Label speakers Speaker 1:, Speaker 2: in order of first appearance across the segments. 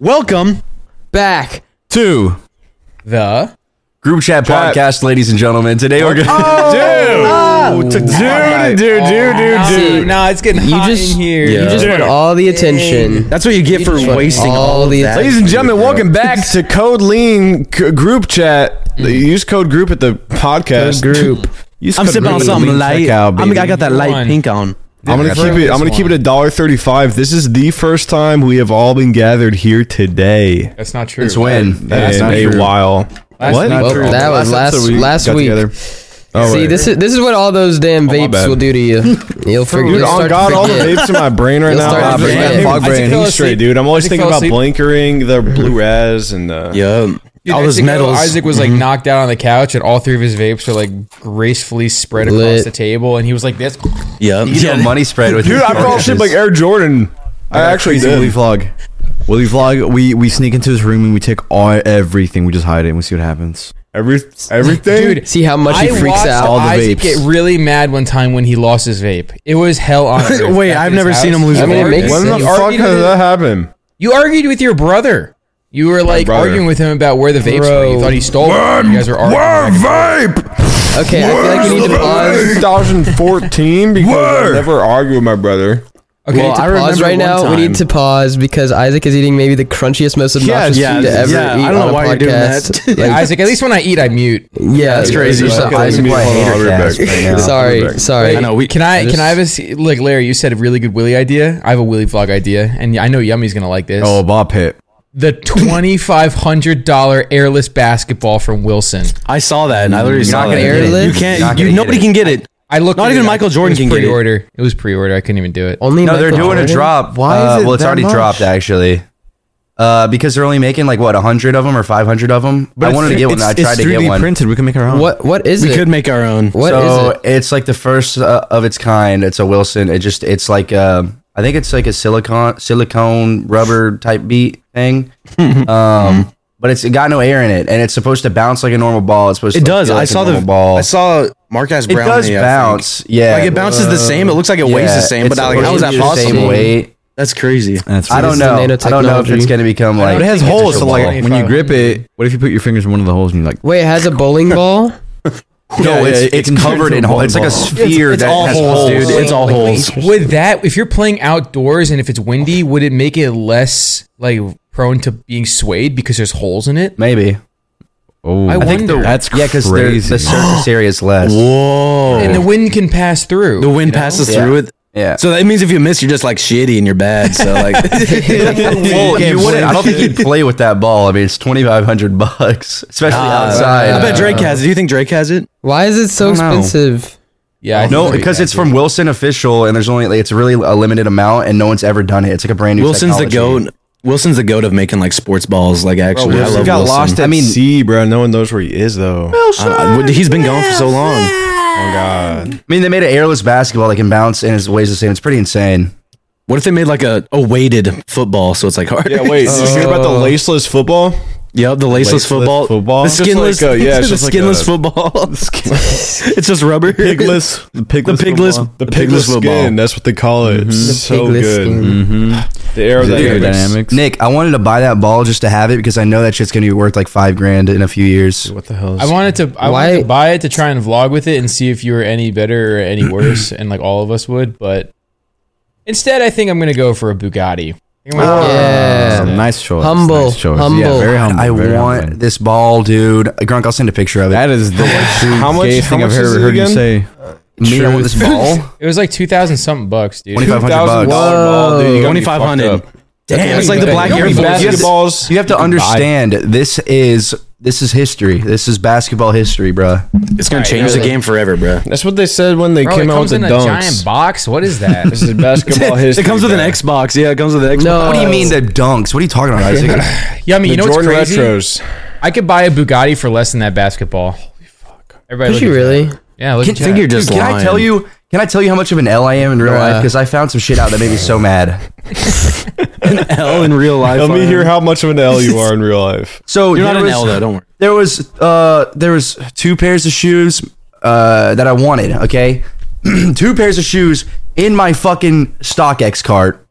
Speaker 1: Welcome
Speaker 2: Back
Speaker 3: Two.
Speaker 2: the
Speaker 3: Group chat
Speaker 1: Chat.
Speaker 3: podcast, ladies and gentlemen. Today we're gonna
Speaker 4: Oh!
Speaker 1: dude. dude, dude, dude, dude,
Speaker 2: See,
Speaker 1: dude.
Speaker 2: nah, it's getting
Speaker 5: Oh, You
Speaker 2: hot
Speaker 5: just-
Speaker 2: in here.
Speaker 3: Yeah.
Speaker 5: You just want all the attention.
Speaker 1: That's what you get for
Speaker 5: just want
Speaker 1: wasting all,
Speaker 5: all
Speaker 1: of
Speaker 5: the
Speaker 1: that.
Speaker 5: attention.
Speaker 4: Ladies and gentlemen, welcome back to Code Lean c- group chat. Use code group at the podcast.
Speaker 5: group.
Speaker 4: Use
Speaker 1: I'm
Speaker 4: code
Speaker 1: sipping
Speaker 4: group
Speaker 1: on
Speaker 4: at
Speaker 1: something
Speaker 4: Lean
Speaker 1: light.
Speaker 4: checkout,
Speaker 1: I mean,
Speaker 4: baby.
Speaker 1: I got that light
Speaker 2: One.
Speaker 1: pink on.
Speaker 4: I'm gonna
Speaker 3: I got
Speaker 4: keep
Speaker 3: you.
Speaker 4: it. I'm gonna keep it a dollar thirty-five. This is the first time we have all been gathered here today
Speaker 2: That's not true.
Speaker 3: It's when.
Speaker 4: in a while.
Speaker 2: That's not
Speaker 5: Well,
Speaker 2: true.
Speaker 5: that was last
Speaker 4: episode we
Speaker 5: last,
Speaker 4: got
Speaker 5: week.
Speaker 4: together. Oh,
Speaker 5: See,
Speaker 4: wait.
Speaker 5: this is this is what all those damn
Speaker 4: my
Speaker 5: vapes
Speaker 4: bad.
Speaker 5: will do to you. You'll forget.
Speaker 4: Dude,
Speaker 5: you'll
Speaker 4: on
Speaker 5: start to
Speaker 4: God, all the
Speaker 5: forget.
Speaker 4: vapes in my brain right
Speaker 5: You'll
Speaker 4: now.
Speaker 5: start
Speaker 4: I
Speaker 5: to
Speaker 4: just
Speaker 5: forget.
Speaker 4: got fog
Speaker 2: I just
Speaker 4: brain.
Speaker 2: fell
Speaker 4: He's straight,
Speaker 2: asleep.
Speaker 4: dude. I'm always
Speaker 2: I just
Speaker 4: thinking
Speaker 2: fell
Speaker 4: about
Speaker 2: asleep.
Speaker 4: blinkering, the blue res, and
Speaker 6: uh,
Speaker 4: the
Speaker 1: Yeah,
Speaker 2: Dude,
Speaker 1: all those
Speaker 2: Isaac-
Speaker 1: medals.
Speaker 2: Isaac was like knocked out on the couch, and all three of his vapes are like gracefully spread across
Speaker 5: Lit.
Speaker 2: the table, and he was like this.
Speaker 1: yeah,
Speaker 3: You know, money spread with
Speaker 4: dude.
Speaker 3: your
Speaker 4: I brought shit
Speaker 3: partners.
Speaker 4: like Air Jordan. I actually
Speaker 6: Crazy Willy
Speaker 4: did.
Speaker 6: vlog. Willy vlog. We we sneak into his room and we take all everything. We just hide it and we see what happens.
Speaker 4: Every everything,
Speaker 2: Dude,
Speaker 5: See how much
Speaker 2: I
Speaker 5: he freaks
Speaker 2: watched
Speaker 5: out.
Speaker 6: all the
Speaker 2: Isaac
Speaker 6: vapes.
Speaker 2: get really mad one time when he lost his vape. It was hell on earth.
Speaker 1: Wait,
Speaker 2: at
Speaker 1: I've
Speaker 2: his
Speaker 1: never seen him lose
Speaker 5: I a mean, it vape. makes
Speaker 4: When the
Speaker 5: sense.
Speaker 2: You
Speaker 4: fuck
Speaker 2: argued
Speaker 4: has
Speaker 2: with-
Speaker 4: that happened?
Speaker 2: You argued with your brother. You were like
Speaker 4: brother.
Speaker 2: arguing with him about where the vapes were. You thought he stole them. You guys were arguing.
Speaker 4: vape?
Speaker 5: Okay, I feel like we need to pause.
Speaker 4: 2014 because
Speaker 6: Word.
Speaker 4: I never argue with my brother.
Speaker 2: Okay,
Speaker 5: Well,
Speaker 2: to
Speaker 5: I pause
Speaker 2: pause
Speaker 5: right now. We need to pause because Isaac is eating maybe the crunchiest, most obnoxious
Speaker 1: yeah,
Speaker 5: food to ever
Speaker 1: yeah,
Speaker 5: eat
Speaker 1: I don't
Speaker 5: on
Speaker 1: know
Speaker 5: a
Speaker 1: why you're doing
Speaker 5: podcast.
Speaker 1: that.
Speaker 5: Like,
Speaker 2: Isaac, at least when I eat, I mute.
Speaker 5: yeah,
Speaker 1: that's crazy.
Speaker 5: so
Speaker 1: Okay,
Speaker 5: Isaac-
Speaker 4: me-
Speaker 3: Hold on,
Speaker 4: Hater
Speaker 3: I'll be
Speaker 4: cast
Speaker 3: back.
Speaker 4: right now.
Speaker 5: sorry, sorry.
Speaker 1: I know we
Speaker 2: Can I? Can I have a s- like Larry? You said a really good Willy idea. I have a Willy vlog idea, and I know Yummy's gonna like this.
Speaker 6: Oh, Bob Pitt.
Speaker 2: The twenty five hundred dollar airless basketball from Wilson.
Speaker 1: I saw that and I literally saw
Speaker 3: not
Speaker 1: that.
Speaker 3: gonna
Speaker 5: get it.
Speaker 1: You
Speaker 3: You're
Speaker 1: can't.
Speaker 3: not
Speaker 1: You,
Speaker 3: gonna get
Speaker 1: nobody
Speaker 3: it.
Speaker 1: can get it.
Speaker 2: I looked.
Speaker 1: Not
Speaker 2: it
Speaker 1: even
Speaker 2: up.
Speaker 1: Michael Jordan
Speaker 2: it
Speaker 1: can
Speaker 2: was
Speaker 1: get it. Oh,
Speaker 2: pre-order. it. was pre-order. I couldn't even do it.
Speaker 5: Only
Speaker 3: No, they're
Speaker 5: Michael
Speaker 3: doing a
Speaker 5: Jordan?
Speaker 3: drop.
Speaker 6: Why is
Speaker 3: Uh,
Speaker 6: it
Speaker 3: well, it's
Speaker 6: that
Speaker 3: already
Speaker 6: much?
Speaker 3: dropped actually. Uh, because they're only making like what hundred of them or five hundred of them. I wanted to get one. I tried to get one.
Speaker 6: printed. We can make our own.
Speaker 5: What? What is
Speaker 1: We
Speaker 5: it?
Speaker 1: could make our own.
Speaker 5: What is
Speaker 3: so
Speaker 5: it?
Speaker 3: it's like the first uh, of its kind. It's a Wilson. It just it's like um, I think it's like a silicone silicone rubber type beat thing. um, but it's got no air in it, and it's supposed to bounce like a normal ball. It's supposed to
Speaker 1: It does.
Speaker 3: feel like
Speaker 1: I
Speaker 3: a
Speaker 1: saw the
Speaker 3: normal ball.
Speaker 6: I saw Mark as
Speaker 3: it
Speaker 6: Brown.
Speaker 3: does bounce. Yeah,
Speaker 1: Like it bounces the same. It looks like it
Speaker 3: Yeah,
Speaker 1: weighs the same. But
Speaker 3: it's
Speaker 1: like, how is
Speaker 3: supposed
Speaker 1: that
Speaker 3: to be the same
Speaker 1: possible?
Speaker 3: weight.
Speaker 1: That's crazy.
Speaker 6: That's
Speaker 3: I
Speaker 6: I
Speaker 3: don't
Speaker 5: the
Speaker 3: know. I don't know if
Speaker 5: nanotechnology.
Speaker 3: it's gonna become like.
Speaker 6: But it has holes, so
Speaker 3: ball.
Speaker 6: like when you grip it, what if you put your fingers in one of the holes and you like?
Speaker 5: Wait, it has a bowling ball.
Speaker 3: No,
Speaker 6: Yeah,
Speaker 3: Oh, it's,
Speaker 6: yeah, it
Speaker 3: it's
Speaker 6: can turn
Speaker 3: covered
Speaker 6: into
Speaker 3: in
Speaker 6: a
Speaker 3: holes. It's like a
Speaker 6: bowling ball.
Speaker 3: sphere
Speaker 1: It's
Speaker 3: that
Speaker 1: all
Speaker 3: has
Speaker 1: holes,
Speaker 3: holes.
Speaker 1: dude. It's all holes.
Speaker 2: Would that, if you're playing outdoors and if it's windy, would it make it less like prone to being swayed because there's holes in it?
Speaker 3: Maybe.
Speaker 6: Oh,
Speaker 2: I
Speaker 6: I
Speaker 2: wonder.
Speaker 6: that's
Speaker 3: Yeah, because the
Speaker 6: crazy.
Speaker 3: surface area is less.
Speaker 2: and the
Speaker 1: Whoa.
Speaker 2: wind can pass through.
Speaker 1: The wind passes
Speaker 3: Yeah.
Speaker 1: through it.
Speaker 3: Yeah.
Speaker 1: So that means if you miss, you're just like shitty and you're bad. So like, uh,
Speaker 3: Well, you
Speaker 1: can't
Speaker 3: wouldn't. I don't
Speaker 1: blame
Speaker 3: think you'd play with that ball. I mean, it's twenty five hundred bucks, especially outside.
Speaker 1: Ah,
Speaker 4: uh,
Speaker 1: I bet Drake has it. Do you think Drake has it?
Speaker 5: Why is it so
Speaker 6: I don't know.
Speaker 5: expensive?
Speaker 2: yeah, I think
Speaker 3: No,
Speaker 2: that'd be
Speaker 3: because
Speaker 2: bad,
Speaker 3: it's
Speaker 2: dude.
Speaker 3: from Wilson official, and there's only it's really a limited amount, and no one's ever done it. It's like a brand new.
Speaker 1: Wilson's
Speaker 3: technology.
Speaker 1: the goat. Wilson's the goat of making like sports balls. Like actually, I
Speaker 4: Wilson
Speaker 1: love
Speaker 4: got
Speaker 1: Wilson.
Speaker 4: lost at
Speaker 3: I mean-
Speaker 4: sea, bro. No one knows where he is though. Oh
Speaker 1: I don't know. he's been gone for so long.
Speaker 4: God,
Speaker 3: I mean, they made an airless basketball that can bounce and it weighs the same. It's pretty insane.
Speaker 1: What if they made like a, a weighted football so it's like hard?
Speaker 4: yeah. Wait, did you hear about the
Speaker 2: Oh.
Speaker 4: laceless football?
Speaker 1: Yep, the laceless,
Speaker 4: Laceless
Speaker 1: football.
Speaker 4: football?
Speaker 1: The
Speaker 4: It's just
Speaker 1: skinless.
Speaker 4: like a- yeah, it's
Speaker 1: the
Speaker 4: just like
Speaker 1: skinless
Speaker 4: a-
Speaker 1: football. it's just rubber.
Speaker 4: Pigless, the
Speaker 1: The
Speaker 4: pigless,
Speaker 1: pigless.
Speaker 4: the pigless skin. That's what they call it.
Speaker 2: Mm-hmm.
Speaker 4: It's so
Speaker 5: pigless
Speaker 4: good. Mm-hmm.
Speaker 5: skin.
Speaker 4: The aerodynamics.
Speaker 6: Dynamics.
Speaker 3: Nick, I wanted to buy that ball just to have it because I know that shit's gonna be worth like five grand in a few years.
Speaker 4: What the hell? Is
Speaker 2: I wanted to. I
Speaker 5: Why-
Speaker 2: wanted to buy it to try and vlog with it and see if you were any better or any worse, and like all of us would. But instead, I think I'm gonna go for a Bugatti. I think I'm gonna-
Speaker 5: Yeah.
Speaker 6: Yeah, nice choice.
Speaker 5: Humble,
Speaker 6: Nice choice.
Speaker 5: humble.
Speaker 6: Yeah, very humble.
Speaker 3: I
Speaker 6: very
Speaker 3: want
Speaker 6: humble.
Speaker 3: this ball, dude. Grunk, I'll send a picture of it.
Speaker 6: That is the
Speaker 4: how much-
Speaker 6: gayest
Speaker 4: how
Speaker 6: thing I've
Speaker 4: much is
Speaker 6: ever
Speaker 4: it
Speaker 6: heard you
Speaker 4: again?
Speaker 6: say.
Speaker 3: Me, I want this ball.
Speaker 2: It was like two thousand something bucks, dude.
Speaker 3: Twenty five hundred
Speaker 4: $2,000
Speaker 3: bucks.
Speaker 4: ball, dude. You got me
Speaker 1: Twenty
Speaker 4: fucked
Speaker 1: five hundred.
Speaker 4: up.
Speaker 1: Damn, it's like the
Speaker 2: You
Speaker 1: black
Speaker 2: don't
Speaker 1: Air
Speaker 2: need
Speaker 1: Force.
Speaker 2: baskets.
Speaker 4: Basketballs.
Speaker 3: You have to understand this is this is history. This is basketball history, bruh.
Speaker 1: It's gonna change the game forever, bro.
Speaker 4: That's what they said when they
Speaker 2: Bro,
Speaker 4: came
Speaker 2: it
Speaker 4: out with
Speaker 2: comes
Speaker 4: the
Speaker 2: in a giant
Speaker 4: dunks.
Speaker 2: box. What is that?
Speaker 4: This is basketball history.
Speaker 1: It comes with an
Speaker 4: bro.
Speaker 1: Xbox. Yeah, it comes with an Xbox.
Speaker 5: No.
Speaker 3: What do you mean the dunks? What are you talking about, Isaac?
Speaker 2: Yummy.
Speaker 4: The
Speaker 2: You know what's
Speaker 4: Jordan
Speaker 2: crazy?
Speaker 4: retros.
Speaker 2: I could buy a Bugatti for less than that basketball. Holy fuck! Everybody,
Speaker 5: Did
Speaker 2: look
Speaker 5: you
Speaker 2: at
Speaker 5: really?
Speaker 2: that. Yeah, look
Speaker 3: Can,
Speaker 2: at that.
Speaker 1: you're just
Speaker 3: Dude, can I
Speaker 1: lying.
Speaker 3: tell you? Can I tell you how much of an L I am in real life?
Speaker 5: Bruh.
Speaker 3: Because I found some shit out that made me so mad.
Speaker 1: L in real life.
Speaker 4: Let me
Speaker 1: Iron.
Speaker 4: hear how much of an L you are in real life.
Speaker 3: So
Speaker 1: You're
Speaker 3: there
Speaker 1: not an
Speaker 3: was-
Speaker 1: L though. Don't worry.
Speaker 3: there was uh there was two pairs of shoes uh that I wanted, okay? two pairs of shoes in my fucking StockX cart.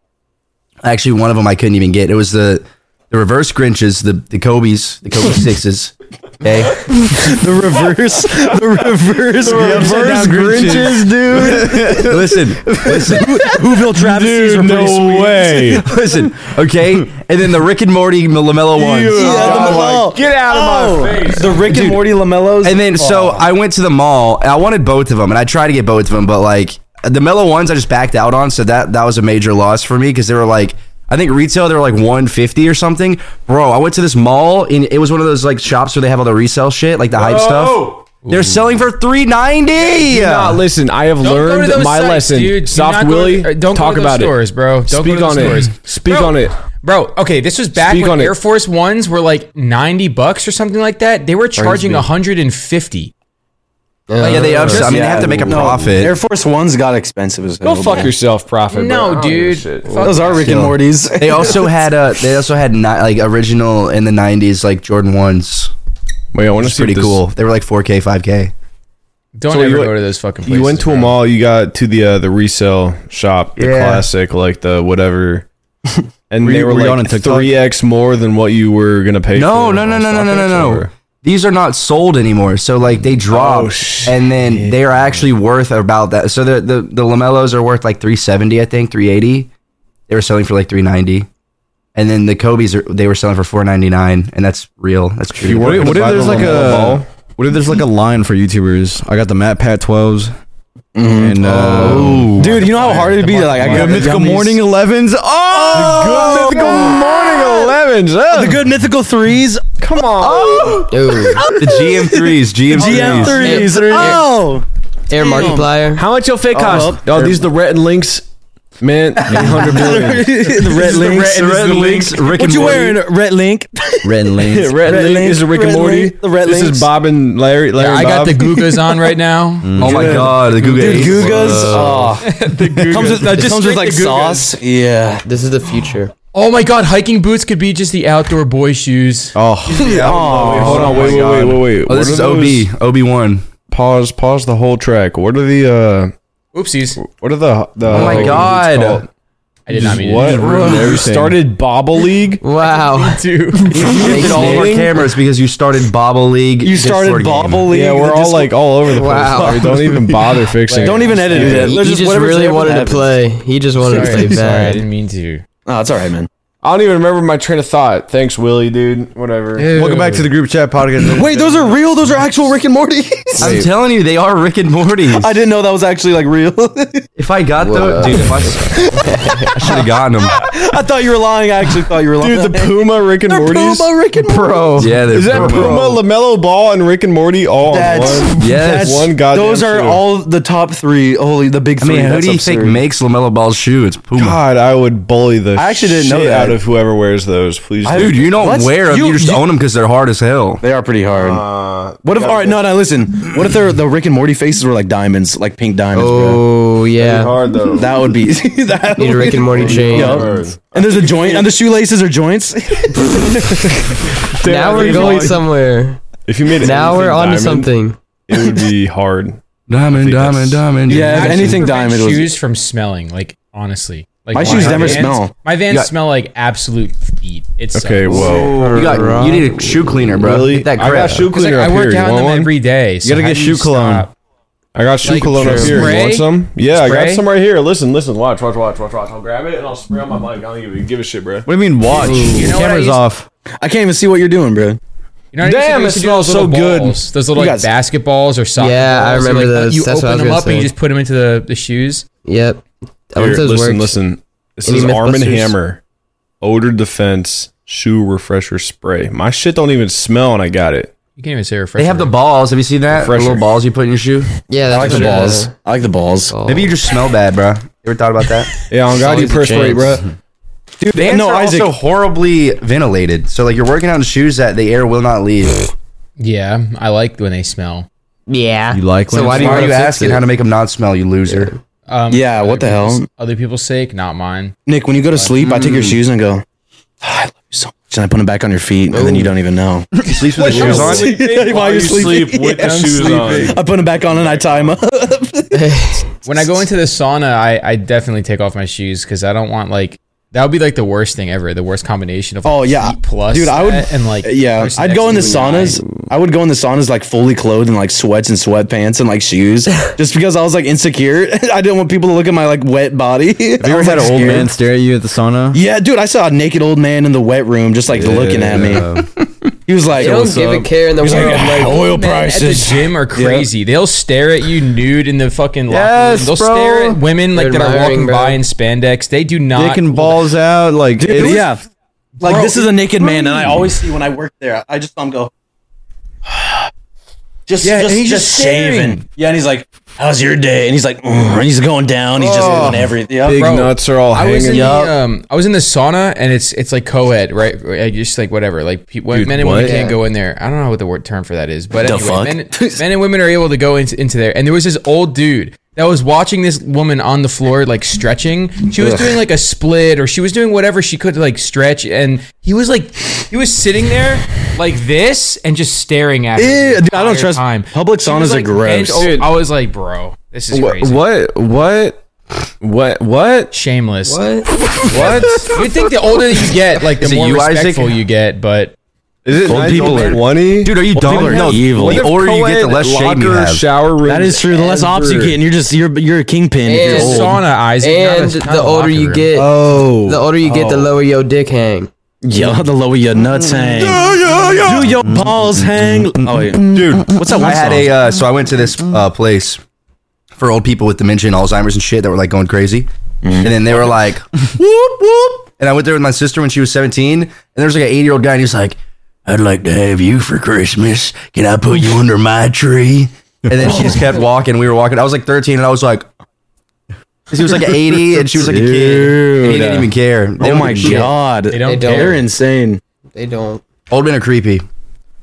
Speaker 3: Actually, one of them I couldn't even get. It was the the reverse Grinches, the the Kobe's, the Kobe sixes. Okay,
Speaker 1: The reverse. The reverse.
Speaker 4: Reverse Grinches, dude.
Speaker 3: listen, listen,
Speaker 1: Whoville travesties
Speaker 4: Dude,
Speaker 1: were pretty sweet.
Speaker 4: no way.
Speaker 3: listen. Okay, and then the Rick and Morty Lamelo ones.
Speaker 1: Yeah, Oh. the
Speaker 4: Oh my-
Speaker 1: Malone.
Speaker 4: Get out of
Speaker 2: Oh.
Speaker 4: my face.
Speaker 1: The Rick and Morty Lamellos.
Speaker 3: And then so I went to the mall. and I wanted both of them, and I tried to get both of them, but like the mellow ones, I just backed out on. So that that was a major loss for me because they were like. I think retail they were like 150 or something. Bro, I went to this mall and it was one of those like shops where they have all the resale shit, like the hype
Speaker 4: Whoa.
Speaker 3: stuff. They're selling for 390.
Speaker 4: Not listen. I have
Speaker 2: Don't go to
Speaker 4: learned
Speaker 2: those
Speaker 4: my
Speaker 2: sites,
Speaker 4: lesson.
Speaker 2: dude. Do not
Speaker 4: Soft
Speaker 2: go to-
Speaker 4: Willie,
Speaker 2: uh, don't go
Speaker 4: talk
Speaker 2: to those
Speaker 4: about
Speaker 2: stores,
Speaker 4: it,
Speaker 2: bro. Don't go
Speaker 4: Speak
Speaker 2: to those
Speaker 4: on it.
Speaker 2: stores.
Speaker 4: Speak
Speaker 2: Bro.
Speaker 4: on it.
Speaker 2: Bro, okay, this was back
Speaker 4: Speak
Speaker 2: when
Speaker 4: on it.
Speaker 2: Air Force Ones were like 90 bucks or something like that. They were charging 150.
Speaker 3: yeah, they ups. I mean, they have to make a
Speaker 1: No,
Speaker 3: profit.
Speaker 1: Air Force One's got expensive as hell.
Speaker 4: Go Oh, fuck yourself, profit.
Speaker 2: No,
Speaker 4: bro.
Speaker 2: dude. Fuck
Speaker 1: Those are Rick and Morty's.
Speaker 3: they also had uh they also had not like original in the 90s like Jordan 1s.
Speaker 4: Wait, I want to
Speaker 3: It's
Speaker 4: see
Speaker 3: pretty
Speaker 4: this-
Speaker 3: cool. They were like 4K, 5K.
Speaker 2: Don't
Speaker 4: So
Speaker 2: ever
Speaker 4: you-
Speaker 2: go to those fucking places.
Speaker 4: You went to a
Speaker 2: bro.
Speaker 4: mall. You got to the uh, the resale shop, the
Speaker 3: Yeah.
Speaker 4: classic, like the whatever. And
Speaker 6: Were
Speaker 4: they
Speaker 6: you-
Speaker 4: were,
Speaker 6: were you on a
Speaker 4: like
Speaker 6: TikTok?
Speaker 4: three x more than what you were gonna pay.
Speaker 3: No,
Speaker 4: for
Speaker 3: no, no,
Speaker 4: on
Speaker 3: no, no, no, no,
Speaker 4: StockX
Speaker 3: no.
Speaker 4: or-
Speaker 3: These are not sold anymore. So like they drop,
Speaker 4: shit.
Speaker 3: and then they are actually worth about that. So the the the Lamellos are worth like 370, I think 380. They were selling for like 390, and then the Kobe's are, they were selling for 499, and that's real. That's true.
Speaker 4: You
Speaker 6: What,
Speaker 4: We're
Speaker 6: what
Speaker 4: gonna
Speaker 6: if
Speaker 4: buy
Speaker 6: there's
Speaker 4: the
Speaker 6: like
Speaker 4: Lamelo
Speaker 6: a
Speaker 4: ball.
Speaker 6: what if there's like a line for YouTubers? I got the Matt Pat 12s
Speaker 4: Mm-hmm.
Speaker 6: and uh,
Speaker 4: Oh.
Speaker 1: Dude, you know how hard it'd be to like I
Speaker 6: the
Speaker 1: got
Speaker 6: Mythical
Speaker 1: Yummies.
Speaker 6: Morning 11s. Oh,
Speaker 4: Good morning, elevens. Oh,
Speaker 1: The good mythical threes.
Speaker 4: come on.
Speaker 5: Ooh,
Speaker 3: the GM threes, GM
Speaker 1: GM
Speaker 3: threes.
Speaker 1: threes. Oh,
Speaker 5: Air Markiplier.
Speaker 4: How much your fake cost? Oh, these the red and links, man. Hundred million.
Speaker 1: the red links.
Speaker 3: Red links, Rick
Speaker 1: What
Speaker 3: and
Speaker 1: you
Speaker 3: Morty.
Speaker 1: wearing? Red link.
Speaker 3: Oh,
Speaker 6: Red
Speaker 4: Yeah, Red,
Speaker 6: lanes.
Speaker 1: Red
Speaker 4: Link,
Speaker 1: Link,
Speaker 4: This is Rick
Speaker 1: Red
Speaker 4: and Morty.
Speaker 1: Link, the Red
Speaker 4: this
Speaker 1: Links.
Speaker 4: is Bob and Larry. Larry
Speaker 2: Yeah,
Speaker 4: and Mm.
Speaker 2: I got the
Speaker 4: Bob.
Speaker 2: Gugas on right now.
Speaker 3: Oh my god, the Uh, Google.
Speaker 1: Dude,
Speaker 3: Eights.
Speaker 1: Gugas.
Speaker 3: Whoa.
Speaker 1: Oh. comes with, it
Speaker 2: Just
Speaker 1: comes with
Speaker 2: straight
Speaker 1: like
Speaker 2: the Gugas.
Speaker 1: sauce. Yeah.
Speaker 5: This is the future.
Speaker 2: Oh my god, hiking boots could be just the outdoor boy shoes.
Speaker 4: Oh, hold on. Wait, wait, wait, wait, wait.
Speaker 3: Oh, this
Speaker 4: What
Speaker 3: is
Speaker 4: are
Speaker 3: OB,
Speaker 4: those-
Speaker 3: OB one.
Speaker 4: Pause. Pause the whole track. What are the? uh
Speaker 2: Oopsies.
Speaker 4: What are the? the
Speaker 3: Oh my
Speaker 4: what's it
Speaker 3: God.
Speaker 4: called?
Speaker 2: I did
Speaker 4: Just
Speaker 2: not mean
Speaker 4: what?
Speaker 2: to.
Speaker 4: You started Bobble League.
Speaker 5: Wow.
Speaker 2: do that. Dude.
Speaker 3: You did all of our cameras because you started Bobble League.
Speaker 1: You
Speaker 3: Discord
Speaker 1: started
Speaker 3: game.
Speaker 1: Bobble League.
Speaker 4: Yeah, we're
Speaker 1: the
Speaker 4: all
Speaker 1: Discord-
Speaker 4: like all over the place.
Speaker 5: Wow.
Speaker 4: Sorry, don't even bother fixing.
Speaker 1: Don't
Speaker 4: it.
Speaker 1: even edit it. in.
Speaker 5: He
Speaker 1: Let's
Speaker 5: just
Speaker 1: whatever's
Speaker 5: really
Speaker 1: happening
Speaker 5: wanted to
Speaker 1: happens.
Speaker 5: play. He just wanted
Speaker 2: Sorry,
Speaker 5: to play
Speaker 2: sorry, I
Speaker 5: bad.
Speaker 2: didn't mean to.
Speaker 1: Oh, it's all right, man.
Speaker 4: I don't even remember my train of thought. Thanks, Willie, dude. Whatever.
Speaker 6: Welcome back to the group chat podcast.
Speaker 1: Wait, those are real. Those are actual Rick and Morty.
Speaker 3: I'm telling you, they are Rick and Morty.
Speaker 1: I didn't know that was actually like real.
Speaker 3: If I got those, dude, if I, I should have gotten them,
Speaker 1: I thought you were lying. I actually thought you were lying.
Speaker 4: Dude, the Puma Rick and Morty's.
Speaker 1: Puma Rick and Morty.
Speaker 4: Bro,
Speaker 3: Yeah, they're
Speaker 4: is that
Speaker 3: Puma.
Speaker 4: Puma, Lamelo Ball, and Rick and Morty all on
Speaker 1: That's-
Speaker 4: one?
Speaker 3: Yes.
Speaker 4: one goddamn.
Speaker 1: Those are
Speaker 4: shoe.
Speaker 1: all the top three. Holy, the big
Speaker 3: I
Speaker 1: three.
Speaker 3: mean, who
Speaker 1: That's
Speaker 3: do you
Speaker 1: absurd.
Speaker 3: think makes Lamelo Ball's shoe? It's Puma.
Speaker 4: God, I would bully the
Speaker 1: I actually didn't know
Speaker 4: shit
Speaker 1: that.
Speaker 4: out of whoever wears those. Please,
Speaker 3: Dude, you don't 'em,
Speaker 1: What's-
Speaker 3: wear them. You,
Speaker 1: you-
Speaker 3: just
Speaker 1: you-
Speaker 3: own them because they're hard as hell.
Speaker 1: They are pretty hard.
Speaker 4: Uh,
Speaker 1: what if? All right, no, no. Listen, what if they're the Rick and Morty faces were like diamonds, like pink diamonds, bro?
Speaker 5: Oh yeah.
Speaker 4: hard though.
Speaker 1: That would be that.
Speaker 5: Need a Rick and Morty chain.
Speaker 1: Yeah. And there's a joint, and the shoelaces are joints.
Speaker 5: Now we're going somewhere.
Speaker 4: If you made it
Speaker 5: Now we're on to something.
Speaker 4: It would be hard.
Speaker 3: Diamond, diamond,
Speaker 4: that's-
Speaker 3: diamond.
Speaker 1: Yeah, if
Speaker 2: Actually
Speaker 1: anything
Speaker 2: prevent
Speaker 1: diamond was-
Speaker 2: shoes from smelling. Like honestly, like
Speaker 1: My shoes never
Speaker 2: Vans-
Speaker 1: smell.
Speaker 2: My Vans
Speaker 3: Yeah.
Speaker 2: smell like absolute feet. It's
Speaker 4: Okay, whoa.
Speaker 3: You, got, you need a shoe cleaner, bro.
Speaker 4: Really?
Speaker 3: Get that
Speaker 4: I got
Speaker 3: crap.
Speaker 4: shoe
Speaker 2: like,
Speaker 4: cleaner.
Speaker 2: I
Speaker 4: up
Speaker 2: work
Speaker 4: here.
Speaker 2: out
Speaker 4: You
Speaker 2: in
Speaker 4: want
Speaker 2: them
Speaker 4: one?
Speaker 2: every day. So
Speaker 6: gotta
Speaker 2: how
Speaker 6: get
Speaker 2: do
Speaker 6: shoe cologne.
Speaker 2: stop?
Speaker 4: I got shoe
Speaker 2: Like,
Speaker 4: cologne up
Speaker 2: true.
Speaker 4: here. You
Speaker 2: Spray?
Speaker 4: want some? Yeah, I
Speaker 2: Spray?
Speaker 4: got some right here. Listen, listen. Watch, watch, watch, watch, watch. I'll grab it and I'll spray on my mic. I don't give a, give a shit, bro.
Speaker 6: What do you mean watch?
Speaker 2: know what I
Speaker 6: Camera's
Speaker 2: used-
Speaker 6: off.
Speaker 1: I can't even see what you're doing, bro.
Speaker 2: You know what I used to
Speaker 4: Damn,
Speaker 2: do? I used
Speaker 4: it
Speaker 2: to do those
Speaker 4: smells
Speaker 2: little
Speaker 4: so good.
Speaker 2: balls, Those little
Speaker 1: You
Speaker 2: like
Speaker 1: guys-
Speaker 2: basketballs or soccer
Speaker 5: Yeah, I
Speaker 2: balls, you,
Speaker 5: remember
Speaker 2: like,
Speaker 5: those.
Speaker 2: You
Speaker 5: That's what I
Speaker 2: open
Speaker 5: was
Speaker 2: them
Speaker 5: gonna
Speaker 2: up and you
Speaker 5: say.
Speaker 2: just put them into the, the shoes.
Speaker 5: Yep. I wonder
Speaker 4: Here,
Speaker 5: if those
Speaker 4: listen,
Speaker 5: works.
Speaker 4: listen. This
Speaker 5: Any
Speaker 4: is Arm and
Speaker 5: Mythbusters?
Speaker 4: Hammer, odor defense shoe refresher spray. My shit don't even smell, and I got it.
Speaker 2: You can't even say refresh.
Speaker 3: They have the balls. Have you seen that? The
Speaker 4: Refresher.
Speaker 3: little balls you put in your shoe.
Speaker 5: Yeah, that's
Speaker 1: I like the
Speaker 5: what it
Speaker 1: balls.
Speaker 5: is.
Speaker 1: I like the balls.
Speaker 5: Oh.
Speaker 3: Maybe you just smell bad, bro. You ever thought about that?
Speaker 4: Yeah, on God, you
Speaker 5: always a
Speaker 4: perspirate, bro.
Speaker 5: chance.
Speaker 1: Dude,
Speaker 3: Vans
Speaker 1: no,
Speaker 3: are
Speaker 1: Isaac.
Speaker 3: also horribly ventilated. So like you're working out in shoes that the air will not leave.
Speaker 2: Yeah, I like when they smell.
Speaker 5: Yeah.
Speaker 6: You like
Speaker 5: So
Speaker 6: when
Speaker 5: why
Speaker 6: it's
Speaker 5: do you
Speaker 3: Why are
Speaker 5: wanna
Speaker 3: you
Speaker 5: fix
Speaker 3: asking
Speaker 5: it?
Speaker 3: how to make them not smell, you loser?
Speaker 2: Um,
Speaker 1: Yeah,
Speaker 2: other
Speaker 1: what the
Speaker 2: people's-
Speaker 1: hell?
Speaker 2: Other people's sake, not mine.
Speaker 1: Nick, when you go to sleep, I take
Speaker 5: Mm.
Speaker 1: your shoes and I go, "Ah, I love you so much. And I put them back on your feet, and then
Speaker 5: Oh.
Speaker 1: you don't even know.
Speaker 3: He sleeps with his shoes on.
Speaker 1: While you're sleeping.
Speaker 4: with the shoes on.
Speaker 1: I put them back on and I tie them up.
Speaker 2: When I go into the sauna, I, I definitely take off my shoes because I don't want like That would be like the worst thing ever. The worst combination of like,
Speaker 1: Oh, yeah.
Speaker 2: heat plus
Speaker 1: Dude, I would-
Speaker 2: that and like
Speaker 1: Yeah,
Speaker 2: person
Speaker 1: I'd go in the
Speaker 2: next to you and
Speaker 1: saunas. I would go in the saunas like fully clothed in like sweats and sweatpants and like shoes, just because I was like insecure. I didn't want people to look at my like wet body. Have you
Speaker 6: Have you ever had an old man stare at you at the sauna?
Speaker 1: Yeah, dude, I saw a naked old man in the wet room just like looking at me.
Speaker 6: Yeah.
Speaker 1: He was like,
Speaker 5: They don't give a
Speaker 6: up?
Speaker 5: care in the world.
Speaker 1: "Ah,
Speaker 5: Like,
Speaker 1: oil
Speaker 2: Men at the gym are crazy. They'll stare at you nude in the fucking locker room.
Speaker 6: Yes,
Speaker 2: They'll
Speaker 6: bro.
Speaker 2: stare at women like
Speaker 5: They're
Speaker 2: that are walking
Speaker 5: admiring, bro.
Speaker 2: by in spandex. They do not.
Speaker 6: Dick and balls out. Like,
Speaker 1: Dude,
Speaker 6: it's-
Speaker 1: yeah. Like
Speaker 2: Bro,
Speaker 1: this is a naked man, and I always see when I work there. I just saw him go. Just,
Speaker 2: Yeah,
Speaker 1: just,
Speaker 2: and he's
Speaker 1: just,
Speaker 2: just staring.
Speaker 1: shaving. Yeah, and he's like, "How's your day?" And he's like, "Mm," and he's going down. He's just doing everything. Yeah,
Speaker 4: Big
Speaker 2: Bro,
Speaker 4: nuts are all
Speaker 2: I was in
Speaker 4: hanging.
Speaker 2: the um, I was in the sauna and it's it's like co-ed, right? Like, Just like whatever, like pe-
Speaker 6: Dude,
Speaker 2: men and women
Speaker 6: what?
Speaker 2: can't go in there. I don't know what the word term for that is, but
Speaker 1: The
Speaker 2: anyway,
Speaker 1: fuck?
Speaker 2: men, men and women are able to go into, into there. And there was this old dude that was watching this woman on the floor like stretching. She was doing like a split or she was doing whatever she could to like stretch, and he was like he was sitting there like this and just staring at her.
Speaker 1: Ew,
Speaker 2: the
Speaker 1: dude, I don't
Speaker 2: entire
Speaker 1: trust- public
Speaker 2: She
Speaker 1: saunas
Speaker 2: was,
Speaker 1: are
Speaker 2: bent
Speaker 1: gross.
Speaker 2: over-
Speaker 4: Dude.
Speaker 2: I was like, bro, this is
Speaker 4: What?
Speaker 2: crazy.
Speaker 4: What? What? What? What?
Speaker 2: Shameless.
Speaker 5: what?
Speaker 4: What?
Speaker 2: You'd think the older you get, like the
Speaker 6: it
Speaker 2: more
Speaker 6: you, Isaac?
Speaker 2: respectful you get, but
Speaker 4: Is it
Speaker 6: Old people are-
Speaker 4: twenty?
Speaker 6: Dude, are you dumb?
Speaker 1: people are
Speaker 6: no,
Speaker 1: evil.
Speaker 6: the
Speaker 4: What if
Speaker 6: older you get, the
Speaker 4: co-ed
Speaker 6: less shame you
Speaker 4: locker,
Speaker 6: have.
Speaker 4: Shower room.
Speaker 1: That is true. The less ops you get, and you're just you're you're a kingpin. if you're
Speaker 5: And
Speaker 1: old.
Speaker 2: sauna Isaac. not
Speaker 5: And
Speaker 2: a- not
Speaker 5: the
Speaker 2: a
Speaker 5: older
Speaker 2: locker
Speaker 5: you
Speaker 2: room.
Speaker 5: get,
Speaker 6: Oh,
Speaker 5: the older you get, the lower your dick hang.
Speaker 1: Yeah, the lower your nuts hang. Do your balls hang?
Speaker 6: Mm.
Speaker 1: Oh, wait.
Speaker 4: dude.
Speaker 1: What's that one
Speaker 3: I had
Speaker 1: song?
Speaker 3: a uh, so I went to this uh, place for old people with dementia and Alzheimer's and shit that were like going crazy,
Speaker 6: Mm-hmm.
Speaker 3: and then they were like whoop whoop, and I went there with my sister when she was seventeen, and there was like an eighty year old guy and he's like, "I'd like to have you for Christmas. Can I put you under my tree?" And then she just kept walking. We were walking. I was like thirteen, and I was like. 'cause He was like an 80 and she was like a kid. And he didn't
Speaker 1: Dude.
Speaker 3: even care. They
Speaker 1: oh
Speaker 3: don't
Speaker 1: my
Speaker 3: give a shit.
Speaker 1: god,
Speaker 2: They don't
Speaker 5: They don't.
Speaker 1: They're
Speaker 2: care.
Speaker 1: insane.
Speaker 5: They don't.
Speaker 3: Old men are creepy.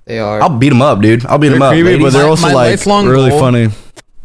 Speaker 5: They are.
Speaker 3: I'll beat them up, dude. I'll beat them
Speaker 6: they're
Speaker 3: up.
Speaker 6: creepy,
Speaker 3: ladies.
Speaker 6: but they're
Speaker 2: My-
Speaker 6: also
Speaker 2: my
Speaker 6: like
Speaker 2: lifelong
Speaker 6: really
Speaker 2: goal-
Speaker 6: funny.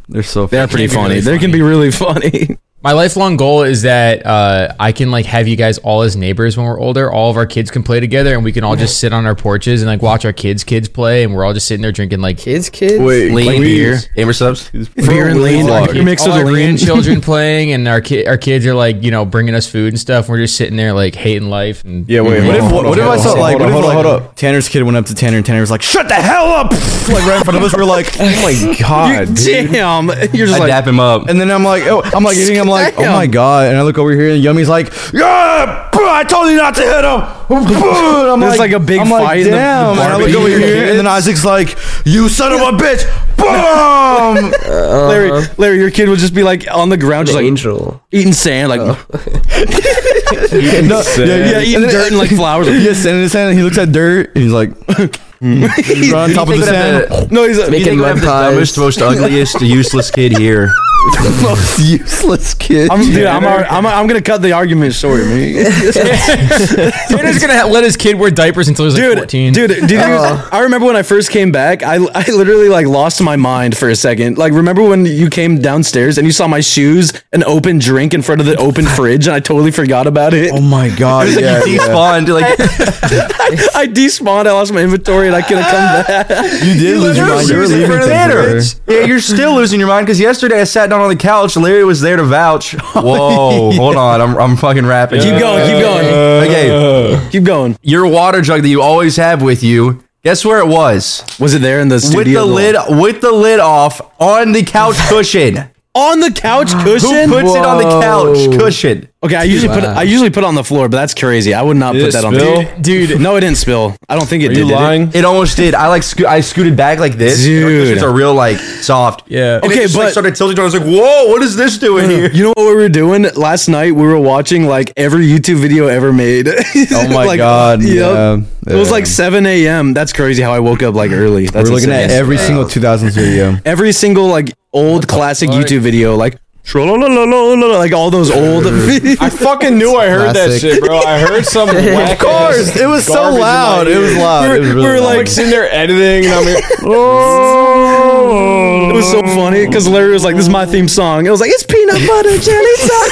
Speaker 6: They're so.
Speaker 1: They're pretty
Speaker 2: be
Speaker 1: funny.
Speaker 2: really
Speaker 1: They can
Speaker 2: funny.
Speaker 1: be really funny.
Speaker 2: My lifelong goal is that uh, I can like have you guys all as neighbors when we're older. All of our kids can play together, and we can all just sit on our porches and like watch our kids' kids play, and we're all just sitting there drinking like
Speaker 5: kids, kids.
Speaker 4: Wait,
Speaker 3: Lean
Speaker 4: we-
Speaker 3: beer. Gamer subs.
Speaker 1: Beer and lean,
Speaker 4: Vlog.
Speaker 1: like, a mix
Speaker 2: all
Speaker 1: of the
Speaker 2: our
Speaker 1: lean.
Speaker 2: grandchildren playing, and our ki- our kids are like you know bringing us food and stuff. We're just sitting there like hating life. And
Speaker 4: Yeah, wait.
Speaker 6: What if, what, if I saw like
Speaker 4: Hold
Speaker 6: what
Speaker 4: on,
Speaker 6: if
Speaker 4: hold on,
Speaker 6: like
Speaker 4: hold up.
Speaker 6: Tanner's kid went up to Tanner and Tanner was like shut the hell up like right in front of us we're like oh my god dude.
Speaker 1: Damn, you're just
Speaker 3: I
Speaker 1: like
Speaker 3: dap him up.
Speaker 6: and then I'm like oh I'm like eating I'm like oh my god and I look over here and Yummy's like yeah bro, I told you not to hit him Boom. I'm
Speaker 1: There's like a big
Speaker 6: I'm like,
Speaker 1: fight in the- the
Speaker 6: damn and I look
Speaker 1: barbecue
Speaker 6: over here
Speaker 1: pits.
Speaker 6: and then Isaac's like you son of a bitch boom
Speaker 1: Larry. Larry, your kid would just be like on the ground, just like
Speaker 5: Angel.
Speaker 1: eating sand, like
Speaker 6: no,
Speaker 4: Sand.
Speaker 1: yeah, eating dirt and like flowers. like-
Speaker 6: yeah sand in his hand and he looks at dirt and he's like he's on top of
Speaker 3: think
Speaker 6: the sand
Speaker 3: that the-
Speaker 1: no, he's a,
Speaker 3: You
Speaker 5: Make Making
Speaker 3: think I'm
Speaker 5: mud
Speaker 3: the dumbest,
Speaker 5: pies.
Speaker 3: most ugliest, useless kid here.
Speaker 6: most useless kid
Speaker 1: I'm, dude, I'm, alri- I'm, I'm gonna cut the argument short, man.
Speaker 2: Tanner's gonna ha- let his kid wear diapers until he's like
Speaker 1: dude,
Speaker 2: fourteen.
Speaker 1: dude, did you, I remember when I first came back, I, I literally like lost my mind for a second. Like, remember when you came downstairs and you saw my shoes, an open drink in front of the open fridge, and I totally forgot about it.
Speaker 6: oh my god yeah,
Speaker 3: He
Speaker 6: yeah.
Speaker 3: spawned like
Speaker 1: I despawned, I lost my inventory, and I couldn't come back.
Speaker 6: You did lose your
Speaker 3: Your
Speaker 6: mind. You were
Speaker 3: shoes in
Speaker 6: leaving
Speaker 3: front
Speaker 6: things
Speaker 3: of Tanner.
Speaker 6: there.
Speaker 3: Yeah, you're still losing your mind because yesterday I sat down on the couch and Larry was there to vouch. Whoa, hold on, I'm, I'm fucking rapping.
Speaker 1: Keep going, keep going,
Speaker 3: Okay,
Speaker 1: Uh, keep going.
Speaker 3: your water jug that you always have with you. Guess where it was?
Speaker 1: Was it there in the studio?
Speaker 3: With the lid, with the lid off on the couch cushion.
Speaker 1: on the couch
Speaker 3: Who
Speaker 1: cushion.
Speaker 3: puts it on the couch cushion?
Speaker 1: okay, I usually put I usually put it on the floor, but that's crazy. I would not
Speaker 4: Did
Speaker 1: put
Speaker 4: it
Speaker 1: that on
Speaker 4: spill?
Speaker 1: the dude. No, it didn't spill. I don't think it
Speaker 4: Are
Speaker 1: did.
Speaker 4: you
Speaker 1: did it?
Speaker 4: lying?
Speaker 3: Mm-hmm. It almost did. I like sco- I scooted back like this.
Speaker 1: Dude.
Speaker 3: It's a real like soft.
Speaker 2: Yeah.
Speaker 3: okay,
Speaker 1: Okay,
Speaker 3: just, but like,
Speaker 1: but-
Speaker 3: started tilting. I was like, "Whoa, what is this doing here?"
Speaker 1: You know what we were doing last night? We were watching like every YouTube video ever made.
Speaker 6: Oh my god.
Speaker 1: yep.
Speaker 6: Yeah.
Speaker 1: It was like 7 a.m. That's crazy how I woke up like early. That's
Speaker 6: we're looking at
Speaker 1: insane.
Speaker 6: every single 2000s video.
Speaker 1: every single like old classic YouTube video, like "Tra-la-la-la-la-la," like all those old.
Speaker 4: I fucking knew I heard that
Speaker 5: Classic.
Speaker 4: shit, bro. I heard some. whack-ass
Speaker 6: Of course, it was so
Speaker 4: garbage in my
Speaker 6: loud. It was
Speaker 4: ear.
Speaker 6: loud. It was
Speaker 1: We were-
Speaker 6: really
Speaker 1: we were
Speaker 6: loud.
Speaker 4: I'm like sitting there editing, and I'm here. Oh.
Speaker 1: It was so funny because Larry was like, "This is my theme song." It was like, "It's peanut butter jelly time,"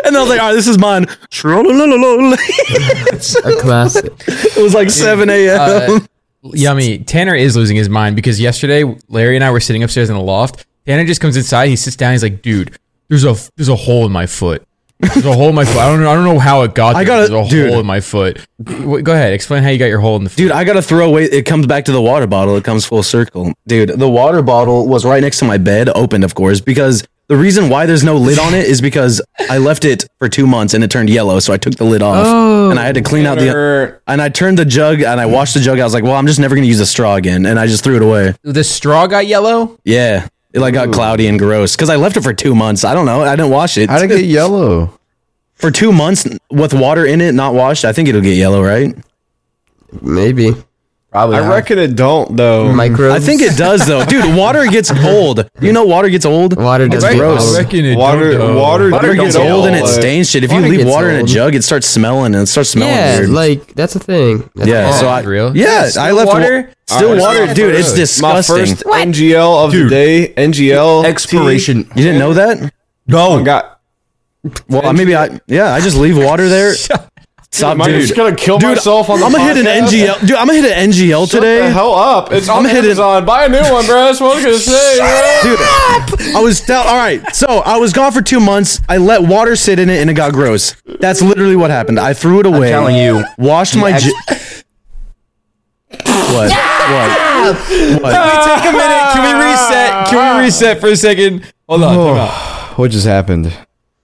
Speaker 1: and I was like, "All right, this is mine." Tra-la-la-la-la.
Speaker 5: A classic.
Speaker 1: It was like 7 a.m.
Speaker 2: Uh, yummy. Tanner is losing his mind because yesterday Larry and I were sitting upstairs in the loft. Tanner just comes inside. He sits down. He's like, "Dude, there's a there's a hole in my foot." There's a hole in my foot. I don't know. I don't know how it got. There.
Speaker 1: I got a-
Speaker 2: There's a
Speaker 1: dude.
Speaker 2: hole in my foot. Wait, Go ahead. Explain how you got your hole in the foot.
Speaker 1: Dude, I gotta throw away. It comes back to the water bottle. It comes full circle. Dude, the water bottle was right next to my bed, opened, of course, because the reason why there's no lid on it is because I left it for two months and it turned yellow. So I took the lid off and I had to clean out the. And I turned the jug and I washed the jug. I was like, well, I'm just never gonna use a straw again. And I just threw it away.
Speaker 2: The straw got yellow.
Speaker 1: Yeah. It like got cloudy and gross because I left it for two months. I don't know. I didn't wash it.
Speaker 6: How'd it get yellow?
Speaker 1: for two months with water in it, not washed. I think it'll get yellow, right?
Speaker 5: Maybe.
Speaker 3: Probably.
Speaker 4: I
Speaker 3: not.
Speaker 4: reckon it don't though.
Speaker 5: Micro.
Speaker 1: I think it does though, dude. Water gets old. You know, water gets old.
Speaker 5: Water does get
Speaker 4: gross.
Speaker 5: old.
Speaker 2: reckon
Speaker 4: water, water,
Speaker 1: Water
Speaker 4: do
Speaker 1: gets old and it
Speaker 4: uh,
Speaker 1: stains shit. If you
Speaker 5: Water
Speaker 1: leave
Speaker 5: gets
Speaker 1: water in a
Speaker 5: old.
Speaker 1: jug, it starts smelling and it starts smelling
Speaker 5: Yeah,
Speaker 1: weird.
Speaker 5: like that's a thing. That's
Speaker 1: yeah,
Speaker 5: a
Speaker 1: so
Speaker 5: thing.
Speaker 1: I
Speaker 2: real?
Speaker 1: yeah,
Speaker 2: Yeah,
Speaker 1: I left
Speaker 2: still
Speaker 1: water,
Speaker 2: water?
Speaker 1: still
Speaker 4: Alright,
Speaker 1: water,
Speaker 4: so-
Speaker 1: dude. It's
Speaker 4: My
Speaker 1: disgusting.
Speaker 4: first NGL of the day. NGL
Speaker 3: Expiration.
Speaker 1: you didn't know that?
Speaker 4: No, got.
Speaker 1: Well, maybe I yeah, I just leave water there. Stop,
Speaker 4: Am I
Speaker 1: Oh, dude.
Speaker 4: just gonna kill
Speaker 1: Dude,
Speaker 4: myself on the
Speaker 1: I'm gonna hit an
Speaker 4: podcast?
Speaker 1: NGL, dude. I'm gonna hit an NGL today.
Speaker 4: Shut the hell up! It's
Speaker 1: I'm
Speaker 4: on
Speaker 1: hitting-
Speaker 4: Amazon. Buy a new one, bro. That's what I was gonna say. bro.
Speaker 1: Dude, I was down. All right, so I was gone for two months. I let water sit in it, and it got gross. That's literally what happened. I threw it away.
Speaker 3: telling you.
Speaker 1: washed my.
Speaker 3: ex-
Speaker 1: Ju- what? What?
Speaker 2: Take a minute. Can we reset? Can we reset for a second? Hold on. time out.
Speaker 6: What just happened?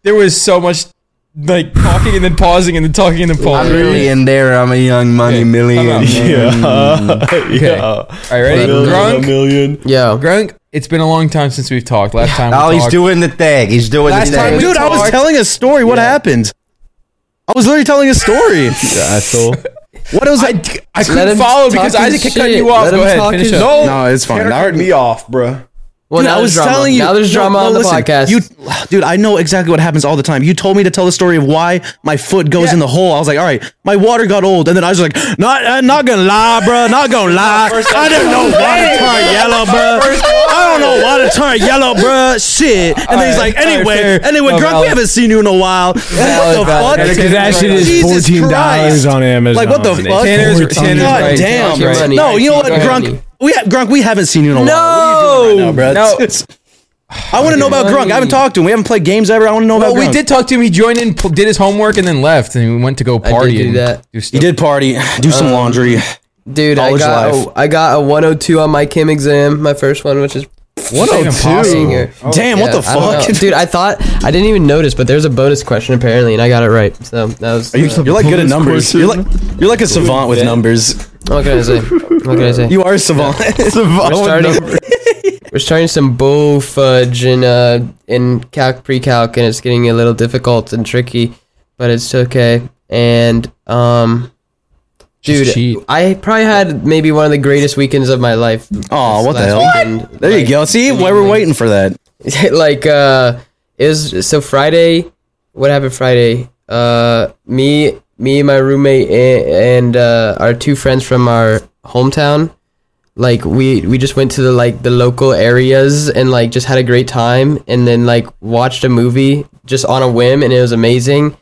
Speaker 2: There was so much like talking and then pausing and then talking and then
Speaker 3: I'm
Speaker 2: pausing.
Speaker 3: really in there. I'm a young money
Speaker 2: Okay,
Speaker 3: million.
Speaker 2: time Okay. All right, ready? Grunk,
Speaker 4: million.
Speaker 5: Yo,
Speaker 2: Grunk. It's been a long time since we've talked. Last time. We
Speaker 3: Oh, he's
Speaker 2: talked-
Speaker 3: doing the thing. He's doing
Speaker 2: Last
Speaker 3: the
Speaker 2: time we-
Speaker 3: thing.
Speaker 1: Dude, I was
Speaker 2: talked.
Speaker 1: telling a story. What happened? I was literally telling a story.
Speaker 6: Asshole.
Speaker 1: What was I?
Speaker 2: I, I
Speaker 5: Let
Speaker 2: couldn't
Speaker 5: him
Speaker 2: follow
Speaker 5: talk
Speaker 2: because
Speaker 5: his
Speaker 2: Isaac kept cutting
Speaker 5: shit.
Speaker 2: you off.
Speaker 5: Let
Speaker 2: Go
Speaker 5: him
Speaker 2: ahead,
Speaker 5: talk
Speaker 2: finish
Speaker 5: his-
Speaker 4: oh,
Speaker 2: up.
Speaker 1: No, it's fine. Now-
Speaker 4: Cut me off, bro.
Speaker 5: well,
Speaker 1: dude,
Speaker 5: now
Speaker 1: I was
Speaker 5: there's drama.
Speaker 1: telling you.
Speaker 5: Now there's
Speaker 1: No,
Speaker 5: drama
Speaker 1: no,
Speaker 5: on the
Speaker 1: listen,
Speaker 5: podcast.
Speaker 1: You, dude, I know exactly what happens all the time. You told me to tell the story of why my foot goes in the hole. I was like, all right, my water got old, and then I was like, not, uh, not gonna lie, bro, not gonna lie. I didn't know water turned yellow, bro. I don't know water turned yellow, bro. Shit. And then he's like,
Speaker 2: Alright,
Speaker 1: anyway,
Speaker 2: fair.
Speaker 1: anyway,
Speaker 2: No,
Speaker 1: Grunk, we
Speaker 2: valid.
Speaker 1: haven't seen you in a while.
Speaker 2: Valid,
Speaker 1: what
Speaker 2: valid.
Speaker 1: the fuck?
Speaker 2: Because that shit
Speaker 6: is
Speaker 1: Jesus
Speaker 6: $14
Speaker 1: Christ.
Speaker 6: on Amazon.
Speaker 1: Like what the fuck?
Speaker 2: Tanner's-
Speaker 1: God
Speaker 2: Tanner's right.
Speaker 1: damn.
Speaker 2: Tanner's
Speaker 5: right.
Speaker 1: No, you know what,
Speaker 5: Go ahead.
Speaker 1: Grunk? We ha- Grunk, we haven't seen you in a while. What are you doing right now, bro?
Speaker 2: No.
Speaker 1: It's- I want to know about Grunk. I haven't talked to him. We haven't played games ever. I want to know
Speaker 2: Well,
Speaker 1: about.
Speaker 2: Oh, we
Speaker 1: Grunk.
Speaker 2: did talk to him. He joined in, pl- did his homework, and then left. And we went to go
Speaker 5: did
Speaker 2: party.
Speaker 5: do
Speaker 2: and
Speaker 5: that.
Speaker 2: do stuff.
Speaker 1: You did party, do some laundry.
Speaker 5: Dude, I
Speaker 1: College
Speaker 5: got,
Speaker 1: life.
Speaker 5: a, I got a 102 on my chem exam, my first one, which is
Speaker 2: Oh,
Speaker 5: banger.
Speaker 1: Damn, what
Speaker 5: Yeah,
Speaker 1: the
Speaker 5: I don't know.
Speaker 1: fuck,
Speaker 5: dude? I thought I didn't even notice, but there's a bonus question apparently, and I got it right. So that was.
Speaker 1: You,
Speaker 5: uh,
Speaker 1: are like good at numbers. You're like you're like a savant with numbers.
Speaker 5: what can I say? What can I say?
Speaker 1: You are a savant.
Speaker 5: we're starting. we're starting some bull fudge in uh in calc pre-calc, and it's getting a little difficult and tricky, but it's okay. And um.
Speaker 2: Just
Speaker 5: Dude,
Speaker 2: cheat.
Speaker 5: I probably had maybe one of the greatest weekends of my life.
Speaker 1: Aw,
Speaker 5: this
Speaker 1: what the
Speaker 5: last
Speaker 1: hell?
Speaker 5: weekend.
Speaker 1: there you
Speaker 5: Like,
Speaker 1: go. See, why we're waiting for that.
Speaker 5: like uh is so friday what happened friday uh me me and my roommate a- and uh our two friends from our hometown like we we just went to the like the local areas and like just had a great time and then like watched a movie just on a whim and it was amazing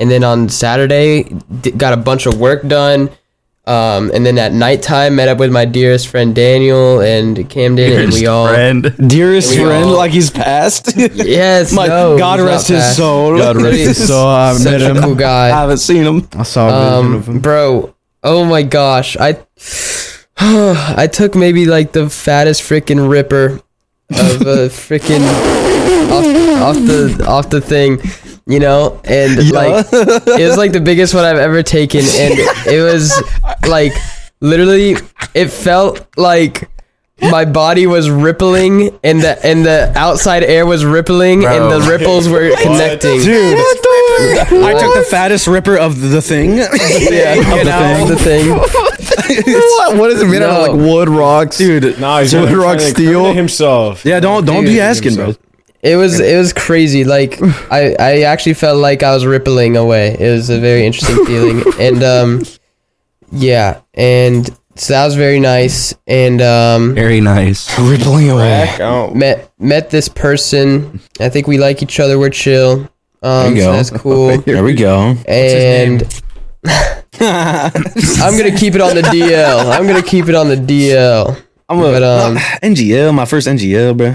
Speaker 5: and then on saturday d- got a bunch of work done um, and then at nighttime met up with my dearest friend daniel and camden and we all
Speaker 3: Friend.
Speaker 1: Dearest
Speaker 5: We
Speaker 1: friend,
Speaker 5: all-
Speaker 1: like he's passed.
Speaker 5: Yes,
Speaker 1: My
Speaker 5: no,
Speaker 1: God
Speaker 5: he's not
Speaker 1: rest his
Speaker 5: fast.
Speaker 1: soul.
Speaker 6: God rest his soul. I
Speaker 5: Such
Speaker 6: met
Speaker 5: a cool
Speaker 6: him.
Speaker 1: I
Speaker 5: guy.
Speaker 1: haven't seen him.
Speaker 6: I saw a vision of
Speaker 5: Um,
Speaker 6: him.
Speaker 5: bro, oh my gosh, I, I took maybe like the fattest freaking ripper of a freaking off, off the off the thing, you know, and like it was like the biggest one I've ever taken, and it was like literally, it felt like. My body was rippling, and the and the outside air was rippling,
Speaker 3: Bro.
Speaker 5: and the ripples were connecting.
Speaker 1: Dude, I took the fattest ripper of the thing. yeah,
Speaker 5: You know, the thing.
Speaker 6: What? What is it made out of?
Speaker 1: No.
Speaker 6: Like wood rocks?
Speaker 1: dude.
Speaker 4: Nah, he's
Speaker 6: Wood
Speaker 4: gonna
Speaker 6: Rock
Speaker 4: try to
Speaker 6: Steel.
Speaker 4: incriminate himself.
Speaker 1: Yeah, don't don't
Speaker 5: Dude.
Speaker 1: be asking, bro.
Speaker 5: It was it was crazy. Like I, I actually felt like I was rippling away. It was a very interesting feeling. And um yeah. And so that was very nice. And um
Speaker 3: Very nice.
Speaker 1: Rippling away.
Speaker 4: Back out.
Speaker 5: met met this person. I think we like each other, we're chill. Um
Speaker 1: you
Speaker 5: so
Speaker 1: go.
Speaker 5: that's cool.
Speaker 1: There we go.
Speaker 5: and I'm gonna keep it on the DL. I'm gonna keep it on the DL.
Speaker 1: I'm a Ah,
Speaker 5: But, um,
Speaker 1: NGL, my first NGL, bro.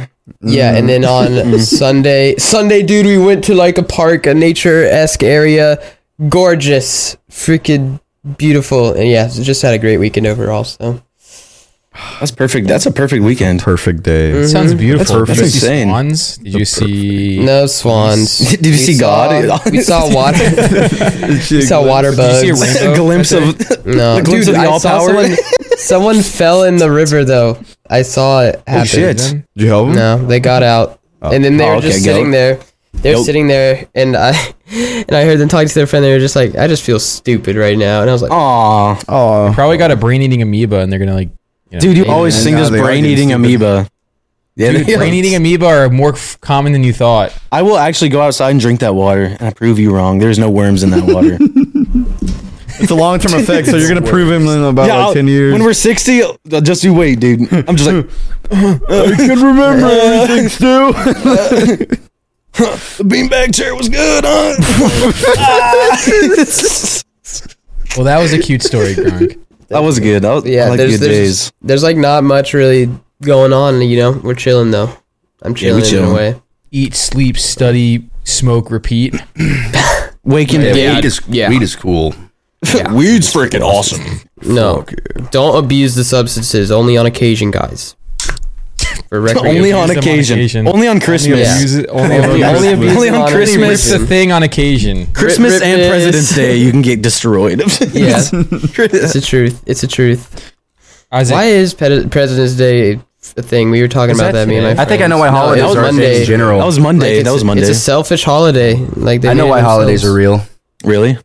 Speaker 5: Yeah,
Speaker 1: Mm-hmm.
Speaker 5: and then on Sunday, Sunday, dude, we went to like a park, a nature esque area, gorgeous, freaking beautiful, and yeah, so just had a great weekend overall. So
Speaker 1: That's perfect. That's a perfect weekend.
Speaker 6: Perfect day.
Speaker 2: Sounds beautiful.
Speaker 1: That's
Speaker 2: Did you see
Speaker 1: insane.
Speaker 2: swans? Did you see?
Speaker 5: no swans.
Speaker 1: Did you
Speaker 5: We
Speaker 1: see God?
Speaker 5: saw- we saw water. we saw water bugs.
Speaker 2: see a rainbow?
Speaker 1: a glimpse of
Speaker 5: No,
Speaker 1: a glimpse of
Speaker 5: dude,
Speaker 1: the
Speaker 5: I
Speaker 1: all
Speaker 5: saw
Speaker 1: power.
Speaker 5: someone. Someone fell in the river though. I saw it happen.
Speaker 1: Oh, shit.
Speaker 6: Did you help him?
Speaker 5: No, they got out, and then they
Speaker 1: Oh,
Speaker 5: were
Speaker 1: okay,
Speaker 5: just
Speaker 1: goat.
Speaker 5: sitting there. They're
Speaker 1: Goat.
Speaker 5: sitting there, and I and I heard them talking to their friend. They were just like, "I just feel stupid right now," and I was like,
Speaker 1: Aw,
Speaker 6: Oh,
Speaker 2: Probably got a brain eating amoeba, and they're gonna like. You know,
Speaker 1: dude, you always
Speaker 6: man.
Speaker 1: sing
Speaker 6: Nah,
Speaker 1: this
Speaker 6: they are
Speaker 1: brain-eating
Speaker 6: getting stupid.
Speaker 1: amoeba. Yeah,
Speaker 2: Dude,
Speaker 1: they-
Speaker 2: brain eating amoeba are more f- common than you thought.
Speaker 1: I will actually go outside and drink that water, and I prove you wrong. There's no worms in that water.
Speaker 6: it's a long term effect, so you're gonna prove him in about
Speaker 1: I'll-
Speaker 6: like ten years.
Speaker 1: When we're 60, I'll just you wait, dude. I'm just like, "Uh,
Speaker 6: I can remember everything, Stu.
Speaker 1: the beanbag chair was good, huh?
Speaker 2: Well, that was a cute story, Gronk.
Speaker 1: that was good. That was,
Speaker 5: "Yeah,
Speaker 1: I like
Speaker 5: there's
Speaker 1: good
Speaker 5: there's
Speaker 1: days.
Speaker 5: there's like not much really going on. You know, we're chilling though. I'm chilling,
Speaker 1: we
Speaker 5: in
Speaker 1: chilling.
Speaker 5: a way.
Speaker 2: Eat, sleep, study, smoke, repeat.
Speaker 1: Waking yeah,
Speaker 5: Yeah, yeah.
Speaker 3: is cool.
Speaker 1: Weed's freaking awesome.
Speaker 5: No, don't abuse the substances. Only on occasion, guys. For recreation.
Speaker 1: Only on
Speaker 2: them on
Speaker 1: occasion.
Speaker 2: occasion.
Speaker 1: Only on Christmas.
Speaker 5: Yeah.
Speaker 2: Use it only,
Speaker 5: Only- only
Speaker 2: only,
Speaker 5: abuse
Speaker 1: Only
Speaker 5: them
Speaker 1: on Christmas.
Speaker 2: It's a thing on occasion.
Speaker 1: Christmas
Speaker 5: Rip- rip
Speaker 1: and
Speaker 5: this.
Speaker 1: President's Day, you can get destroyed.
Speaker 5: Yeah, it's a truth. It's a truth.
Speaker 2: Isaac,
Speaker 5: Why is Ped- President's Day a thing? We were talking about that.
Speaker 2: that
Speaker 5: Me and my
Speaker 2: today?
Speaker 3: I think I know
Speaker 5: friends.
Speaker 3: why
Speaker 5: No, it
Speaker 3: holidays
Speaker 5: was
Speaker 3: are
Speaker 5: Monday.
Speaker 3: in general.
Speaker 1: that was
Speaker 5: Like,
Speaker 1: Monday.
Speaker 5: it's
Speaker 1: that was
Speaker 5: a-
Speaker 1: Monday.
Speaker 5: It's a selfish holiday. Like they
Speaker 3: I know
Speaker 5: made it
Speaker 3: why holidays are
Speaker 5: themselves.
Speaker 3: real
Speaker 1: really?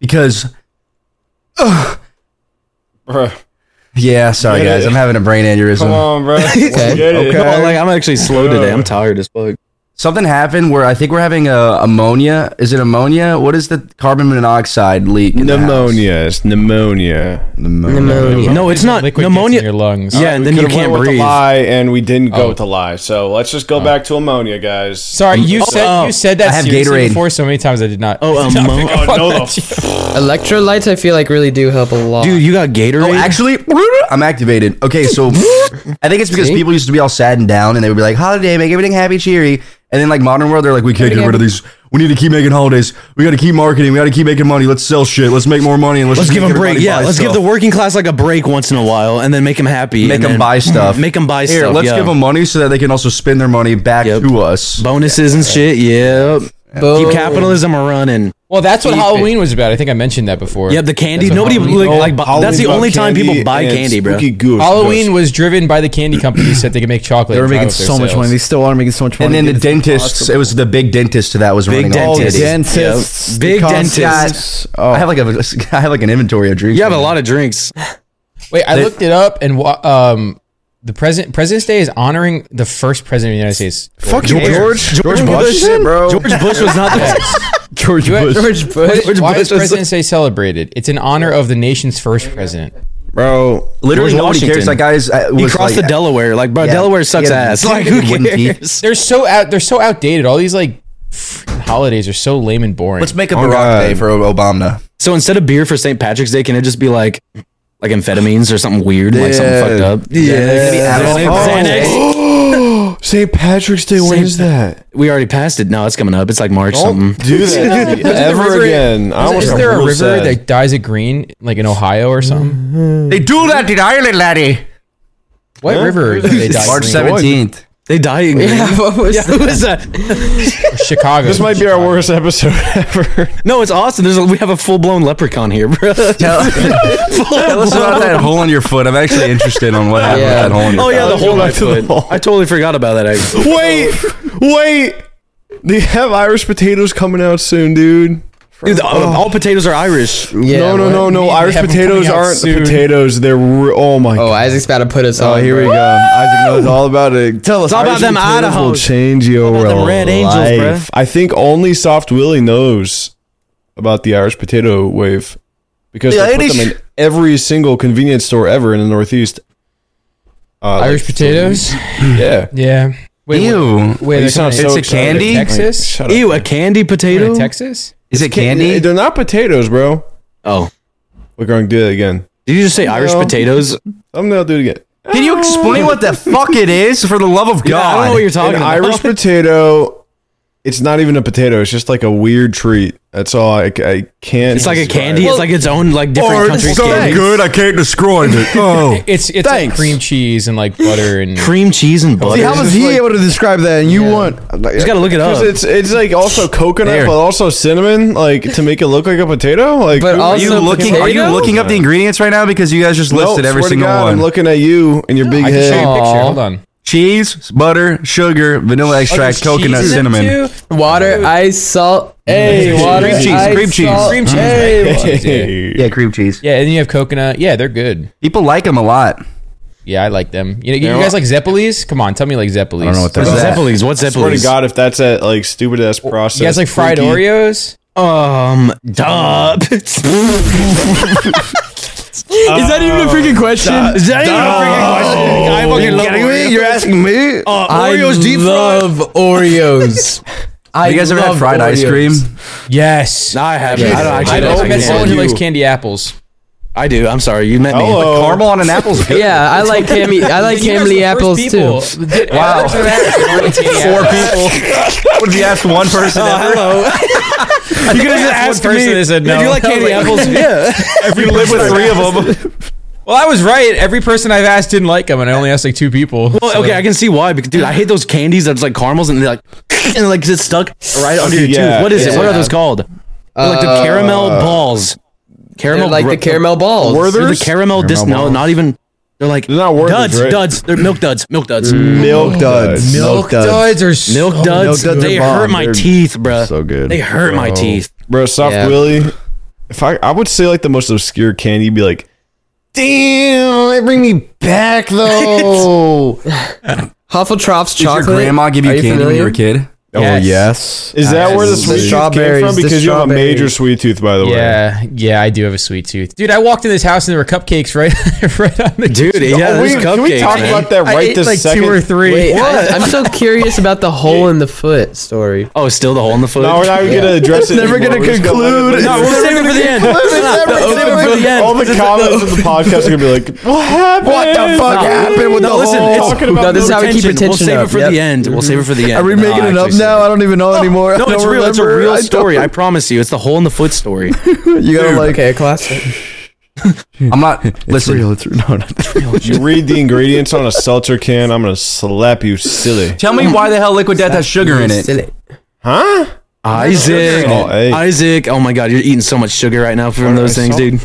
Speaker 3: because. Ugh. yeah, sorry guys, I'm having a brain aneurysm.
Speaker 4: on, bro.
Speaker 5: Okay.
Speaker 1: No, like I'm actually slow today. I'm tired as fuck.
Speaker 3: Something happened where I think we're having a ammonia. Is it ammonia? What is the carbon monoxide leak? in the house?
Speaker 4: Pneumonia. It's pneumonia.
Speaker 5: Pneumonia.
Speaker 1: No, it's not
Speaker 2: liquid
Speaker 1: pneumonia.
Speaker 2: gets in your lungs.
Speaker 1: yeah, and then
Speaker 4: Could
Speaker 1: you
Speaker 4: have went
Speaker 1: can't
Speaker 4: with the
Speaker 1: breathe.
Speaker 4: lie, and we didn't go
Speaker 2: Oh.
Speaker 4: with the lie. So let's just
Speaker 6: Oh.
Speaker 4: go back to ammonia, guys.
Speaker 2: Sorry, you said
Speaker 1: oh,
Speaker 2: you said that
Speaker 3: I have
Speaker 2: seriously
Speaker 3: Gatorade.
Speaker 2: before so many times. I did not.
Speaker 1: Oh, um,
Speaker 2: not
Speaker 1: mo-
Speaker 2: pick
Speaker 4: Oh,
Speaker 2: up on
Speaker 4: no, the
Speaker 2: that.
Speaker 5: Electrolytes, I feel like really do help a lot.
Speaker 1: Dude, you got Gatorade.
Speaker 3: Oh, actually, I'm activated. Okay, so I think it's because
Speaker 5: See?
Speaker 3: people used to be all sad and down, and they would be like, "Holiday, make everything happy, cheery." And then like modern world, they're like, "We can't get rid of these. We need to keep making holidays. We got to keep marketing. We got to keep making money. Let's sell shit. Let's make more money. And let's,
Speaker 1: Let's
Speaker 3: just
Speaker 1: give
Speaker 3: make
Speaker 1: them a break.
Speaker 3: everybody
Speaker 1: Yeah,
Speaker 3: buy
Speaker 1: let's give the
Speaker 3: stuff.
Speaker 1: working class like a break once in a while, and then make them happy.
Speaker 3: make
Speaker 1: and
Speaker 3: them
Speaker 1: then-
Speaker 3: buy stuff.
Speaker 1: Make them buy
Speaker 3: Here,
Speaker 1: stuff.
Speaker 3: let's
Speaker 1: yeah.
Speaker 3: give them money so that they can also spend their money back
Speaker 1: Yep.
Speaker 3: to us.
Speaker 1: bonuses and shit. Yeah,
Speaker 3: Oh.
Speaker 1: keep capitalism a running.
Speaker 2: Well, that's what
Speaker 5: Keep it.
Speaker 2: Halloween was about. I think I mentioned that before.
Speaker 1: Yeah, the candy.
Speaker 2: That's what
Speaker 1: Nobody
Speaker 2: Halloween-
Speaker 1: like, like bu-
Speaker 3: Oh,
Speaker 4: Halloween
Speaker 1: that's the
Speaker 4: bought
Speaker 1: only time people
Speaker 4: candy
Speaker 1: buy
Speaker 4: and
Speaker 1: candy, bro.
Speaker 4: spooky Goose
Speaker 2: Halloween
Speaker 4: Goose.
Speaker 2: was driven by the candy companies that they could make chocolate.
Speaker 6: They were
Speaker 2: and drive
Speaker 6: making
Speaker 2: up their
Speaker 6: so much
Speaker 2: sales.
Speaker 6: money. They still are making so much money.
Speaker 3: And then the
Speaker 6: It's
Speaker 3: dentist. It was the big dentist that was
Speaker 1: Big
Speaker 3: running all
Speaker 1: dentist.
Speaker 3: this.
Speaker 1: Yeah.
Speaker 6: Dentists.
Speaker 1: Yep.
Speaker 6: the
Speaker 1: Big
Speaker 6: costumes.
Speaker 1: dentists.
Speaker 6: Oh,
Speaker 3: I have like a I have like an inventory of drinks.
Speaker 1: You have a lot of drinks.
Speaker 2: Wait, I looked it up, and wa- um, the president President's Day is honoring the first president of the United States.
Speaker 6: fuck George. George,
Speaker 1: Bush,
Speaker 6: Bush, bro.
Speaker 1: George Bush was not the
Speaker 6: George Bush,
Speaker 5: George Bush.
Speaker 2: Why- Why is
Speaker 1: Bush was-
Speaker 2: President's Day celebrated? It's in honor of the nation's first president.
Speaker 4: bro.
Speaker 3: Literally,
Speaker 1: George
Speaker 3: nobody cares.
Speaker 1: Washington.
Speaker 3: That guy's uh,
Speaker 1: He
Speaker 3: was
Speaker 1: crossed
Speaker 3: like,
Speaker 1: the Delaware. Like, bro,
Speaker 3: Yeah.
Speaker 1: Delaware sucks
Speaker 3: He had
Speaker 1: ass. Like, who
Speaker 3: wooden teeth.
Speaker 1: cares?
Speaker 2: They're so out. They're so outdated. All these like freaking holidays are so lame and boring.
Speaker 3: Let's make a
Speaker 4: Oh,
Speaker 3: Barack
Speaker 4: God.
Speaker 3: Day for Obama.
Speaker 1: So instead of beer for St. Patrick's Day, can it just be like like amphetamines or something weird, like something fucked up?
Speaker 3: Yeah.
Speaker 1: Xanax. Xanax.
Speaker 4: St. Patrick's Day. When is that?
Speaker 1: We already passed it. No, it's coming up. It's like March something.
Speaker 4: Do that to me ever again. I almost
Speaker 2: is
Speaker 4: got
Speaker 2: there a
Speaker 4: real
Speaker 2: river
Speaker 4: sad.
Speaker 2: that dyes it green, like in Ohio or something?
Speaker 3: They do that in Ireland, laddie.
Speaker 2: What river? do They dye
Speaker 3: March
Speaker 2: green?
Speaker 3: seventeenth.
Speaker 1: They die in green.
Speaker 5: Yeah, what was that?
Speaker 1: What is that?
Speaker 2: Chicago.
Speaker 4: This might be our worst episode ever.
Speaker 1: No, it's awesome. There's a, we have a full blown leprechaun here, bro.
Speaker 3: Tell, tell us about that hole in your foot. I'm actually interested on what happened with
Speaker 5: Yeah.
Speaker 3: that hole in your
Speaker 1: Oh
Speaker 3: foot.
Speaker 1: yeah, the
Speaker 4: Let's go
Speaker 1: whole
Speaker 4: back
Speaker 1: life
Speaker 4: to the
Speaker 1: hood.
Speaker 4: wall.
Speaker 1: I totally forgot about that. Actually.
Speaker 4: wait, wait. They have Irish potatoes coming out soon, dude.
Speaker 1: Dude, all, all potatoes are Irish.
Speaker 5: Yeah,
Speaker 4: no, no,
Speaker 5: what?
Speaker 4: no, no.
Speaker 2: They
Speaker 4: Irish
Speaker 2: have them
Speaker 4: potatoes
Speaker 2: coming out
Speaker 4: aren't the
Speaker 2: soon.
Speaker 4: potatoes. They're re- oh my
Speaker 5: Oh,
Speaker 4: god.
Speaker 5: Isaac's about to put us
Speaker 6: Oh,
Speaker 5: on.
Speaker 6: here we
Speaker 5: bro.
Speaker 6: go. Isaac knows all about it. Tell us
Speaker 1: all
Speaker 6: Irish
Speaker 1: about them
Speaker 6: potatoes will
Speaker 1: Idaho.
Speaker 4: change your
Speaker 1: them
Speaker 4: world.
Speaker 1: Red Angels, bro.
Speaker 4: I think only Soft Willie knows about the Irish potato wave because
Speaker 3: The
Speaker 4: they put
Speaker 3: Irish-
Speaker 4: them in every single convenience store ever in the Northeast. Uh,
Speaker 2: Irish potatoes.
Speaker 4: like, yeah.
Speaker 2: Yeah. Wait,
Speaker 3: Ew.
Speaker 2: Wait,
Speaker 4: You
Speaker 2: they're
Speaker 4: sound
Speaker 2: coming
Speaker 4: so
Speaker 3: It's a
Speaker 4: excited.
Speaker 3: candy?
Speaker 4: Like,
Speaker 2: Texas?
Speaker 4: shut up.
Speaker 1: Ew, a candy
Speaker 2: in
Speaker 1: potato.
Speaker 2: Texas.
Speaker 3: Is it
Speaker 4: Candy?
Speaker 3: candy?
Speaker 4: They're not potatoes, bro.
Speaker 1: Oh,
Speaker 4: We're going to do that again.
Speaker 1: did you just say Irish
Speaker 4: No.
Speaker 1: potatoes?
Speaker 4: I'm gonna do it again.
Speaker 3: Can you explain what the fuck it is for the love of God?
Speaker 1: I don't know what you're talking
Speaker 4: An
Speaker 1: about.
Speaker 4: Irish potato. It's not even a potato. It's just like a weird treat. That's all I, I can't.
Speaker 1: it's like a
Speaker 4: describe.
Speaker 1: candy. it's like its own like
Speaker 3: Oh,
Speaker 1: different country's candy.
Speaker 6: good I can't describe it. Oh.
Speaker 2: It's it's like
Speaker 4: Thanks.
Speaker 2: cream cheese and like butter and
Speaker 1: Cream cheese and butter.
Speaker 6: See, how was he
Speaker 4: like-
Speaker 6: able to describe that and you want
Speaker 4: Like,
Speaker 1: just gotta look it up.
Speaker 4: It's it's like also coconut,
Speaker 3: There.
Speaker 4: but also cinnamon, like to make it look like a potato. Like,
Speaker 5: But
Speaker 4: who-
Speaker 5: also-
Speaker 3: Are you looking? Are you
Speaker 5: potatoes?
Speaker 3: looking up the ingredients right now? Because you guys just
Speaker 4: Nope,
Speaker 3: listed every
Speaker 4: swear to
Speaker 3: single
Speaker 4: God, I'm
Speaker 3: one:
Speaker 4: looking at you and your big
Speaker 2: I can show
Speaker 4: head.
Speaker 2: you a picture.
Speaker 5: Aw.
Speaker 2: Hold on.
Speaker 3: cheese, butter, sugar, vanilla extract, coconut, cinnamon.
Speaker 5: Water, ice, salt. Hey, water,
Speaker 3: Cream cheese,
Speaker 5: ice,
Speaker 3: cream cheese.
Speaker 5: salt.
Speaker 2: Cream cheese. cream cheese, yeah.
Speaker 3: Yeah, cream cheese.
Speaker 2: Yeah, and then you have coconut. Yeah, they're good.
Speaker 3: People like them a lot.
Speaker 2: Yeah, I like them. You, know, you guys like Zeppelis? Come on, tell me you like Zeppelis. I don't know what
Speaker 1: What's
Speaker 3: What's that?
Speaker 1: Zeppelis? What's
Speaker 4: Swear to
Speaker 1: Zeppelis?
Speaker 4: God, if that's that like stupid ass process.
Speaker 2: You guys like fried
Speaker 4: freaky-
Speaker 2: Oreos?
Speaker 1: Um, duh. Is
Speaker 5: Is that even a freaking question?
Speaker 1: that even
Speaker 2: Oh.
Speaker 1: a freaking question? I fucking love Oreos.
Speaker 6: You're asking me?
Speaker 1: Uh,
Speaker 5: I
Speaker 1: Oreos deep fried.
Speaker 5: love Oreos. I
Speaker 3: Have you guys ever had
Speaker 5: love
Speaker 3: fried ice
Speaker 5: Oreos.
Speaker 3: cream?
Speaker 2: Yes.
Speaker 1: No, I haven't. I don't
Speaker 2: I
Speaker 1: actually.
Speaker 2: know I
Speaker 1: like
Speaker 2: met
Speaker 1: candy.
Speaker 2: someone who
Speaker 4: You.
Speaker 2: likes candy apples.
Speaker 1: I do. I'm sorry. You met me.
Speaker 4: Hello.
Speaker 3: Caramel on an apple's good.
Speaker 5: Yeah, I like hammy. I like hammy apples too.
Speaker 2: too. Wow.
Speaker 3: Four people. Would you ask one person? ever?
Speaker 1: You could have just
Speaker 2: One
Speaker 1: asked
Speaker 2: person
Speaker 1: me.
Speaker 2: that said no.
Speaker 1: Do you like candy apples? Yeah.
Speaker 3: If you live with three of them,
Speaker 2: Well, I was right. Every person I've asked didn't like them, and I only asked like two people.
Speaker 1: Well, okay, I can see why. Because dude, I hate those candies that's like caramels and they're like and like it's stuck right under your
Speaker 4: Yeah,
Speaker 1: tooth. What is it?
Speaker 5: yeah.
Speaker 1: What are those called? They're like the caramel balls. Caramel,
Speaker 5: They're like the
Speaker 1: gr-
Speaker 5: caramel balls.
Speaker 4: Werther's?
Speaker 1: They're the caramel dis. No, not even. They're like
Speaker 4: not Werther's,
Speaker 1: duds.
Speaker 4: right?
Speaker 1: Duds. They're milk duds. Milk duds.
Speaker 6: Milk duds. Milk duds.
Speaker 2: are so
Speaker 1: Milk duds.
Speaker 6: duds are
Speaker 1: they
Speaker 6: bomb.
Speaker 1: hurt my
Speaker 6: They're
Speaker 1: teeth, bruh.
Speaker 6: so good.
Speaker 1: They hurt my teeth.
Speaker 4: bro. Soft
Speaker 5: Yeah.
Speaker 4: Willy. If I, I would say like the most obscure candy, be like, damn, they bring me back though.
Speaker 5: Hufflepuff's
Speaker 3: did your
Speaker 5: chocolate.
Speaker 3: grandma give you
Speaker 5: Are
Speaker 3: candy when you
Speaker 5: familiar?
Speaker 3: were a kid?
Speaker 6: Oh, yes.
Speaker 4: Is that where the
Speaker 5: Yes.
Speaker 4: sweet
Speaker 5: The
Speaker 4: tooth came
Speaker 5: strawberries,
Speaker 4: from?
Speaker 5: the
Speaker 4: Because you have a major sweet
Speaker 5: strawberries.
Speaker 4: tooth, by the way.
Speaker 2: Yeah, yeah, I do have a sweet tooth, dude. I walked in this house and there were cupcakes right, right on the
Speaker 1: Dude, yeah,
Speaker 4: Oh,
Speaker 1: those
Speaker 4: we, can we
Speaker 1: cupcakes,
Speaker 4: talk
Speaker 1: man.
Speaker 4: about that
Speaker 2: I
Speaker 4: right
Speaker 2: ate,
Speaker 4: this
Speaker 2: like
Speaker 4: second?
Speaker 2: two or three.
Speaker 5: Wait, I, I'm so curious about the hole in the foot story.
Speaker 1: Oh, still the hole in the foot.
Speaker 4: No, we're not even gonna address it.
Speaker 6: Never
Speaker 4: anymore.
Speaker 6: gonna
Speaker 4: We're just let it-
Speaker 6: conclude.
Speaker 1: No, we'll save it for the end. The open for the end.
Speaker 4: All the comments of the podcast are gonna be like, "What happened?
Speaker 6: What the fuck happened with
Speaker 1: no,
Speaker 6: the
Speaker 1: listen,
Speaker 6: whole-
Speaker 1: it's-
Speaker 4: Talking about
Speaker 5: No, this is how we keep
Speaker 1: Retention. We'll
Speaker 5: retention
Speaker 1: save it
Speaker 5: up,
Speaker 1: for
Speaker 5: yep.
Speaker 1: the end. We'll save it for the end.
Speaker 6: Are we
Speaker 1: No,
Speaker 6: making it up
Speaker 1: actually,
Speaker 6: now? I don't even know anymore.
Speaker 1: No,
Speaker 6: I
Speaker 1: it's
Speaker 6: don't
Speaker 1: real. It's a
Speaker 6: remember.
Speaker 1: real
Speaker 6: I
Speaker 1: story.
Speaker 6: don't-
Speaker 1: I promise you. It's the hole in the foot story.
Speaker 6: You gotta like.
Speaker 5: Okay, classic.
Speaker 3: I'm not. Listen,
Speaker 6: Real, it's real. No, no.
Speaker 4: You read the ingredients on a seltzer can. I'm gonna slap you silly.
Speaker 3: tell me why the hell liquid death has sugar in it.
Speaker 5: Silly.
Speaker 4: Huh?
Speaker 1: Isaac,
Speaker 4: Oh, hey.
Speaker 1: Isaac. Oh my God, you're eating so much sugar right now from those things, dude.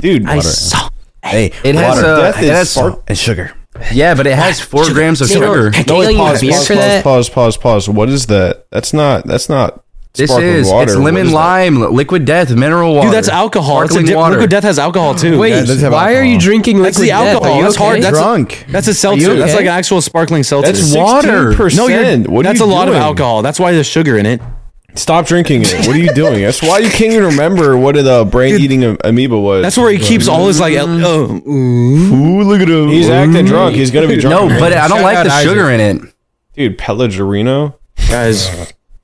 Speaker 4: Dude,
Speaker 1: Salt.
Speaker 6: Hey,
Speaker 3: It has
Speaker 6: water
Speaker 3: uh,
Speaker 4: Death
Speaker 3: it
Speaker 4: is
Speaker 3: has
Speaker 4: spark-
Speaker 6: and sugar.
Speaker 3: yeah, but it has four grams of sugar.
Speaker 5: Can you
Speaker 4: pause,
Speaker 5: beer
Speaker 4: pause,
Speaker 5: for
Speaker 4: pause,
Speaker 5: that?
Speaker 4: pause, pause, pause. What is that? That's not. That's not.
Speaker 3: This
Speaker 4: sparkling
Speaker 3: is
Speaker 4: water.
Speaker 3: it's
Speaker 4: What
Speaker 3: lemon
Speaker 4: is that?
Speaker 3: lime liquid death mineral water.
Speaker 1: Dude, that's alcohol. It's like
Speaker 3: Sparkling
Speaker 1: di-
Speaker 3: water.
Speaker 1: liquid death has alcohol too.
Speaker 5: Wait,
Speaker 6: does have
Speaker 5: why are
Speaker 6: alcohol.
Speaker 5: you drinking
Speaker 1: that's
Speaker 5: liquid
Speaker 1: the alcohol.
Speaker 5: Death? Are you
Speaker 1: That's hard.
Speaker 5: okay?
Speaker 1: That's
Speaker 6: Drunk.
Speaker 1: A, that's a seltzer. That's
Speaker 5: okay?
Speaker 1: like an actual sparkling seltzer.
Speaker 4: That's
Speaker 3: water.
Speaker 4: water.
Speaker 1: no, you're,
Speaker 4: What are
Speaker 1: that's a
Speaker 4: you
Speaker 1: lot of
Speaker 4: doing?
Speaker 1: alcohol. That's why there's sugar in it.
Speaker 4: Stop drinking it. What are you doing? That's why you can't even remember what the brain eating am- amoeba was.
Speaker 1: That's where he keeps all his like. el- oh,
Speaker 4: Ooh, look at him. He's acting drunk. He's gonna be drunk.
Speaker 3: no, but uh, I don't
Speaker 2: Shout
Speaker 3: like
Speaker 2: out
Speaker 3: the
Speaker 2: Isaac.
Speaker 3: sugar in it.
Speaker 4: dude, Pellegrino.
Speaker 1: guys,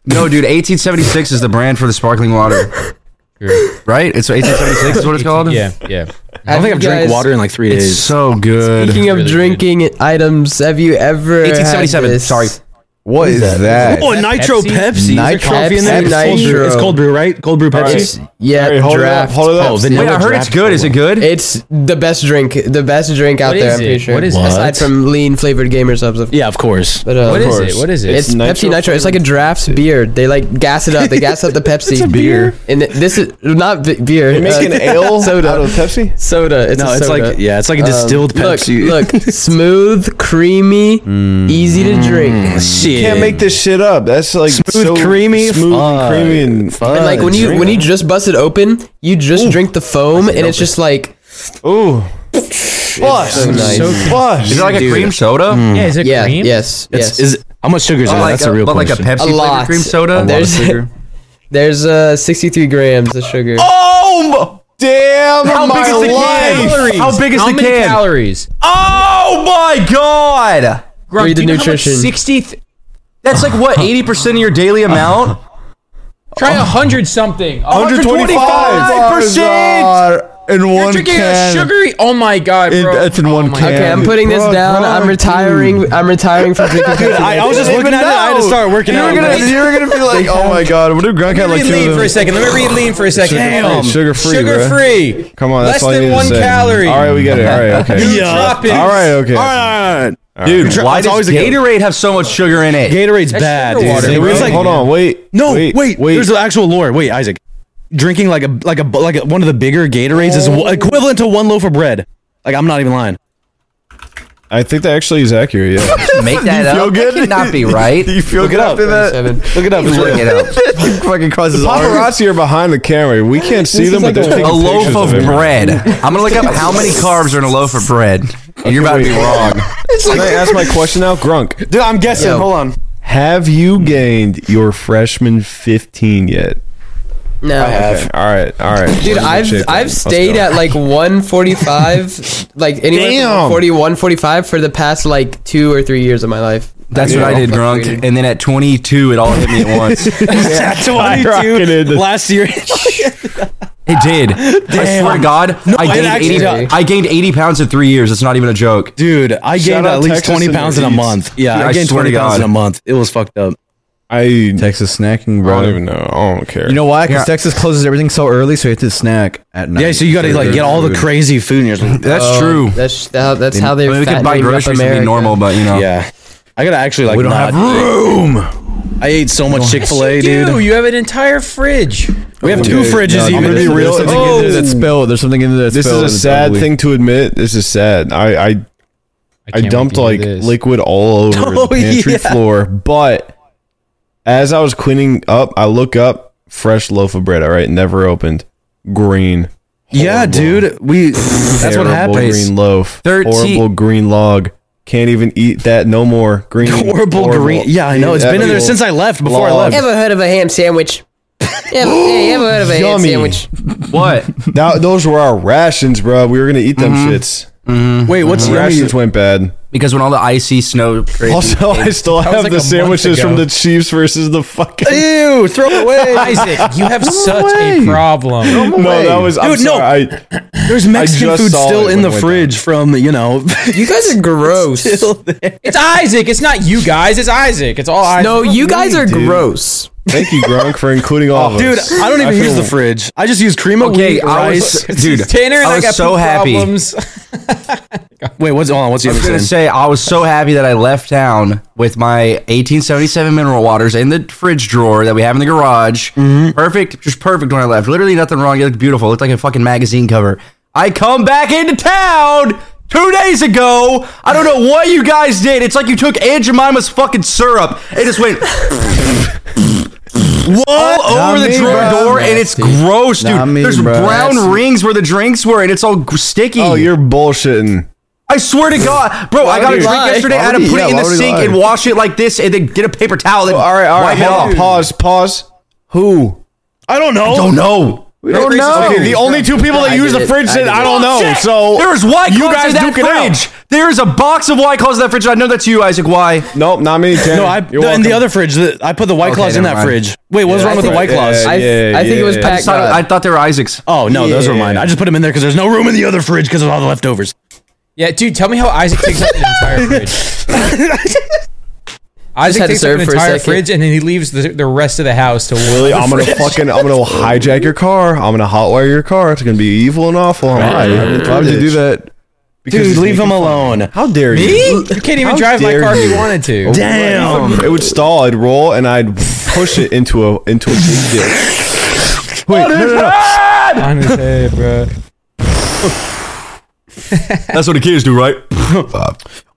Speaker 3: No, dude, 1876 is the brand for the sparkling water. right? It's 1876 is what it's called.
Speaker 2: Yeah, yeah.
Speaker 1: I don't think I've
Speaker 5: you
Speaker 1: drank
Speaker 5: guys-
Speaker 1: water in like three
Speaker 3: It's
Speaker 1: days.
Speaker 3: so good.
Speaker 5: Speaking of
Speaker 2: Really good.
Speaker 5: drinking items, have you ever? had
Speaker 3: 1877,
Speaker 5: this?
Speaker 3: sorry.
Speaker 6: What is that?
Speaker 1: Oh, Nitro
Speaker 2: Pepsi?
Speaker 1: Pepsi. Is there
Speaker 6: Nitro
Speaker 1: coffee in there?
Speaker 5: Pepsi.
Speaker 1: It's cold brew- It's
Speaker 5: Nitro.
Speaker 1: cold brew, right? Cold brew
Speaker 5: It's,
Speaker 1: Pepsi.
Speaker 5: yeah,
Speaker 4: Hey, hold it up,
Speaker 5: draft.
Speaker 4: hold it up.
Speaker 5: Pepsi.
Speaker 1: vanilla
Speaker 3: Wait, I heard it's
Speaker 1: draft
Speaker 3: good. Is it good?
Speaker 5: It's the best drink, the best drink out
Speaker 2: What
Speaker 5: there.
Speaker 2: is
Speaker 5: I'm
Speaker 2: it?
Speaker 5: pretty sure.
Speaker 2: What is it?
Speaker 1: What?
Speaker 5: Aside from lean flavored gamer subs, of
Speaker 1: Yeah, of course.
Speaker 5: But, uh,
Speaker 2: What is
Speaker 4: course.
Speaker 2: it? What is it?
Speaker 5: It's,
Speaker 4: It's
Speaker 5: Pepsi
Speaker 4: nitro
Speaker 5: Nitro. It's like a draft's beer. They like gas it up. They gas up the Pepsi.
Speaker 6: beer.
Speaker 5: And th- this is not b- beer.
Speaker 4: They
Speaker 5: uh,
Speaker 4: make an ale
Speaker 5: soda.
Speaker 4: out of Pepsi.
Speaker 5: soda. It's
Speaker 1: No,
Speaker 5: a
Speaker 1: it's
Speaker 5: soda.
Speaker 1: like yeah, it's like a distilled
Speaker 5: Um,
Speaker 1: Pepsi.
Speaker 5: Look, look, smooth, creamy, easy to drink.
Speaker 1: shit.
Speaker 4: Can't make this shit up. That's like
Speaker 1: Smooth,
Speaker 4: so
Speaker 1: creamy,
Speaker 4: smooth,
Speaker 1: fuck.
Speaker 4: and creamy, and
Speaker 5: And like when you when you just bust it open, you just drink the foam, and it's just like
Speaker 4: ooh, plus,
Speaker 5: so nice.
Speaker 3: Is it like a
Speaker 1: Dude.
Speaker 3: cream soda?
Speaker 2: yeah, is it
Speaker 5: yeah,
Speaker 2: cream?
Speaker 5: yes, yes.
Speaker 1: It's, is, how much sugar is
Speaker 3: But
Speaker 1: that?
Speaker 3: like
Speaker 1: That's a real
Speaker 3: but
Speaker 1: question.
Speaker 3: like a Pepsi
Speaker 5: A
Speaker 3: flavored
Speaker 5: lot.
Speaker 3: cream soda.
Speaker 5: A lot There's- of sugar. There's uh 63 grams of sugar.
Speaker 3: Oh,
Speaker 4: damn
Speaker 3: How
Speaker 4: my
Speaker 3: big is the can?
Speaker 4: life.
Speaker 2: Calories.
Speaker 3: How big is
Speaker 2: How
Speaker 3: the
Speaker 2: many
Speaker 3: can?
Speaker 2: calories?
Speaker 3: Oh my god!
Speaker 2: Grunk,
Speaker 5: Read the
Speaker 2: do you know how much
Speaker 5: nutrition.
Speaker 3: 60. Th- that's like what 80 percent of your daily
Speaker 1: Oh.
Speaker 3: amount.
Speaker 2: Try a hundred something.
Speaker 4: 125.
Speaker 3: 125 percent.
Speaker 6: God. in
Speaker 2: You're
Speaker 6: one
Speaker 2: drinking
Speaker 6: can.
Speaker 2: a sugary. Oh my god,
Speaker 6: It-
Speaker 2: bro!
Speaker 6: that's in one
Speaker 2: one
Speaker 6: can.
Speaker 5: Okay, I'm putting this
Speaker 6: Bro,
Speaker 5: down.
Speaker 6: bro,
Speaker 5: I'm retiring. I'm retiring from drinking.
Speaker 1: Dude, I, I was just looking at it. I had to start working
Speaker 6: you
Speaker 1: out.
Speaker 6: Were gonna, you were gonna be like, oh my god, what if Gronk had
Speaker 2: Let
Speaker 6: like
Speaker 2: me
Speaker 6: two
Speaker 2: lean
Speaker 6: of
Speaker 2: for a
Speaker 6: them?
Speaker 2: second. Let me read lean for a second.
Speaker 4: Damn. Sugar-free,
Speaker 2: Sugar
Speaker 4: bro.
Speaker 2: free.
Speaker 4: Come on,
Speaker 2: Less
Speaker 4: that's all you
Speaker 2: than
Speaker 4: need to
Speaker 2: one
Speaker 4: say.
Speaker 2: calorie.
Speaker 4: All right, we get it. All right, okay.
Speaker 1: Yeah.
Speaker 2: Droppings.
Speaker 4: All right, okay.
Speaker 1: All right, all right, all right.
Speaker 4: Dude,
Speaker 1: That's
Speaker 3: Why does
Speaker 1: always a good-
Speaker 3: Gatorade have so much sugar in it?
Speaker 1: Gatorade's
Speaker 2: That's
Speaker 1: bad,
Speaker 2: sugar
Speaker 1: dude.
Speaker 2: water,
Speaker 1: It
Speaker 2: bro.
Speaker 1: was
Speaker 4: Wait,
Speaker 1: like,
Speaker 4: hold on, wait.
Speaker 1: No,
Speaker 4: wait,
Speaker 1: wait,
Speaker 4: wait.
Speaker 1: There's an actual lore. Wait, Isaac, drinking like a like a like a, one of the bigger Gatorades is wha- equivalent to one loaf of bread. Like I'm not even lying.
Speaker 4: I think that actually is accurate. Yeah.
Speaker 3: Make that up. That cannot be right.
Speaker 6: Do you feel good
Speaker 4: it up.
Speaker 6: after that?
Speaker 5: Seven.
Speaker 4: Look it up. it's
Speaker 3: Look
Speaker 4: real.
Speaker 3: it up.
Speaker 6: Fucking crosses arms.
Speaker 4: Paparazzi are behind the camera. We can't see them, but they're taking
Speaker 3: A loaf
Speaker 4: pictures
Speaker 3: of
Speaker 4: it.
Speaker 3: bread. I'm gonna look up how many carbs are in a loaf of bread. And you're about to be wrong.
Speaker 4: Can I ask my question now, Grunk?
Speaker 1: Dude, I'm guessing.
Speaker 5: Yo.
Speaker 1: Hold on.
Speaker 4: Have you gained your freshman 15 yet?
Speaker 5: No,
Speaker 4: Okay, All right. All right.
Speaker 5: Dude,
Speaker 4: We're in good
Speaker 5: I've
Speaker 4: shape, man.
Speaker 5: I've
Speaker 4: Let's
Speaker 5: stayed
Speaker 4: go.
Speaker 5: at like 145, like anywhere
Speaker 4: Damn.
Speaker 5: from 41, 45 for the past like two or three years of my life.
Speaker 3: That's what I did,
Speaker 5: Fuck
Speaker 3: Grunk.
Speaker 5: reading.
Speaker 3: And then at 22, it all hit me at once.
Speaker 4: Skyrocketed.
Speaker 1: 22 last year.
Speaker 3: It did. I swear to God, I gained
Speaker 1: actually-
Speaker 3: 80. I gained 80 pounds in three years. It's not even a joke.
Speaker 1: Dude, I gained
Speaker 4: out
Speaker 1: at least
Speaker 4: Texas
Speaker 1: 20
Speaker 4: and their
Speaker 1: pounds in a
Speaker 4: Eats.
Speaker 1: month. Yeah,
Speaker 3: Dude, I
Speaker 1: I gained
Speaker 3: swear to
Speaker 1: 20 pounds in
Speaker 3: God.
Speaker 1: a month. It was fucked up.
Speaker 4: I
Speaker 6: Texas snacking,
Speaker 4: I
Speaker 6: bro.
Speaker 4: don't even know. I don't care.
Speaker 6: You know why? Because
Speaker 3: Yeah.
Speaker 6: Texas closes everything so early, so you have to snack at night.
Speaker 1: Yeah, so you got to like get all the
Speaker 6: Dude.
Speaker 1: crazy food in your
Speaker 3: That's true.
Speaker 5: Oh, That's how that's how they.
Speaker 3: I mean, we could buy groceries and be normal, but you know.
Speaker 1: Yeah. I got to actually like
Speaker 6: We don't
Speaker 1: not
Speaker 6: have room.
Speaker 1: I ate so much Chick-fil-A,
Speaker 2: You do.
Speaker 1: dude.
Speaker 2: You have an entire fridge.
Speaker 1: We have two fridges
Speaker 6: I'm
Speaker 1: even.
Speaker 6: gonna be real. There's something in there that's spilled. There's something in there that's
Speaker 4: this is
Speaker 6: spilled.
Speaker 4: a
Speaker 6: It's
Speaker 4: sad
Speaker 6: ugly.
Speaker 4: thing to admit. This is sad. I I, I dumped like liquid all over
Speaker 1: Oh,
Speaker 4: the pantry
Speaker 1: yeah.
Speaker 4: floor, but as I was cleaning up, I look up fresh loaf of bread. All right, never opened, green.
Speaker 1: Yeah, dude. We that's what
Speaker 4: Terrible
Speaker 1: happens.
Speaker 4: Green loaf.
Speaker 3: Thirteen-
Speaker 4: Horrible green log. Can't even eat that no more. Green.
Speaker 1: Horrible green. Yeah, I know. It's been in there since I left before I
Speaker 4: log.
Speaker 1: left.
Speaker 5: Ever heard of a ham sandwich? Yeah, yeah, ever heard of a ham
Speaker 4: Yummy.
Speaker 5: sandwich?
Speaker 3: What?
Speaker 4: Now those were our rations, bro. We were gonna eat them shits.
Speaker 1: Wait, what's
Speaker 4: The
Speaker 1: yummy?
Speaker 4: rations went bad.
Speaker 3: Because when all the icy snow crazy
Speaker 4: Also, I still have
Speaker 2: like a
Speaker 4: the
Speaker 2: month
Speaker 4: sandwiches
Speaker 2: ago.
Speaker 4: from the Chiefs versus the fucking.
Speaker 1: Ew, throw it away.
Speaker 2: Isaac, you have such a problem.
Speaker 4: No, that was. I'm
Speaker 1: Dude, no.
Speaker 4: sorry. I,
Speaker 1: There's Mexican
Speaker 4: just
Speaker 1: food
Speaker 4: saw
Speaker 1: still
Speaker 4: it
Speaker 1: in
Speaker 4: when
Speaker 1: the
Speaker 4: it went
Speaker 1: fridge from, you know,
Speaker 5: You guys are gross.
Speaker 1: still there.
Speaker 2: It's Isaac. It's not you guys. It's Isaac. It's all Isaac.
Speaker 5: No, you guys are
Speaker 4: dude.
Speaker 5: gross.
Speaker 4: thank you, Gronk, for including all of
Speaker 1: Dude,
Speaker 4: us.
Speaker 1: I don't even
Speaker 4: I
Speaker 1: use the
Speaker 4: feel-
Speaker 1: fridge. I just use cream of
Speaker 3: Okay,
Speaker 1: wheat,
Speaker 3: I
Speaker 1: rice.
Speaker 3: was, dude,
Speaker 2: Tanner and I,
Speaker 3: I was
Speaker 2: got
Speaker 3: so
Speaker 2: poop
Speaker 3: happy.
Speaker 2: problems.
Speaker 1: Wait, what's hold on? What's the
Speaker 3: I
Speaker 1: other
Speaker 3: was gonna
Speaker 1: thing?
Speaker 3: say I was so happy that I left town with my 1877 mineral waters in the fridge drawer that we have in the garage.
Speaker 6: Mm-hmm.
Speaker 3: Perfect, just perfect when I left. Literally nothing wrong. It looked beautiful. It looked like a fucking magazine cover. I come back into town two days ago. I don't know what you guys did. It's like you took Aunt Jemima's fucking syrup and just went. All over the
Speaker 6: me,
Speaker 3: drawer
Speaker 6: bro.
Speaker 3: door, and it's gross, dude.
Speaker 6: Not me,
Speaker 3: There's
Speaker 6: bro.
Speaker 3: brown
Speaker 6: That's-
Speaker 3: rings where the drinks were, and it's all g- sticky.
Speaker 4: Oh, you're bullshitting.
Speaker 3: I swear to God, bro, I got a
Speaker 4: would he
Speaker 3: drink
Speaker 4: lie?
Speaker 3: yesterday. I
Speaker 4: Why
Speaker 3: had to
Speaker 4: would he-
Speaker 3: put
Speaker 4: yeah,
Speaker 3: it in
Speaker 4: why
Speaker 3: the
Speaker 4: would he
Speaker 3: sink
Speaker 4: lie?
Speaker 3: and wash it like this, and then get a paper towel. And
Speaker 4: All right, all right.
Speaker 3: wipe it
Speaker 4: Hold on.
Speaker 3: off.
Speaker 4: Pause. Pause. Who?
Speaker 1: I don't know.
Speaker 3: Don't know.
Speaker 4: We don't know. Oh, Okay, the only two people that
Speaker 5: I
Speaker 4: use the
Speaker 5: did it.
Speaker 4: fridge
Speaker 5: I
Speaker 4: said
Speaker 5: did
Speaker 4: I
Speaker 5: it.
Speaker 4: don't know. So
Speaker 3: There is white
Speaker 4: you
Speaker 3: claws
Speaker 4: guys
Speaker 3: in that
Speaker 4: duke it out.
Speaker 3: fridge. There is a box of white claws in that fridge. I know that's you, Isaac. Why?
Speaker 4: Nope, not me. Tanner.
Speaker 1: No, I
Speaker 4: You're
Speaker 1: no, in
Speaker 4: welcome.
Speaker 1: the other fridge. The, I put the white
Speaker 3: Okay,
Speaker 1: claws in
Speaker 3: never
Speaker 1: that
Speaker 3: mind.
Speaker 1: fridge. Wait, what's wrong with the
Speaker 5: think-
Speaker 1: white claws?
Speaker 5: I,
Speaker 4: Yeah,
Speaker 5: I think it was
Speaker 4: yeah,
Speaker 3: I,
Speaker 5: Pat.
Speaker 3: just thought,
Speaker 5: God.
Speaker 3: I thought they were Isaac's.
Speaker 1: oh no, those were
Speaker 4: Yeah.
Speaker 1: mine. I just put them in there because there's no room in the other fridge because of all the leftovers.
Speaker 2: Yeah, dude, tell me how Isaac takes up an entire fridge.
Speaker 5: had
Speaker 2: Isaac
Speaker 5: to
Speaker 2: takes up
Speaker 5: serve
Speaker 2: an
Speaker 5: for a
Speaker 2: entire
Speaker 5: second.
Speaker 2: fridge and then he leaves the, the rest of the house to work.
Speaker 4: Really, I'm gonna fucking, I'm gonna hijack your car. I'm gonna hotwire your car. It's gonna be evil and awful. I'm
Speaker 6: Why? Why would you do that?
Speaker 4: Because
Speaker 1: Dude,
Speaker 4: it's
Speaker 1: leave
Speaker 4: making
Speaker 1: them
Speaker 4: fun.
Speaker 1: alone.
Speaker 4: How dare you?
Speaker 2: You can't even
Speaker 4: How
Speaker 2: drive my
Speaker 4: dare
Speaker 2: car if
Speaker 4: you.
Speaker 2: you wanted to.
Speaker 1: Damn.
Speaker 4: It would stall. I'd roll and I'd push it into a into a big ditch.
Speaker 6: Wait, no, no, no.
Speaker 2: On his head, bro.
Speaker 3: That's what the kids do, right?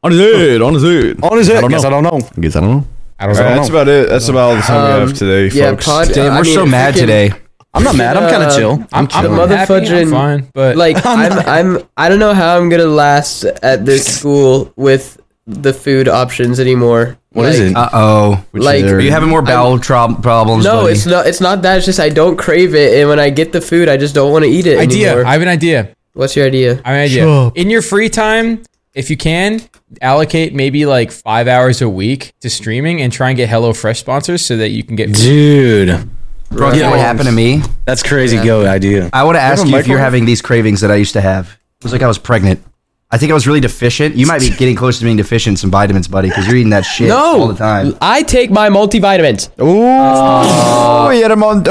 Speaker 6: On his head, on his head.
Speaker 1: On his
Speaker 6: I
Speaker 1: head.
Speaker 6: don't
Speaker 1: Guess I
Speaker 6: know.
Speaker 1: don't know.
Speaker 6: I guess I don't know.
Speaker 2: I don't
Speaker 4: All right,
Speaker 2: know.
Speaker 4: that's about it. That's about all the time we
Speaker 5: Um,
Speaker 4: have today,
Speaker 5: yeah,
Speaker 4: folks.
Speaker 5: pod-
Speaker 3: Damn,
Speaker 5: I
Speaker 3: we're
Speaker 5: mean,
Speaker 3: so mad
Speaker 5: freaking-
Speaker 3: today.
Speaker 1: I'm not mad. I'm kind of
Speaker 5: uh,
Speaker 1: chill.
Speaker 2: I'm, I'm,
Speaker 5: The
Speaker 2: happy, I'm
Speaker 5: motherfucking-
Speaker 2: fine, but
Speaker 5: like I'm, I'm I don't know how I'm gonna last at this school with the food options anymore.
Speaker 1: What is it?
Speaker 3: Uh oh.
Speaker 5: Like
Speaker 3: Are you having more bowel trob- problems?
Speaker 5: no,
Speaker 3: buddy?
Speaker 5: it's not. It's not that. It's just I don't crave it, and when I get the food, I just don't want to eat it
Speaker 2: idea.
Speaker 5: anymore.
Speaker 2: I have an idea.
Speaker 5: What's your idea?
Speaker 2: I have an idea. In your free time, if you can, allocate maybe like five hours a week to streaming and try and get HelloFresh sponsors so that you can get.
Speaker 1: Dude,
Speaker 3: Bro, you know what
Speaker 5: Right.
Speaker 3: happened to me?
Speaker 1: That's crazy go idea.
Speaker 3: I would have asked
Speaker 4: have a
Speaker 3: you if you're
Speaker 4: microwave?
Speaker 3: having these cravings that I used to have. It was like I was pregnant. I think I was really deficient. You might be getting close to being deficient in some vitamins, buddy, because you're eating that shit all the time.
Speaker 5: I take my multivitamins.
Speaker 6: Oh, he had him on.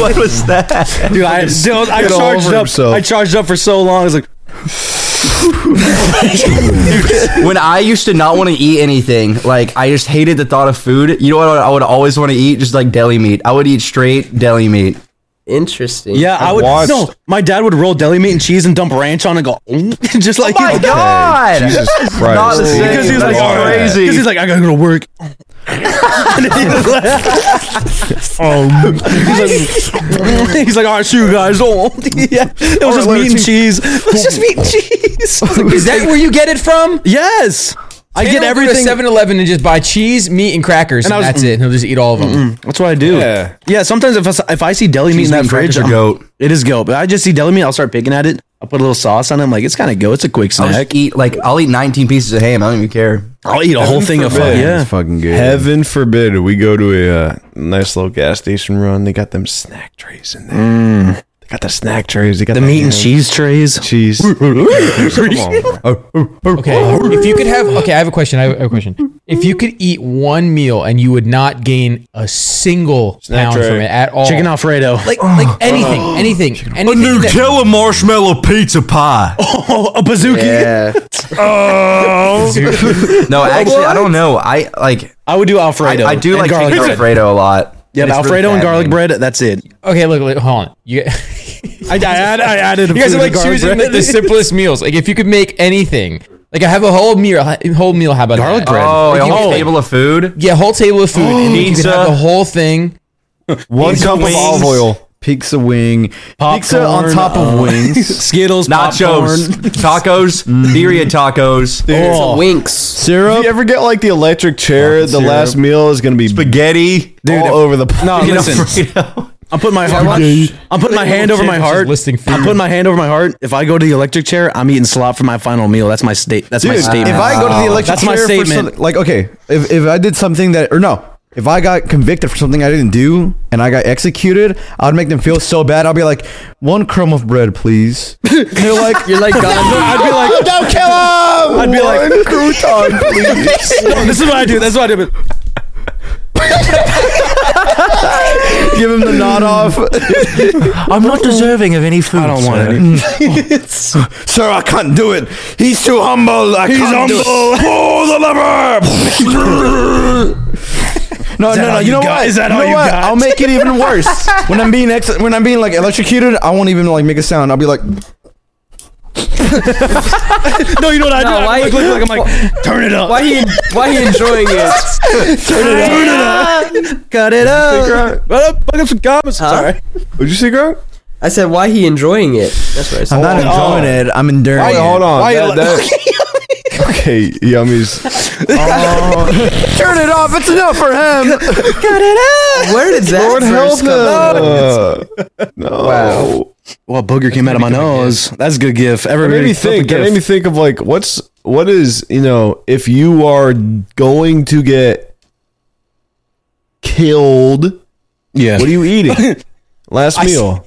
Speaker 3: what was that?
Speaker 1: Dude, I, dude, I
Speaker 4: all
Speaker 1: charged
Speaker 4: over
Speaker 1: up.
Speaker 4: himself.
Speaker 1: I charged up for so long. I was like,
Speaker 3: when I used to not want to eat anything, like I just hated the thought of food. You know what I would always want to eat? Just like deli meat. I would eat straight deli meat.
Speaker 5: Interesting.
Speaker 1: yeah, I, would.
Speaker 4: watched-
Speaker 1: No, my dad would roll deli meat and cheese and dump ranch on and go, "Mm," just like
Speaker 3: My God,
Speaker 4: Jesus Christ.
Speaker 3: not the same.
Speaker 1: because he was
Speaker 3: That's
Speaker 1: like "Oh,
Speaker 4: Lord.
Speaker 3: crazy.
Speaker 1: Because he's like, I gotta go to work. Um, he's, like, he's like, all right, see you guys. Oh, yeah. It was just meat and cheese. It was just meat and cheese.
Speaker 2: Is that where you get it from?
Speaker 1: yes, I get everything.
Speaker 2: 7 Eleven and just buy cheese, meat, and crackers, and,
Speaker 1: I was-
Speaker 2: that's it. And he'll just eat all of them.
Speaker 1: That's what I do.
Speaker 4: Yeah.
Speaker 1: Yeah, sometimes if I, s- if I see deli meat in that
Speaker 3: meat crackers
Speaker 1: fridge,
Speaker 3: or
Speaker 1: I'm-
Speaker 3: goat?
Speaker 1: It is goat, but I just see deli meat. I'll start picking at it. I'll put a little sauce on it. I'm like, it's kind of goat. It's a quick
Speaker 3: I'll
Speaker 1: snack.
Speaker 3: just eat like I'll eat 19 pieces of ham. I don't even care.
Speaker 1: I'll eat a whole thing of
Speaker 4: forbid.
Speaker 1: yeah.
Speaker 6: It's fucking good.
Speaker 4: Heaven forbid we go to a uh, nice little gas station run. They got them snack trays in there. They got Mm. the snack trays. They got
Speaker 1: The meat and
Speaker 4: ham,
Speaker 1: cheese trays.
Speaker 4: cheese. Come on, bro.
Speaker 2: Okay. If you could have, okay, I have a question. I have a question. If you could eat one meal and you would not gain a single pound
Speaker 4: tray.
Speaker 2: from it at all,
Speaker 1: Chicken Alfredo.
Speaker 2: like like anything, anything, anything. that-
Speaker 6: marshmallow pizza pie.
Speaker 1: Oh, a bazooki.
Speaker 3: Yeah. oh. no, actually, I don't know. I like
Speaker 1: I would do Alfredo.
Speaker 3: I, I do
Speaker 1: and
Speaker 3: like
Speaker 1: garlic
Speaker 3: chicken
Speaker 1: bread.
Speaker 3: Alfredo a lot.
Speaker 1: Yeah,
Speaker 3: And it's
Speaker 1: Alfredo
Speaker 3: really
Speaker 1: and garlic
Speaker 3: fattening.
Speaker 1: bread. That's it.
Speaker 2: Okay, look, look, hold on. You,
Speaker 1: I, I, add, I added.
Speaker 2: you guys are
Speaker 1: food
Speaker 2: like
Speaker 1: to garlic
Speaker 2: choosing the,
Speaker 1: bread.
Speaker 2: the simplest meals. Like if you could make anything, like I have a whole meal, whole meal. How about
Speaker 1: Garlic
Speaker 2: that?
Speaker 1: bread.
Speaker 3: Oh,
Speaker 2: Like,
Speaker 3: a
Speaker 2: you
Speaker 3: whole
Speaker 2: could-
Speaker 3: table of food.
Speaker 2: Yeah, whole table of food. and you could
Speaker 3: Pizza.
Speaker 2: have the whole thing.
Speaker 6: One cup of
Speaker 3: wings.
Speaker 6: olive oil. Pizza wing. Pizza on
Speaker 1: Popcorn,
Speaker 6: top of
Speaker 4: Oh.
Speaker 1: uh,
Speaker 6: wings.
Speaker 1: Skittles,
Speaker 3: Nachos,
Speaker 1: popcorn.
Speaker 3: tacos, birria tacos,
Speaker 5: Oh. Winks.
Speaker 4: If
Speaker 6: Syrup.
Speaker 4: you ever get like the electric chair, the last meal is gonna be
Speaker 3: spaghetti.
Speaker 4: all over the
Speaker 1: No,
Speaker 3: Chicken
Speaker 1: listen.
Speaker 3: Alfredo.
Speaker 1: I'm putting my heart. I'm putting my hand over my
Speaker 2: Just
Speaker 1: heart.
Speaker 2: listing food.
Speaker 1: I'm putting my hand over my heart. If I go to the electric chair, I'm eating slop for my final meal. That's my state. That's my
Speaker 6: Dude,
Speaker 1: statement.
Speaker 6: if I go to the electric
Speaker 1: That's my
Speaker 6: chair for
Speaker 1: statement.
Speaker 6: something- like, okay, if, if I did something that, or no, if I got convicted for something I didn't do and I got executed, I'd make them feel so bad. I'll be like, one crumb of bread, please. And they're like,
Speaker 5: You're like
Speaker 1: I'd
Speaker 5: gone.
Speaker 1: be like,
Speaker 6: don't kill him.
Speaker 1: I'd be like-
Speaker 6: one crouton, please.
Speaker 1: No, this is what I do. That's what I do.
Speaker 6: Give him the nod off.
Speaker 3: I'm not deserving of any food. I don't want it.
Speaker 6: Sir, I can't do it. He's too humble. I He's can't humble. Do it. Pull the lever. No, no, no.
Speaker 1: all
Speaker 6: You
Speaker 1: you
Speaker 6: know
Speaker 1: got?
Speaker 6: what?
Speaker 1: Is that
Speaker 6: you
Speaker 1: all
Speaker 6: know
Speaker 1: you
Speaker 6: what?
Speaker 1: got?
Speaker 6: I'll make it even worse. when I'm being ex- when I'm being like electrocuted, I won't even like make a sound. I'll be like,
Speaker 1: No, you know what I do?
Speaker 5: No,
Speaker 1: I
Speaker 5: why-
Speaker 1: look, look, look, I'm like, turn it up.
Speaker 5: Why he? Why he enjoying it?
Speaker 1: Cut it up.
Speaker 4: Grant,
Speaker 1: What up? Fuck up some comments. Sorry.
Speaker 4: would you see Grant?
Speaker 5: I said, why he enjoying it? That's what I said.
Speaker 6: I'm not enjoying it. I'm enduring.
Speaker 4: Wait,
Speaker 6: it.
Speaker 4: hold on.
Speaker 1: Why you-
Speaker 4: That- that- okay, yummies.
Speaker 6: Turn it off. It's enough for him.
Speaker 5: Oh, Where did that
Speaker 4: Lord help
Speaker 5: first
Speaker 4: him.
Speaker 5: come from?
Speaker 4: Uh, no.
Speaker 1: Well, booger came out of my nose. That's a good gif.
Speaker 4: That
Speaker 1: Everybody
Speaker 4: made me
Speaker 1: flip a
Speaker 4: think. That
Speaker 1: gif.
Speaker 4: made me think of like what's what is you know if you are going to get killed.
Speaker 1: yeah.
Speaker 4: What are you eating? Last meal.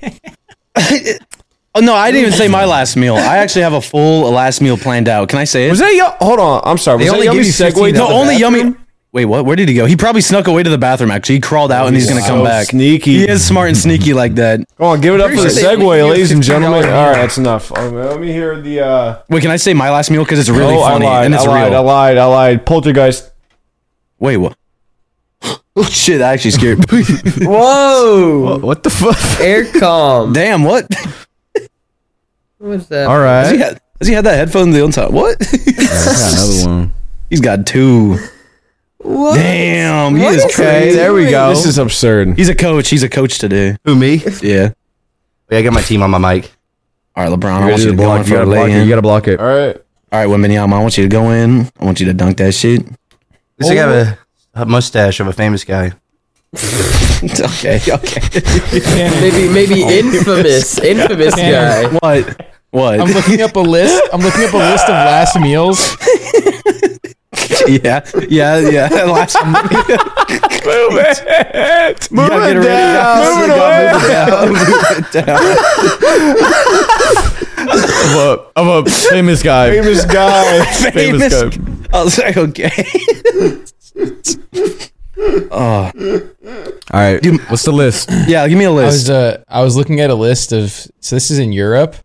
Speaker 1: oh, no, I didn't even say my last meal. I actually have a full last meal planned out. Can I say it?
Speaker 4: Was that yum? Hold on. I'm sorry. Was
Speaker 2: They
Speaker 4: that
Speaker 2: only give
Speaker 4: yummy
Speaker 2: you
Speaker 4: segue? to
Speaker 2: 15
Speaker 1: no,
Speaker 4: the
Speaker 1: only
Speaker 4: bathroom?
Speaker 1: yummy. Wait, what? Where did he go? He probably snuck away to the bathroom. Actually, he crawled out and he's gonna come
Speaker 4: so
Speaker 1: back.
Speaker 4: sneaky.
Speaker 1: He is smart and sneaky like that.
Speaker 4: Come on, give it up for the
Speaker 2: Pretty sure they-
Speaker 4: segue,
Speaker 2: they-
Speaker 4: ladies and
Speaker 2: $15
Speaker 4: gentlemen.
Speaker 2: meal.
Speaker 4: All right, that's enough. Um, let me hear the. Uh,
Speaker 1: Wait, can I say my last meal because it's really
Speaker 4: oh, I
Speaker 1: funny
Speaker 4: lied.
Speaker 1: and
Speaker 4: I
Speaker 1: it's
Speaker 4: lied.
Speaker 1: real?
Speaker 4: I lied. I lied. Poltergeist.
Speaker 1: Wait, what? Oh shit! I actually scared.
Speaker 5: Whoa!
Speaker 6: What the fuck?
Speaker 5: Air calm.
Speaker 1: Damn! What?
Speaker 5: What's that?
Speaker 6: All
Speaker 1: Has he
Speaker 6: right.
Speaker 1: had, has he had that headphone the whole time? What?
Speaker 6: another one.
Speaker 1: He's got two.
Speaker 5: What?
Speaker 1: Damn, he
Speaker 5: What
Speaker 1: is
Speaker 5: is
Speaker 1: crazy.
Speaker 6: Okay, there we go.
Speaker 4: This is absurd.
Speaker 1: He's a coach. He's a coach today.
Speaker 3: Who me?
Speaker 1: Yeah.
Speaker 3: Yeah, I got my team on my mic.
Speaker 1: All right, LeBron. I want you to go in
Speaker 6: block. You
Speaker 1: for
Speaker 6: gotta
Speaker 1: a
Speaker 6: block it.
Speaker 1: lay-in.
Speaker 6: You gotta block it.
Speaker 4: All right.
Speaker 1: All right, Wembenyama. I want you to go in. I want you to dunk that shit.
Speaker 3: This guy have a, a mustache of a famous guy.
Speaker 1: okay. Okay.
Speaker 5: Maybe, maybe infamous, infamous guy.
Speaker 1: What? What?
Speaker 2: I'm looking up a list. I'm looking up a list of last meals.
Speaker 1: yeah. Yeah. Yeah. Last.
Speaker 4: Move
Speaker 1: gotta get
Speaker 4: it
Speaker 1: rid of-
Speaker 4: down.
Speaker 1: yeah,
Speaker 4: Move it
Speaker 1: you gotta
Speaker 4: away.
Speaker 1: move it down, move it down.
Speaker 6: of a, of a famous guy.
Speaker 4: Famous guy.
Speaker 6: Famous
Speaker 1: Famous- I was like, okay. oh
Speaker 6: All right.
Speaker 1: Dude,
Speaker 6: what's the list?
Speaker 1: yeah, give me a
Speaker 2: I
Speaker 1: list.
Speaker 2: was uh, I was looking at a list of so this is in Europe.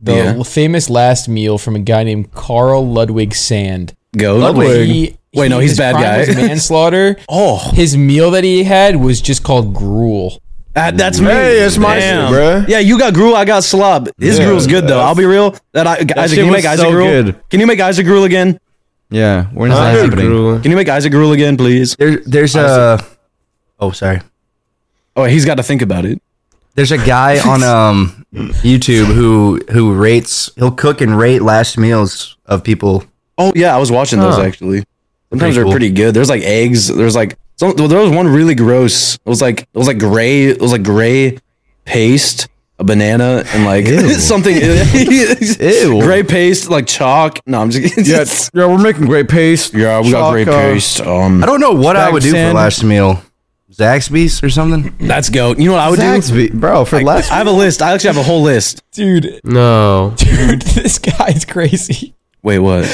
Speaker 2: The
Speaker 1: Yeah.
Speaker 2: famous last meal from a guy named Carl Ludwig Sand.
Speaker 1: Go.
Speaker 2: He-
Speaker 1: Wait, no,
Speaker 2: he-
Speaker 1: he's
Speaker 2: his
Speaker 1: bad
Speaker 2: crime
Speaker 1: guy.
Speaker 2: was manslaughter.
Speaker 1: Oh,
Speaker 2: His meal that he had was just called gruel.
Speaker 1: that, that's me.
Speaker 4: Hey, that's my
Speaker 1: Damn.
Speaker 4: shit, bruh.
Speaker 1: Yeah, you got gruel. I got slob. His
Speaker 4: Yeah,
Speaker 1: gruel's good though. I'll be real. That, I, Isaac,
Speaker 6: shit
Speaker 1: can you
Speaker 6: was
Speaker 1: make Isaac
Speaker 6: so
Speaker 1: gruel?
Speaker 6: good.
Speaker 1: Can you make Isaac gruel again?
Speaker 6: Yeah. When's
Speaker 4: Huh?
Speaker 6: that happening?
Speaker 5: Gruel.
Speaker 1: Can you make Isaac gruel again, please?
Speaker 3: There, there's a. Oh, sorry.
Speaker 1: Oh, he's got to think about it.
Speaker 3: There's a guy on um YouTube who who rates. He'll cook and rate last meals of people.
Speaker 1: Oh yeah, I was watching those actually. Sometimes
Speaker 3: Pretty
Speaker 1: they're
Speaker 3: cool.
Speaker 1: pretty good. There's like eggs. There's like some, well, there was one really gross. It was like it was like gray. It was like gray paste, a banana, and like something.
Speaker 6: Ew.
Speaker 1: Gray paste, like chalk. No, I'm just.
Speaker 6: Yeah, yeah, we're making great pace.
Speaker 1: yeah, we got gray paste. Um,
Speaker 3: I don't know what I
Speaker 6: Zaxby's
Speaker 3: would do for
Speaker 6: in.
Speaker 3: last meal. Zaxby's or something.
Speaker 1: that's goat. You know what I would do?
Speaker 6: Zaxby, bro, for last.
Speaker 1: I have a list. I actually have a whole list.
Speaker 2: Dude,
Speaker 5: No.
Speaker 2: dude, this guy's crazy.
Speaker 1: Wait, what?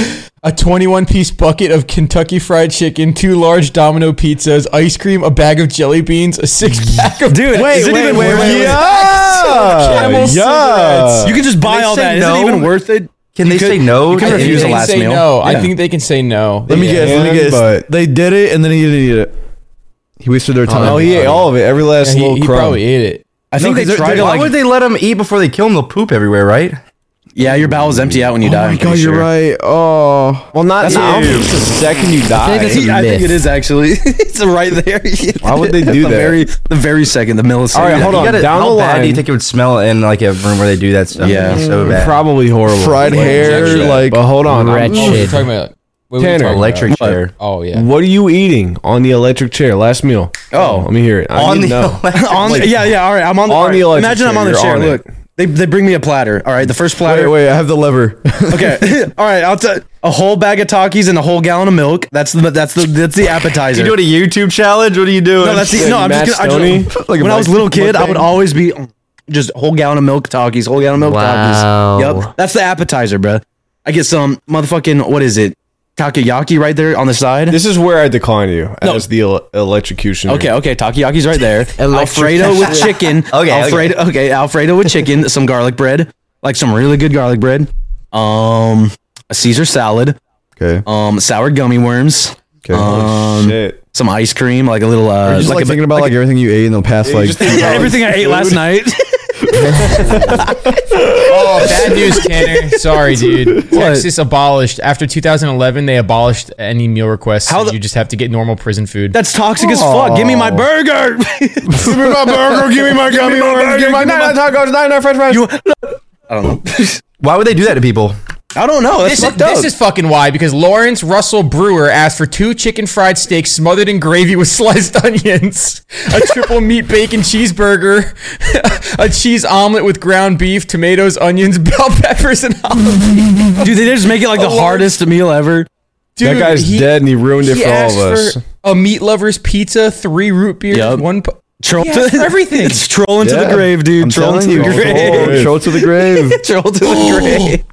Speaker 2: A 21 piece bucket of Kentucky fried chicken, two large domino pizzas, ice cream, a bag of jelly beans, a six pack of
Speaker 1: Dude, is it even worth it?
Speaker 2: Camel
Speaker 6: Yeah.
Speaker 2: cigarettes.
Speaker 1: You can just buy
Speaker 3: they
Speaker 1: all
Speaker 3: say
Speaker 1: that. Is
Speaker 3: no?
Speaker 1: it even worth it?
Speaker 3: Can
Speaker 1: You
Speaker 3: they
Speaker 1: could-
Speaker 3: say no?
Speaker 1: you could
Speaker 3: to
Speaker 1: refuse
Speaker 3: anything?
Speaker 1: a
Speaker 2: They
Speaker 1: last
Speaker 2: say
Speaker 1: meal.
Speaker 2: no. I
Speaker 1: Yeah.
Speaker 2: think they can say no.
Speaker 6: Let me guess. Let me
Speaker 4: And-
Speaker 6: guess.
Speaker 4: but-
Speaker 6: they did it, and then he didn't eat it. He wasted their time.
Speaker 4: Oh, he ate all of it. Every last
Speaker 2: he,
Speaker 4: little
Speaker 2: he
Speaker 4: crumb.
Speaker 2: probably ate it.
Speaker 1: I think
Speaker 6: No,
Speaker 1: they
Speaker 6: 'cause they're-
Speaker 1: try to
Speaker 6: they're-
Speaker 3: Why
Speaker 1: like.
Speaker 3: would they let them eat before they kill them? They'll poop everywhere, right?
Speaker 1: yeah, your bowels empty out when you
Speaker 6: Oh
Speaker 1: die.
Speaker 6: my
Speaker 1: I'm
Speaker 6: god,
Speaker 1: pretty
Speaker 6: you're
Speaker 1: sure.
Speaker 6: right. Oh,
Speaker 4: Well, not
Speaker 1: That's
Speaker 4: now.
Speaker 1: what-
Speaker 4: It's the second you die.
Speaker 5: think that's a-
Speaker 1: Yeah, I think
Speaker 5: myth.
Speaker 1: it is actually. it's right there.
Speaker 4: Why would they do
Speaker 1: the
Speaker 4: that?
Speaker 1: Very, the very second, the millisecond.
Speaker 4: All right, hold
Speaker 3: You
Speaker 4: on.
Speaker 3: gotta-
Speaker 4: down
Speaker 3: how
Speaker 4: the
Speaker 3: bad do you
Speaker 4: line. Mm,
Speaker 3: think it would smell in like a room where they do that stuff?
Speaker 1: Yeah.
Speaker 3: It's so bad.
Speaker 4: Probably horrible.
Speaker 6: fried hair.
Speaker 2: actually-
Speaker 6: Like,
Speaker 4: But hold on. I'm-
Speaker 2: Oh, we're
Speaker 5: Wretched.
Speaker 2: talking about what were we
Speaker 4: Tanner,
Speaker 2: talking about?
Speaker 3: electric
Speaker 1: What?
Speaker 3: chair.
Speaker 2: Oh yeah.
Speaker 4: What are you eating on the electric chair? Last meal.
Speaker 1: Oh.
Speaker 4: let me hear it. I
Speaker 3: On
Speaker 4: need
Speaker 3: the
Speaker 4: to know.
Speaker 3: electric-
Speaker 1: on the, yeah, yeah. All right, I'm on the,
Speaker 4: On
Speaker 1: all right,
Speaker 4: the electric
Speaker 1: Imagine I'm
Speaker 4: chair,
Speaker 1: on the
Speaker 4: you're
Speaker 1: chair.
Speaker 4: on it.
Speaker 1: Look, they, they bring me a platter. All right, the first
Speaker 6: wait,
Speaker 1: platter.
Speaker 6: wait, I have the lever.
Speaker 1: Okay, all right. I'll t- a whole bag of Takis and a whole gallon of milk. That's the that's the that's the appetizer.
Speaker 3: You doing a YouTube challenge? What are you doing?
Speaker 1: no, that's the, no. I'm
Speaker 4: Matt
Speaker 1: just gonna, I just,
Speaker 6: Like a
Speaker 1: when I was a little
Speaker 6: mug-
Speaker 1: kid, I would
Speaker 6: mukbang?
Speaker 1: always be mm, just whole gallon of milk Takis, whole gallon of milk Takis.
Speaker 5: Wow.
Speaker 1: Yep, that's the appetizer, bruh. I get some motherfucking what is it, takoyaki right there on the side.
Speaker 4: This is where I decline you as the el- electrocution.
Speaker 1: Okay, okay, takoyaki's right there.
Speaker 5: Electric-
Speaker 1: Alfredo with chicken.
Speaker 3: okay.
Speaker 1: Alfredo, okay. Alfredo with chicken, some garlic bread, like some really good garlic bread. Um, a Caesar salad,
Speaker 6: okay.
Speaker 1: um, sour gummy worms,
Speaker 6: Okay.
Speaker 1: um,
Speaker 4: Shit.
Speaker 1: some ice cream, like a little, uh,
Speaker 6: You're just like,
Speaker 1: like, a,
Speaker 6: thinking about like, everything you ate in the past like
Speaker 4: just think
Speaker 1: yeah,
Speaker 4: about
Speaker 1: everything I ate last night.
Speaker 2: Oh, bad news, Tanner. Sorry, dude. Texas abolished after 2011. They abolished any meal requests.
Speaker 1: How
Speaker 2: so
Speaker 1: the-
Speaker 2: you just have to get normal prison food.
Speaker 1: That's toxic as fuck. Give me my burger.
Speaker 4: give me my burger. Give me my gummy worms. Give me my nine tacos. Nine nine french fries.
Speaker 1: You- I don't know.
Speaker 3: Why would they do that to people?
Speaker 1: I don't know. That's
Speaker 2: this is,
Speaker 1: fucked up.
Speaker 2: this is fucking why because Lawrence Russell Brewer asked for two chicken fried steaks smothered in gravy with sliced onions, a triple meat bacon cheeseburger, a cheese omelet with ground beef, tomatoes, onions, bell peppers, and olive.
Speaker 1: Dude, they just make it like the hardest meal ever.
Speaker 2: Dude,
Speaker 4: that guy's
Speaker 2: he-
Speaker 4: dead and he ruined it
Speaker 2: He
Speaker 4: for all
Speaker 2: asked
Speaker 4: of us.
Speaker 2: for a meat lover's pizza, three root beers,
Speaker 1: Yep.
Speaker 2: one. pu-
Speaker 1: Troll
Speaker 2: He asked for everything.
Speaker 1: It's trolling to the
Speaker 6: Yeah.
Speaker 1: grave, dude.
Speaker 6: I'm
Speaker 1: trolling
Speaker 6: telling
Speaker 1: to
Speaker 6: you,
Speaker 1: the
Speaker 6: troll-
Speaker 1: grave.
Speaker 6: troll to the grave.
Speaker 1: Troll to the grave.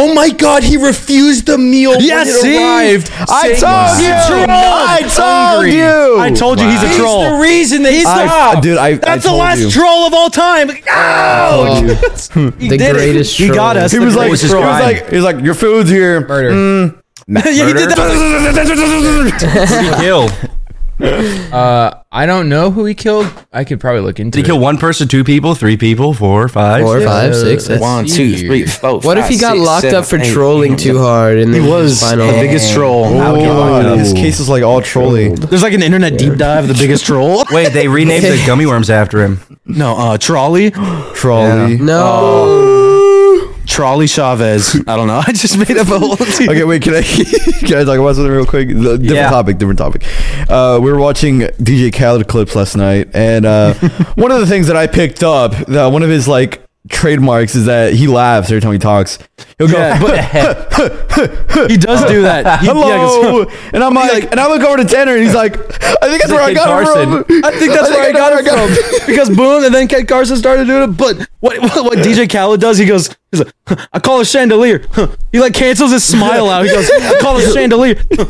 Speaker 2: Oh my god, he refused the meal
Speaker 1: Yeah,
Speaker 2: when it
Speaker 1: see?
Speaker 2: arrived.
Speaker 6: I
Speaker 2: saying
Speaker 6: told
Speaker 2: he's
Speaker 6: you.
Speaker 2: a troll,
Speaker 6: I
Speaker 2: not
Speaker 6: told
Speaker 2: hungry.
Speaker 6: you.
Speaker 1: I told you he's a
Speaker 2: He's
Speaker 1: troll.
Speaker 2: the reason that he's
Speaker 6: I, dude, I.
Speaker 1: That's the
Speaker 6: I told
Speaker 1: last
Speaker 6: you.
Speaker 1: troll of all time. Ow!
Speaker 5: The greatest
Speaker 1: He got
Speaker 5: troll.
Speaker 1: us.
Speaker 6: He
Speaker 1: The
Speaker 6: was like, he
Speaker 1: greatest
Speaker 6: was
Speaker 1: troll.
Speaker 6: like, he was like, your food's here.
Speaker 2: Murder.
Speaker 1: yeah, he did that.
Speaker 3: Kill.
Speaker 2: Uh, I don't know who he killed. I could probably look into
Speaker 3: Did he kill one person, two people, three people, four, five?
Speaker 5: Four,
Speaker 3: six?
Speaker 5: five, six. That's-
Speaker 1: One, two, three, four.
Speaker 5: What if he
Speaker 1: five,
Speaker 5: got
Speaker 1: six,
Speaker 5: locked
Speaker 1: seven,
Speaker 5: up for
Speaker 1: eight.
Speaker 5: trolling too hard? And
Speaker 1: He
Speaker 5: then
Speaker 1: was
Speaker 5: final-
Speaker 1: the biggest troll.
Speaker 6: Oh, his case is like all trolly.
Speaker 1: There's like an internet deep dive of the biggest troll.
Speaker 3: Wait, they renamed the gummy worms after him.
Speaker 1: No, uh, trolley,
Speaker 6: Trolley.
Speaker 5: No.
Speaker 1: trolley Chavez. I don't know. I just made up a whole. Team.
Speaker 6: Okay, wait. Can I can I talk about something real quick? The- Different
Speaker 3: Yeah.
Speaker 6: topic. Different topic. Uh, we were watching DJ Khaled clips last night, and uh, one of the things that I picked up that one of his like trademarks is that he laughs every time he talks. He'll go,
Speaker 1: Yeah, but he does do that. He, yeah, 'cause-
Speaker 6: hello, and I'm like, and I look over to Tanner, and he's like, I think that's where I
Speaker 1: Kid
Speaker 6: got it from.
Speaker 1: I think that's
Speaker 6: I think
Speaker 1: where I
Speaker 6: I know
Speaker 1: got
Speaker 6: where
Speaker 1: it from. because boom, and then Kid Carson started doing it. But what what, what DJ Khaled does, he goes, he's like, "Huh, I call a chandelier. Huh. He like cancels his smile out. He goes, I call a chandelier. Huh.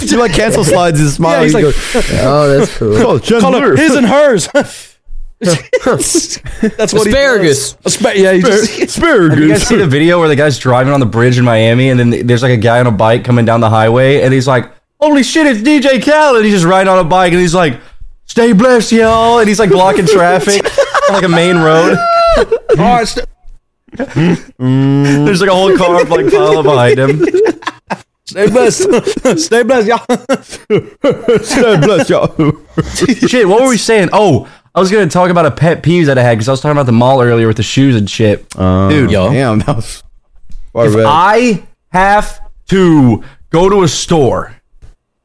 Speaker 6: He like cancel slides his smile.
Speaker 1: Yeah, he's
Speaker 6: he
Speaker 1: like,
Speaker 6: goes,
Speaker 5: Oh, that's cool.
Speaker 6: oh,
Speaker 1: call
Speaker 6: Chandler.
Speaker 1: it his and hers. that's what
Speaker 5: Asparagus.
Speaker 1: He does. Aspa- yeah, he just,
Speaker 6: Asparagus.
Speaker 3: Have you guys see the video where the guy's driving on the bridge in Miami, and then there's like a guy on a bike coming down the highway, and he's like, "Holy shit, it's DJ Khaled!" He's just riding on a bike, and he's like, "Stay blessed, y'all," and he's like blocking traffic on like a main road. there's like a whole car like pile behind him.
Speaker 1: stay blessed. stay blessed, y'all.
Speaker 6: bless y'all.
Speaker 3: shit, what were we saying? Oh, I was gonna talk about a pet peeve that I had because I was talking about the mall earlier with the shoes and shit. Dude,
Speaker 6: Damn, that was far
Speaker 3: if
Speaker 6: red.
Speaker 3: I have to go to a store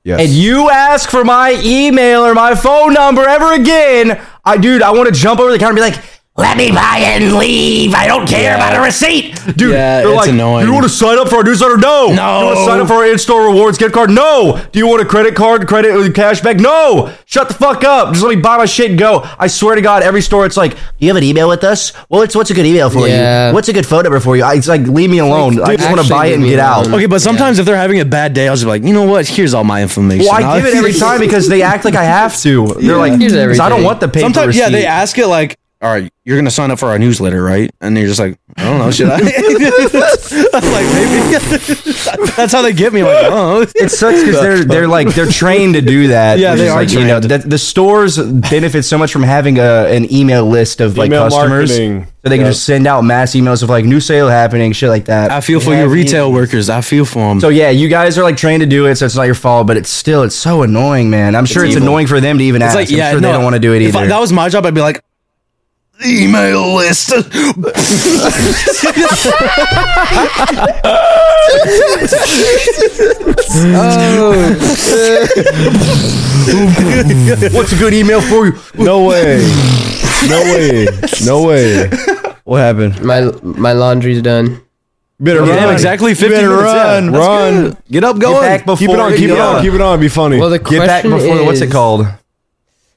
Speaker 6: yes.
Speaker 3: and you ask for my email or my phone number ever again, I dude, I want to jump over the counter and be like, let me buy it and leave. I don't care about a receipt. Dude,
Speaker 1: Yeah,
Speaker 3: they're
Speaker 1: it's
Speaker 3: like,
Speaker 1: annoying.
Speaker 3: Do you want to sign up for our newsletter?
Speaker 1: No.
Speaker 3: No. Do you want to sign up for our in-store rewards gift card? No. Do you want a credit card, credit or cash back? No. Shut the fuck up. Just let me buy my shit and go. I swear to God, every store it's like, Do you have an email with us? Well, it's what's a good email for
Speaker 5: Yeah.
Speaker 3: you? What's a good phone number for you? I, it's like, leave me alone. I just want to
Speaker 5: actually
Speaker 3: buy it
Speaker 5: leave
Speaker 3: and
Speaker 5: me
Speaker 3: get
Speaker 5: alone.
Speaker 3: out.
Speaker 1: Okay, but sometimes if they're having a bad day, I'll just be like, you know what? Here's all my information.
Speaker 3: Well, I
Speaker 1: I'll-
Speaker 3: give it every time because they act like I have to. They're like,
Speaker 5: Here's
Speaker 3: because I don't
Speaker 5: everything.
Speaker 3: want the paper.
Speaker 1: Sometimes, yeah, they
Speaker 3: receipt."
Speaker 1: ask it like, "All right, you're gonna sign up for our newsletter, right?" And you're just like, "I don't know, should I?" I'm like maybe that's how they get me. Like, oh,
Speaker 3: It sucks because they're they're like they're trained to do that.
Speaker 1: Yeah,
Speaker 3: which
Speaker 1: they
Speaker 3: is
Speaker 1: are
Speaker 3: like, You know, the, the stores benefit so much from having a, an email list of like
Speaker 4: Email
Speaker 3: customers,
Speaker 4: marketing.
Speaker 3: so they can
Speaker 4: Yeah.
Speaker 3: just send out mass emails of like new sale happening, shit like that.
Speaker 1: I feel for you, retail workers. I feel for them.
Speaker 3: So yeah, you guys are like trained to do it, so it's not your fault. But it's still it's so annoying, man. I'm sure it's, annoying for them to even ask. I'm sure they don't want to do it
Speaker 1: if I-
Speaker 3: either.
Speaker 1: that was my job. I'd be like, email list.
Speaker 3: What's a good email for you?
Speaker 6: no way. No way. No way. What happened?
Speaker 5: My my laundry's done.
Speaker 6: Better
Speaker 1: Yeah,
Speaker 6: run.
Speaker 1: exactly. Fifty
Speaker 6: better
Speaker 1: minutes.
Speaker 6: run,
Speaker 1: yeah. That's
Speaker 6: run.
Speaker 1: good. Get up,
Speaker 3: Get
Speaker 1: going.
Speaker 3: back before
Speaker 4: Keep it on, keep it
Speaker 3: yeah.
Speaker 4: on, keep it on. It'd be funny.
Speaker 5: Well, the
Speaker 3: Get
Speaker 5: question
Speaker 3: back before the- what's it
Speaker 5: is-
Speaker 3: called?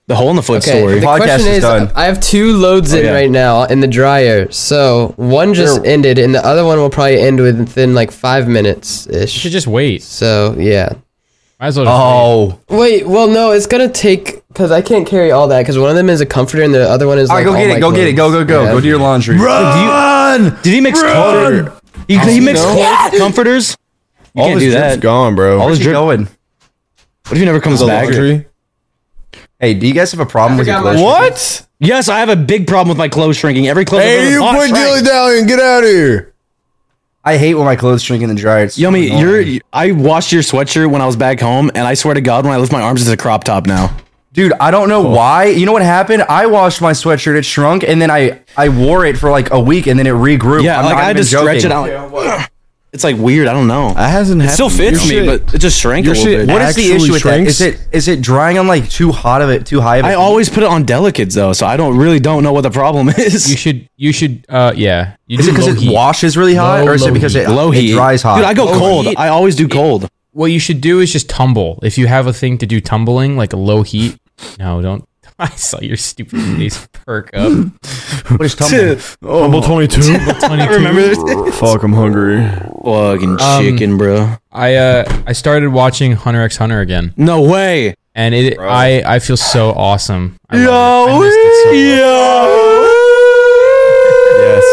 Speaker 1: the hole in the foot
Speaker 5: Okay,
Speaker 1: story.
Speaker 5: the
Speaker 3: Podcast
Speaker 5: question
Speaker 3: is
Speaker 5: is,
Speaker 3: done.
Speaker 5: I have two loads in
Speaker 1: yeah.
Speaker 5: right now in the dryer. So one just ended, and the other one will probably end within like five minutes
Speaker 2: should
Speaker 5: ish.
Speaker 2: just wait.
Speaker 5: So yeah.
Speaker 2: Might as well. Just
Speaker 3: Oh,
Speaker 5: Wait, well, no, it's gonna take because I can't carry all that because one of them is a comforter and the other one is.
Speaker 3: all right,
Speaker 5: like,
Speaker 3: go
Speaker 5: all
Speaker 3: get
Speaker 5: oh my
Speaker 3: it, go get it, go go
Speaker 5: clothes.
Speaker 3: go,
Speaker 5: Yeah.
Speaker 3: go do your laundry. Ah,
Speaker 6: Run.
Speaker 1: Did he mix
Speaker 6: Run!
Speaker 1: clothes? He, he mixed clothes, comforters. You
Speaker 4: all
Speaker 1: can't
Speaker 4: this
Speaker 1: do
Speaker 4: drip's
Speaker 1: that.
Speaker 4: gone, bro.
Speaker 1: All
Speaker 4: All
Speaker 1: this
Speaker 3: Where's he
Speaker 1: drip. What
Speaker 3: going?
Speaker 1: if he never comes
Speaker 4: the
Speaker 1: back?
Speaker 4: laundry.
Speaker 3: Hey, do you guys have a problem with your
Speaker 5: forgot my-
Speaker 3: clothes?
Speaker 4: What?
Speaker 1: Yes, I have a big problem with my clothes shrinking. Every clothes. I've
Speaker 4: Hey,
Speaker 1: ever
Speaker 4: you
Speaker 1: bought
Speaker 4: put
Speaker 1: shrank.
Speaker 4: dilly dally and get out of here.
Speaker 3: I hate when my clothes shrink in the dryer. It's so
Speaker 1: Yummy,
Speaker 3: annoying.
Speaker 1: you're. I washed your sweatshirt when I was back home, and I swear to God, when I lift my arms, it's a crop top now.
Speaker 3: dude. I don't know why. You know what happened? I washed my sweatshirt. It shrunk, and then I I wore it for like a week, and then it regrew.
Speaker 1: Yeah,
Speaker 3: I'm
Speaker 1: like
Speaker 3: not
Speaker 1: I had
Speaker 3: even
Speaker 1: to stretch
Speaker 3: joking.
Speaker 1: it out. It's like weird. I don't know.
Speaker 6: That hasn't happened.
Speaker 1: It still fits me, but it just shrank a
Speaker 4: your
Speaker 1: little
Speaker 4: shit-
Speaker 1: bit.
Speaker 3: What is the
Speaker 4: Actually
Speaker 3: issue with that?
Speaker 4: shrinks?
Speaker 3: Is it is it drying on like too hot of it? Too high of it?
Speaker 1: I always put it on delicates though, so I don't really don't know what the problem
Speaker 2: You
Speaker 1: is.
Speaker 2: should. You should. Uh, yeah. You
Speaker 3: is it
Speaker 2: do
Speaker 3: because
Speaker 2: low
Speaker 3: it
Speaker 2: heat.
Speaker 3: washes really hot,
Speaker 2: Low,
Speaker 3: or is it
Speaker 2: low
Speaker 3: because
Speaker 2: heat.
Speaker 3: it
Speaker 1: Low
Speaker 3: it
Speaker 1: heat
Speaker 3: dries hot?
Speaker 1: Dude, I go
Speaker 2: Low
Speaker 1: cold.
Speaker 2: heat.
Speaker 1: I always do cold.
Speaker 2: What you should do is just tumble. If you have a thing to do tumbling, like a low heat. No, don't. I saw your stupid face perk up.
Speaker 3: What is tumbling?
Speaker 4: Humble 22.
Speaker 1: I remember this
Speaker 4: Oh. Fuck, I'm hungry.
Speaker 1: fucking
Speaker 3: Um,
Speaker 1: chicken, bro.
Speaker 2: I uh I started watching Hunter X Hunter again,
Speaker 1: No way.
Speaker 2: and it I I feel so awesome. I love it. I
Speaker 1: Yo,
Speaker 2: missed it so much.
Speaker 6: Yes.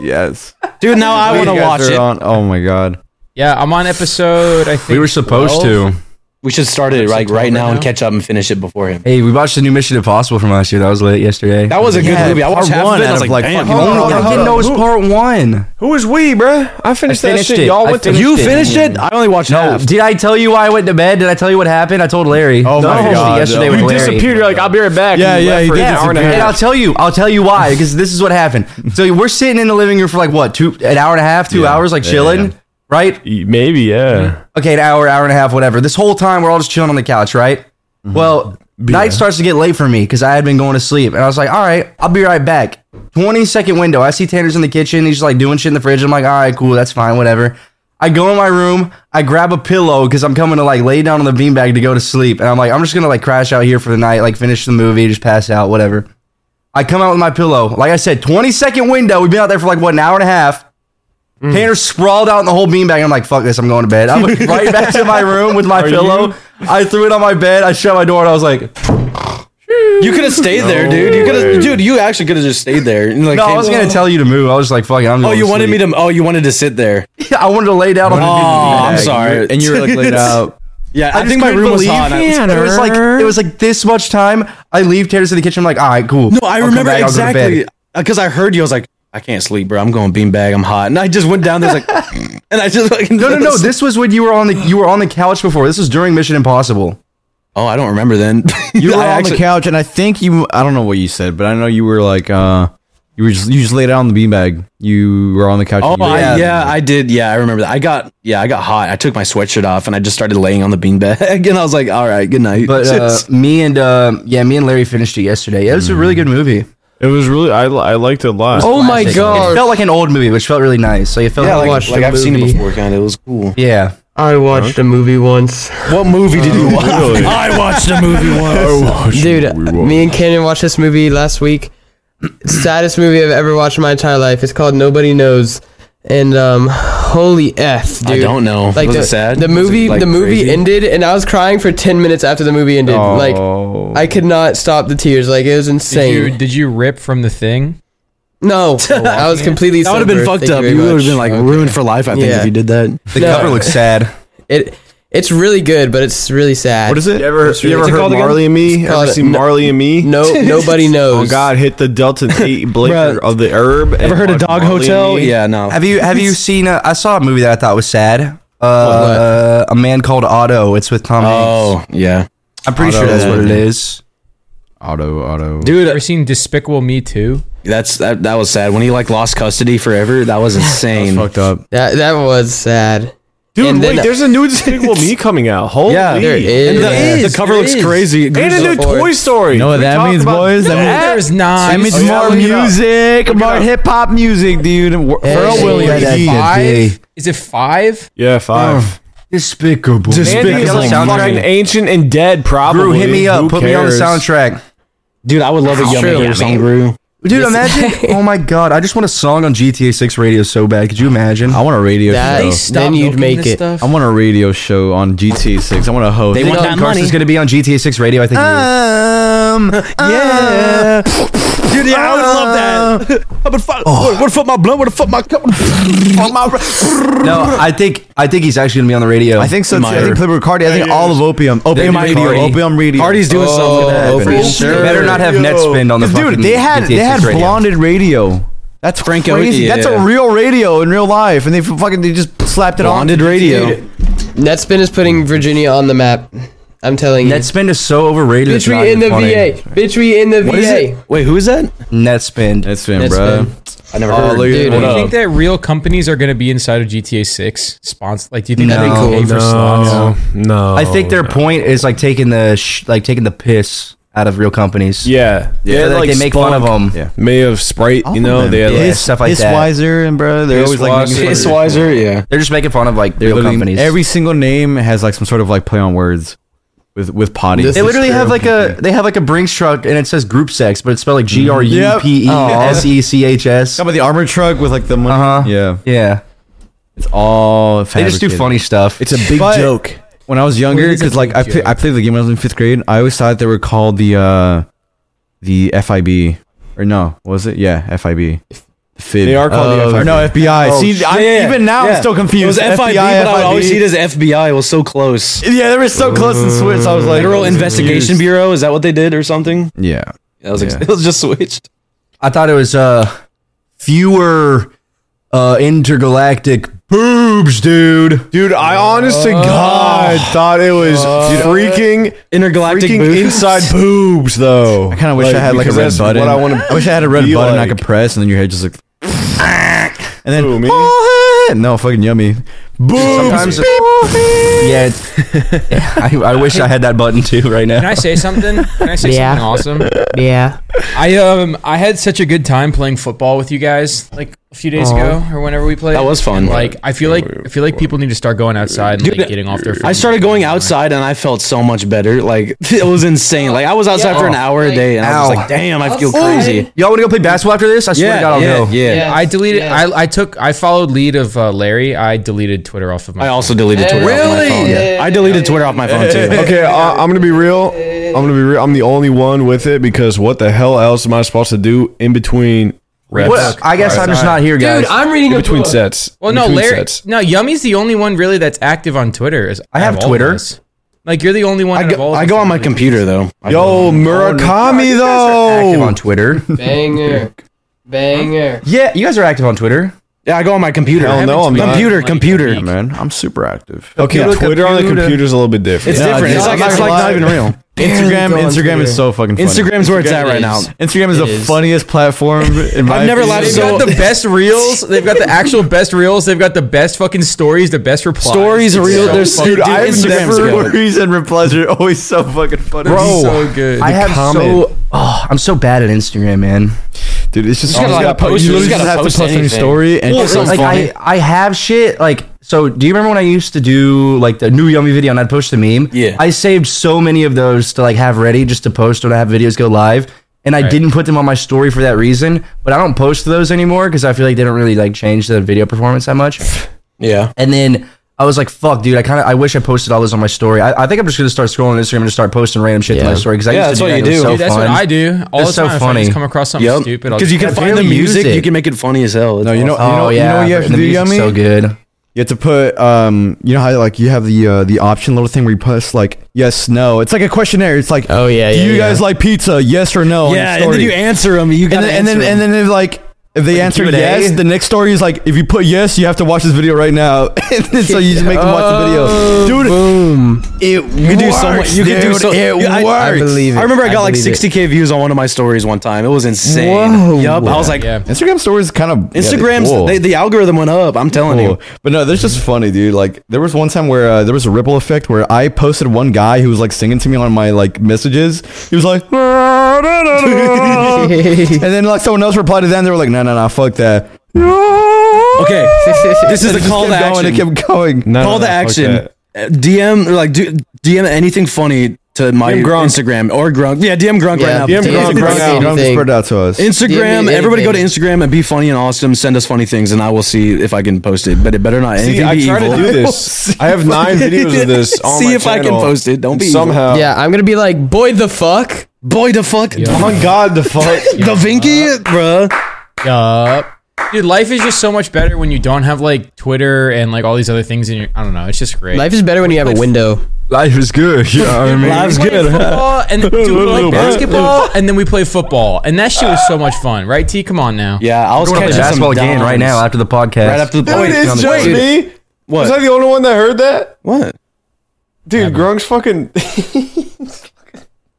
Speaker 6: Yes.
Speaker 1: Dude, now I want to
Speaker 6: You guys
Speaker 1: watch
Speaker 6: are
Speaker 1: it.
Speaker 6: on- oh my god.
Speaker 2: Yeah, I'm on episode. I think
Speaker 3: We were supposed
Speaker 2: 12.
Speaker 3: to.
Speaker 1: We should start it like right now and
Speaker 2: now?
Speaker 1: catch up and finish it before him.
Speaker 3: Hey, we watched the new Mission Impossible from last year. That was late yesterday.
Speaker 1: That was a good movie. I watched half of it. And I was like, damn.
Speaker 3: Oh, I didn't know it was part one.
Speaker 4: Who is we, bruh? I finished,
Speaker 3: I finished
Speaker 4: that shit.
Speaker 3: it.
Speaker 4: Y'all
Speaker 3: I
Speaker 4: went to
Speaker 3: finished
Speaker 1: you
Speaker 3: it.
Speaker 1: finished it? I only watched
Speaker 3: No,
Speaker 1: half.
Speaker 3: did I tell you why I went to bed? Did I tell you what happened? I told Larry.
Speaker 4: Oh
Speaker 3: No, I
Speaker 4: my
Speaker 3: finished it
Speaker 4: God,
Speaker 3: Yesterday
Speaker 4: no.
Speaker 3: with
Speaker 4: You
Speaker 3: Larry.
Speaker 4: disappeared. You're like, I'll be right back.
Speaker 6: Yeah,
Speaker 4: and you
Speaker 6: yeah,
Speaker 4: left
Speaker 6: he
Speaker 4: for an
Speaker 6: did
Speaker 4: hour and a
Speaker 6: disappear.
Speaker 4: half.
Speaker 3: And I'll tell you, I'll tell you why, because this is what happened. So we're sitting in the living room for like what, two, an hour and a half, two hours, like chilling, right?
Speaker 4: Maybe, yeah.
Speaker 3: Okay, an hour, hour and a half, whatever. This whole time we're all just chilling on the couch, right? Well, night starts to get late for me because I had been going to sleep, and I was like, all right, I'll be right back. 20 second window. I see Tanner's in the kitchen. He's just like doing shit in the fridge. I'm like, all right, cool. That's fine. Whatever. I go in my room. I grab a pillow because I'm coming to like lay down on the beanbag to go to sleep. And I'm like, I'm just going to like crash out here for the night, like finish the movie, just pass out, whatever. I come out with my pillow. Like I said, 20 second window. We've been out there for like, what, an hour and a half.
Speaker 1: Hmm.
Speaker 3: Tanner sprawled out in the whole beanbag. I'm like, fuck this, I'm going to bed. I went right back to my room with my pillow. I threw it on my bed. I shut my door and I was like,
Speaker 1: You could have stayed there, dude. You could
Speaker 4: way.
Speaker 1: have, dude. You actually could have just stayed there. And like,
Speaker 3: no, I
Speaker 1: came-
Speaker 3: was going to tell you to move. I was like, fuck it, I'm
Speaker 1: Oh,
Speaker 3: going
Speaker 1: you
Speaker 3: to
Speaker 1: wanted me
Speaker 3: sleep.
Speaker 1: to. Oh, you wanted to sit there.
Speaker 3: I wanted to lay down on the
Speaker 1: Oh, I'm
Speaker 3: beanbag.
Speaker 1: sorry.
Speaker 3: And you were like laid out.
Speaker 1: Yeah, I,
Speaker 3: just
Speaker 1: think my
Speaker 3: couldn't
Speaker 1: room was
Speaker 3: believe
Speaker 1: hot. I-
Speaker 3: It It was like it was like this much time. I leave Tanner's in the kitchen. I'm like, all right, cool.
Speaker 1: No, I
Speaker 3: I'll come
Speaker 1: remember
Speaker 3: back, I'll go to bed.
Speaker 1: exactly because I heard you. I was like, I can't sleep, bro. I'm going beanbag. I'm hot, and I just went down there. I was like, and I just like,
Speaker 3: No, no, no. This was when you were on the you were on the couch before. This was during Mission Impossible.
Speaker 1: Oh, I don't remember then.
Speaker 6: You were
Speaker 1: I
Speaker 6: on
Speaker 1: actually-
Speaker 6: the couch, and I think you. I don't know what you said, but I know you were like, uh, you were just you just laid out on the beanbag. You were on the couch.
Speaker 1: Oh
Speaker 6: and you were-
Speaker 1: I, yeah, I did. Yeah, I remember that. I got yeah, I got hot. I took my sweatshirt off and I just started laying on the beanbag, and I was like, "All right, good night."
Speaker 3: But uh, me and uh, yeah, me and Larry finished it yesterday. Yeah, it was a really
Speaker 1: Hmm.
Speaker 3: good movie.
Speaker 4: It was really I, li- I liked it a lot.
Speaker 5: Oh my
Speaker 3: Classic.
Speaker 5: god.
Speaker 3: It felt like an old movie, which felt really nice. So you felt
Speaker 1: yeah,
Speaker 3: like,
Speaker 1: like, like
Speaker 5: the
Speaker 1: I've seen it
Speaker 5: movie.
Speaker 1: before, kind of. It was cool.
Speaker 3: yeah.
Speaker 5: I watched a movie once.
Speaker 1: What movie did you watch?
Speaker 4: Really.
Speaker 1: I watched a movie once.
Speaker 5: Dude, me and Canyon watched this movie last week. Saddest movie I've ever watched in my entire life. It's called Nobody Knows. And um holy F, dude.
Speaker 1: I don't know.
Speaker 5: Like
Speaker 1: was
Speaker 5: the,
Speaker 1: it sad?
Speaker 5: The
Speaker 1: Was it,
Speaker 5: movie
Speaker 1: like,
Speaker 5: the movie
Speaker 1: crazy?
Speaker 5: ended and I was crying for 10 minutes after the movie ended.
Speaker 3: Oh.
Speaker 5: Like I could not stop the tears. Like it was
Speaker 2: Did
Speaker 5: insane.
Speaker 2: you, did you rip from the thing?
Speaker 5: no. I was completely
Speaker 1: That would have been
Speaker 5: sober.
Speaker 1: fucked
Speaker 5: Thank
Speaker 1: up.
Speaker 5: very
Speaker 1: You would
Speaker 5: much.
Speaker 1: have been like ruined for life. I think
Speaker 5: Yeah.
Speaker 1: if you did that.
Speaker 3: The
Speaker 5: No.
Speaker 3: cover looks sad.
Speaker 5: it it's really good, but it's really sad.
Speaker 4: What is it?
Speaker 3: You ever-
Speaker 4: What's- you ever
Speaker 3: what's it
Speaker 4: heard
Speaker 3: called again?
Speaker 4: Marley and Me? Ever
Speaker 5: called-
Speaker 4: seen
Speaker 5: no-
Speaker 4: Marley and Me?
Speaker 5: No nobody
Speaker 4: Oh
Speaker 5: knows.
Speaker 4: God! Hit the Delta Eight blicker
Speaker 1: Bruh.
Speaker 4: of the herb. and
Speaker 1: Ever heard of
Speaker 4: watch
Speaker 1: Dog
Speaker 4: Marley and
Speaker 1: Hotel?
Speaker 4: Me.
Speaker 1: Yeah, no.
Speaker 3: Have you have you seen? A, I saw a movie that I thought was sad. Uh, a man called Otto. It's with Tom Hanks.
Speaker 1: Oh, yeah.
Speaker 3: I'm pretty sure that's what it is.
Speaker 6: auto, auto.
Speaker 2: Ever
Speaker 1: Dude,
Speaker 2: seen Despicable Me Too?
Speaker 1: that's that, that was sad. When he like lost custody forever, that was insane.
Speaker 6: fucked up.
Speaker 5: That that was sad.
Speaker 4: Dude,
Speaker 5: And then-
Speaker 4: wait! There's a new Despicable Me coming out. Holy!
Speaker 1: Yeah.
Speaker 5: There it is.
Speaker 1: and the,
Speaker 5: It
Speaker 1: the cover looks crazy.
Speaker 4: And a new
Speaker 5: forward.
Speaker 4: Toy Story.
Speaker 6: You know what
Speaker 4: We
Speaker 6: that
Speaker 4: talked
Speaker 6: means,
Speaker 4: about
Speaker 6: boys? That means-
Speaker 4: That
Speaker 2: There's not.
Speaker 6: That means
Speaker 4: Oh, yeah,
Speaker 6: more
Speaker 4: look it up.
Speaker 6: music, more
Speaker 4: up.
Speaker 6: hip hop music, dude. Pharrell
Speaker 5: Hey,
Speaker 6: Williams.
Speaker 5: yeah,
Speaker 6: Yeah,
Speaker 2: five? Is it five?
Speaker 4: Yeah, five.
Speaker 1: Oh.
Speaker 3: Despicable.
Speaker 4: Andy is
Speaker 3: Despicable.
Speaker 4: like fucking ancient and dead. Probably.
Speaker 3: Brew, hit me up.
Speaker 4: Who
Speaker 3: Put me on the
Speaker 4: cares?
Speaker 3: soundtrack.
Speaker 1: Dude, I would love a yummy
Speaker 5: True.
Speaker 1: hair song, Gru.
Speaker 3: Dude, imagine! oh my god, I just want a song on GTA 6 radio so bad. Could you imagine?
Speaker 6: I want a radio
Speaker 5: That-
Speaker 6: show.
Speaker 5: They stopped Then you'd milking make this it.
Speaker 6: I want a radio show on GT Six. I want to host.
Speaker 3: They want
Speaker 1: want
Speaker 3: Kevin
Speaker 1: that
Speaker 3: Carson's
Speaker 1: money.
Speaker 3: going to be on GTA 6 radio. I think.
Speaker 6: um, yeah.
Speaker 1: Dude, yeah, I would love that.
Speaker 3: Um,
Speaker 1: I've been fuck,
Speaker 3: Oh.
Speaker 1: what, the fuck my blunt? What the fuck my cup?
Speaker 3: he is. no, I think I think he's actually going to be on the radio.
Speaker 6: I think so. Too. I think Playboy Cardi. I think all of Opium. Opium
Speaker 3: They
Speaker 6: Radio.
Speaker 3: Cardi.
Speaker 6: Opium Radio.
Speaker 1: Party's doing
Speaker 5: Oh,
Speaker 1: something.
Speaker 5: for
Speaker 1: Open.
Speaker 5: sure.
Speaker 3: better not have
Speaker 4: Yo.
Speaker 3: Netspin on the
Speaker 6: Dude,
Speaker 3: fucking
Speaker 6: they had
Speaker 3: GTA
Speaker 6: they had
Speaker 3: 6 radio.
Speaker 6: blonded radio. That's
Speaker 1: Franco-
Speaker 6: crazy. That's a
Speaker 1: yeah.
Speaker 6: real radio in real life, and they fucking they just slapped it
Speaker 1: Bonded
Speaker 6: on.
Speaker 1: radio.
Speaker 5: Netspin is putting Virginia on the map. I'm telling you.
Speaker 3: Netspin is so overrated. it's
Speaker 5: Bitch,
Speaker 3: not
Speaker 5: we in
Speaker 3: even
Speaker 5: the
Speaker 3: funny.
Speaker 5: VA. Bitch, we in the
Speaker 1: What is
Speaker 5: VA.
Speaker 1: it? Wait, who is that?
Speaker 3: Netspin.
Speaker 6: That's him,
Speaker 5: That's
Speaker 6: bro.
Speaker 5: been-
Speaker 1: I never
Speaker 6: Oh,
Speaker 1: heard.
Speaker 6: look at
Speaker 5: Dude,
Speaker 6: that.
Speaker 2: Do you
Speaker 6: What
Speaker 2: think
Speaker 6: up?
Speaker 2: that real companies are going to be inside of GTA 6? Sponsor? Like, do you think that'd
Speaker 3: No.
Speaker 2: be cool for slots?
Speaker 4: No, no.
Speaker 3: I think their point is like taking the sh- like taking the piss out of real companies.
Speaker 4: Yeah, yeah.
Speaker 3: like, they make fun of them.
Speaker 6: Yeah.
Speaker 4: May of Sprite. You know
Speaker 6: man.
Speaker 4: they had.
Speaker 3: Yeah.
Speaker 4: Like,
Speaker 6: Piss-
Speaker 3: stuff like
Speaker 6: Piss
Speaker 3: that.
Speaker 6: Wiser and bro, they're always like making fun of-
Speaker 1: It's wiser, yeah.
Speaker 3: They're just making fun of like
Speaker 6: They're
Speaker 3: real
Speaker 6: literally-
Speaker 3: companies.
Speaker 6: Every single name has like some sort of like play on words with with potty.
Speaker 5: This
Speaker 3: they
Speaker 5: is
Speaker 3: literally
Speaker 5: true.
Speaker 3: have like a they have like a Brinks truck and it says group sex, but it's spelled like G R U P E S E C H S.
Speaker 6: How about the armored truck with like the money?
Speaker 3: Uh-huh.
Speaker 6: Yeah,
Speaker 3: Yeah,
Speaker 6: it's all.
Speaker 3: they just do
Speaker 6: fabricated.
Speaker 3: funny stuff.
Speaker 4: it's a big
Speaker 6: But-
Speaker 4: joke.
Speaker 6: When I was younger,
Speaker 2: What is a
Speaker 6: because like I
Speaker 2: big
Speaker 6: play,
Speaker 2: joke?
Speaker 6: I played the game when I was in fifth grade. I always thought they were called the uh the FIB or no, what was it? Yeah, FIB. Fib.
Speaker 4: They are called the
Speaker 6: Oh,
Speaker 4: FIB.
Speaker 6: Or no, FBI. See, I'm, even now
Speaker 1: yeah.
Speaker 6: I'm still confused.
Speaker 1: It was FIB, but I would always see it
Speaker 6: FIB.
Speaker 1: as FBI. It was so close.
Speaker 6: Yeah, they were so close in Swiss. I was like,
Speaker 1: Federal
Speaker 6: I was
Speaker 1: Investigation
Speaker 6: confused.
Speaker 1: Bureau. Is that what they did or something?
Speaker 6: Yeah.
Speaker 1: That was ex-
Speaker 6: Yeah.
Speaker 1: it was just switched.
Speaker 3: I thought it was uh fewer uh intergalactic boobs, dude.
Speaker 4: Dude, I honest to God thought it was freaking
Speaker 1: Intergalactic
Speaker 4: freaking
Speaker 1: booth.
Speaker 4: inside boobs, though.
Speaker 6: I kind of wish I had like a
Speaker 4: because
Speaker 6: red
Speaker 4: that's
Speaker 6: button.
Speaker 4: What I want
Speaker 6: I wish I had a red
Speaker 4: be
Speaker 6: button I
Speaker 4: like.
Speaker 6: could press, and then your head just like, and then
Speaker 4: Who, me?
Speaker 6: oh, hey! no fucking yummy.
Speaker 3: Sometimes yeah, it's- yeah, I, I wish I had that button too right now.
Speaker 2: Can I say something? Can I say
Speaker 5: Yeah.
Speaker 2: something awesome?
Speaker 5: Yeah.
Speaker 2: I um I had such a good time playing football with you guys like a few days ago or whenever we played.
Speaker 1: That was fun.
Speaker 2: And, like I feel like I feel like people need to start going outside and like, getting off their.
Speaker 1: I
Speaker 2: phones.
Speaker 1: started going outside and I felt so much better. Like it was insane. Like I was outside for an hour a day and I was
Speaker 3: Ow.
Speaker 1: just like, damn, I feel crazy.
Speaker 3: Y'all want to go play basketball after this? I swear to God, I'll
Speaker 1: yeah,
Speaker 3: go.
Speaker 1: yeah.
Speaker 5: Yeah.
Speaker 2: I deleted.
Speaker 5: Yeah.
Speaker 2: I I took. I followed lead of uh, Larry. I deleted Twitter off of my.
Speaker 1: I also deleted Twitter off my
Speaker 2: Really?
Speaker 1: phone.
Speaker 5: Yeah.
Speaker 1: I deleted Twitter off my phone too.
Speaker 4: Okay, I, I'm gonna be real. I'm gonna be real. I'm the only one with it because what the hell else am I supposed to do in between reps?
Speaker 3: What, I guess I'm just not here, guys.
Speaker 5: Dude, I'm reading
Speaker 4: in
Speaker 5: a
Speaker 4: between
Speaker 5: book.
Speaker 4: sets.
Speaker 2: Well,
Speaker 4: In
Speaker 2: no,
Speaker 4: between
Speaker 2: Larry.
Speaker 4: sets.
Speaker 2: No, Yummy's the only one really that's active on Twitter. Is
Speaker 3: I have
Speaker 2: of all of
Speaker 3: Twitter.
Speaker 2: us. Like you're the only one.
Speaker 1: I
Speaker 2: of all
Speaker 1: go,
Speaker 2: of
Speaker 1: I
Speaker 2: us
Speaker 1: go
Speaker 2: that
Speaker 1: on my
Speaker 2: really-
Speaker 1: computer though. I
Speaker 4: Yo,
Speaker 3: You
Speaker 4: Murakami
Speaker 3: guys are active
Speaker 4: though.
Speaker 3: on Twitter.
Speaker 5: Banger. Banger.
Speaker 3: yeah, you guys are active on Twitter.
Speaker 1: Yeah, I go on my computer.
Speaker 4: Hell no, I'm not.
Speaker 1: computer, computer.
Speaker 6: Yeah, man, I'm super active.
Speaker 4: Okay,
Speaker 3: Computer,
Speaker 4: Twitter on the
Speaker 3: computer.
Speaker 4: computer is a little bit different.
Speaker 1: It's
Speaker 6: No,
Speaker 1: different.
Speaker 6: dude,
Speaker 1: It's
Speaker 6: I'm
Speaker 1: like
Speaker 6: not
Speaker 1: it's
Speaker 6: gonna
Speaker 1: like
Speaker 6: lie.
Speaker 1: not even real.
Speaker 6: Instagram,
Speaker 5: go on
Speaker 6: Instagram
Speaker 5: Twitter.
Speaker 6: is so fucking. Funny.
Speaker 1: Instagram's where it's at right now.
Speaker 5: is.
Speaker 6: Instagram is the
Speaker 5: It is.
Speaker 6: funniest platform. In my
Speaker 1: I've never
Speaker 6: opinion.
Speaker 1: laughed
Speaker 2: They've
Speaker 1: so
Speaker 2: got the best reels. They've got the actual best reels. They've got the best fucking stories. The best replies.
Speaker 1: Stories,
Speaker 2: It's
Speaker 1: real.
Speaker 2: so
Speaker 1: There's
Speaker 2: fucking-
Speaker 1: dude,
Speaker 6: I've
Speaker 1: Instagram's
Speaker 6: never
Speaker 1: good.
Speaker 6: worries and replies are always so fucking funny.
Speaker 2: Bro, so good.
Speaker 3: I have
Speaker 4: comment.
Speaker 3: so. Oh, I'm so bad at Instagram, man.
Speaker 6: dude, it's just
Speaker 1: gotta,
Speaker 6: you
Speaker 1: like,
Speaker 6: Oh, gotta
Speaker 1: post-
Speaker 6: post. You
Speaker 1: you
Speaker 6: literally
Speaker 1: just
Speaker 6: just
Speaker 1: gotta
Speaker 6: have to
Speaker 1: post
Speaker 6: post on your
Speaker 1: anything.
Speaker 6: story and
Speaker 1: Well, Sounds
Speaker 3: like
Speaker 1: funny.
Speaker 3: I, I have shit like so. Do you remember when I used to do like the new yummy video and I'd post the meme?
Speaker 1: Yeah.
Speaker 3: I saved so many of those to like have ready just to post when I have videos go live, and I didn't put them on my story for that reason. But I don't post those anymore because I feel like they don't really like change the video performance that much.
Speaker 1: Yeah.
Speaker 3: And then I was like, "Fuck, dude! I kind of I wish I posted all this on my story. I, I think I'm just gonna start scrolling Instagram and just start posting random shit to my story because I
Speaker 1: Yeah, that's
Speaker 3: used to do
Speaker 1: what
Speaker 3: that.
Speaker 1: you
Speaker 3: It was
Speaker 1: do.
Speaker 3: so
Speaker 1: Dude,
Speaker 2: That's what
Speaker 3: fun.
Speaker 2: I do all
Speaker 3: That's
Speaker 2: the
Speaker 3: so
Speaker 2: time. If I
Speaker 3: funny.
Speaker 2: just come across something
Speaker 1: Yep.
Speaker 2: stupid, I'll
Speaker 1: Because you
Speaker 2: just-
Speaker 1: can
Speaker 3: I
Speaker 1: find the
Speaker 3: barely use
Speaker 1: music,
Speaker 3: it.
Speaker 1: you can make it funny as hell.
Speaker 6: No, you know, you know,
Speaker 3: Oh yeah,
Speaker 6: you know what you
Speaker 3: but
Speaker 6: have to
Speaker 3: the
Speaker 6: do,
Speaker 3: music's
Speaker 6: Yummy.
Speaker 3: so good.
Speaker 6: You have to put um, you know how like you have the uh, the option little thing where you press like yes no. It's like a questionnaire. It's like
Speaker 5: Oh, yeah,
Speaker 6: do
Speaker 5: yeah,
Speaker 6: you
Speaker 5: yeah.
Speaker 6: guys like pizza? Yes or no. on your
Speaker 1: yeah, and then
Speaker 6: story.
Speaker 1: you answer them. You
Speaker 6: and
Speaker 1: got
Speaker 6: then and then, and then if like if they answer
Speaker 3: Q&A?
Speaker 6: yes, the next story is like if you put yes, you have to watch this video right now. and then, so you just make them watch the video, dude.
Speaker 5: Boom.
Speaker 6: It
Speaker 1: You could do
Speaker 6: works,
Speaker 1: so much. You could do
Speaker 6: dude,
Speaker 1: so.
Speaker 6: It
Speaker 1: Yeah, I-
Speaker 6: works.
Speaker 1: I,
Speaker 5: believe it.
Speaker 1: I remember I
Speaker 5: I
Speaker 1: got like
Speaker 5: believe it.
Speaker 1: 60k views on one of my stories one time. It was insane.
Speaker 6: Whoa.
Speaker 1: Yup. I was like,
Speaker 2: Yeah.
Speaker 6: Instagram stories kind of yeah, they're
Speaker 1: Instagram's
Speaker 6: cool.
Speaker 1: they, the algorithm went up. I'm telling you.
Speaker 6: Cool. But no, that's just funny, dude. Like there was one time where uh, there was a ripple effect where I posted one guy who was like singing to me on my like messages. He was like, "Ah, da, da, da." and then like someone else replied to them. They were like, no, no, no, fuck that.
Speaker 1: Okay, this is
Speaker 6: And
Speaker 1: the
Speaker 6: it just
Speaker 1: call to
Speaker 6: kept going,
Speaker 1: action.
Speaker 6: It kept going.
Speaker 4: No,
Speaker 1: call
Speaker 4: no,
Speaker 1: to
Speaker 4: no, fuck
Speaker 1: action.
Speaker 4: that.
Speaker 1: Uh, DM or like do, DM anything funny to my
Speaker 4: DM Gronk.
Speaker 1: Instagram or Grunk. Yeah, DM Grunk right
Speaker 5: Yeah,
Speaker 1: now.
Speaker 4: DM Gronk,
Speaker 1: Instagram.
Speaker 4: Gronk.
Speaker 6: Don't
Speaker 5: Anything.
Speaker 6: spread it out to us.
Speaker 1: Instagram,
Speaker 5: anything.
Speaker 1: everybody go to Instagram and be funny and awesome. Send us funny things, and I will see if I can post it. But it better not
Speaker 4: See,
Speaker 1: anything
Speaker 4: I
Speaker 1: be
Speaker 4: try
Speaker 1: evil.
Speaker 4: to do this. I have nine videos of this. On
Speaker 1: See
Speaker 4: my
Speaker 1: if I can
Speaker 4: channel,
Speaker 1: post it. Don't
Speaker 4: and
Speaker 1: be evil.
Speaker 4: somehow.
Speaker 5: Yeah, I'm gonna be like, boy, the fuck.
Speaker 1: Boy, the fuck,
Speaker 4: Oh my god, the fuck.
Speaker 1: the Vinky, bruh.
Speaker 2: Yup. Dude, life is just so much better when you don't have like Twitter and like all these other things in your. I don't know. It's just great.
Speaker 5: Life is better when you have a window.
Speaker 3: Life is good. Yeah, I mean,
Speaker 1: Life's
Speaker 2: Play
Speaker 1: good.
Speaker 2: football and dude, we like basketball, and then we play football, and that shit was so much fun, right? T, come on now.
Speaker 1: Yeah, I was
Speaker 3: We're
Speaker 1: catching
Speaker 3: gonna play
Speaker 1: some
Speaker 3: basketball again
Speaker 1: dimes.
Speaker 3: right now after the podcast.
Speaker 1: Right after the
Speaker 4: Dude,
Speaker 1: wait,
Speaker 4: it's just
Speaker 1: wait,
Speaker 4: me. Was I
Speaker 1: What?
Speaker 4: the only one that heard that?
Speaker 1: What?
Speaker 4: Dude, Grunk's fucking.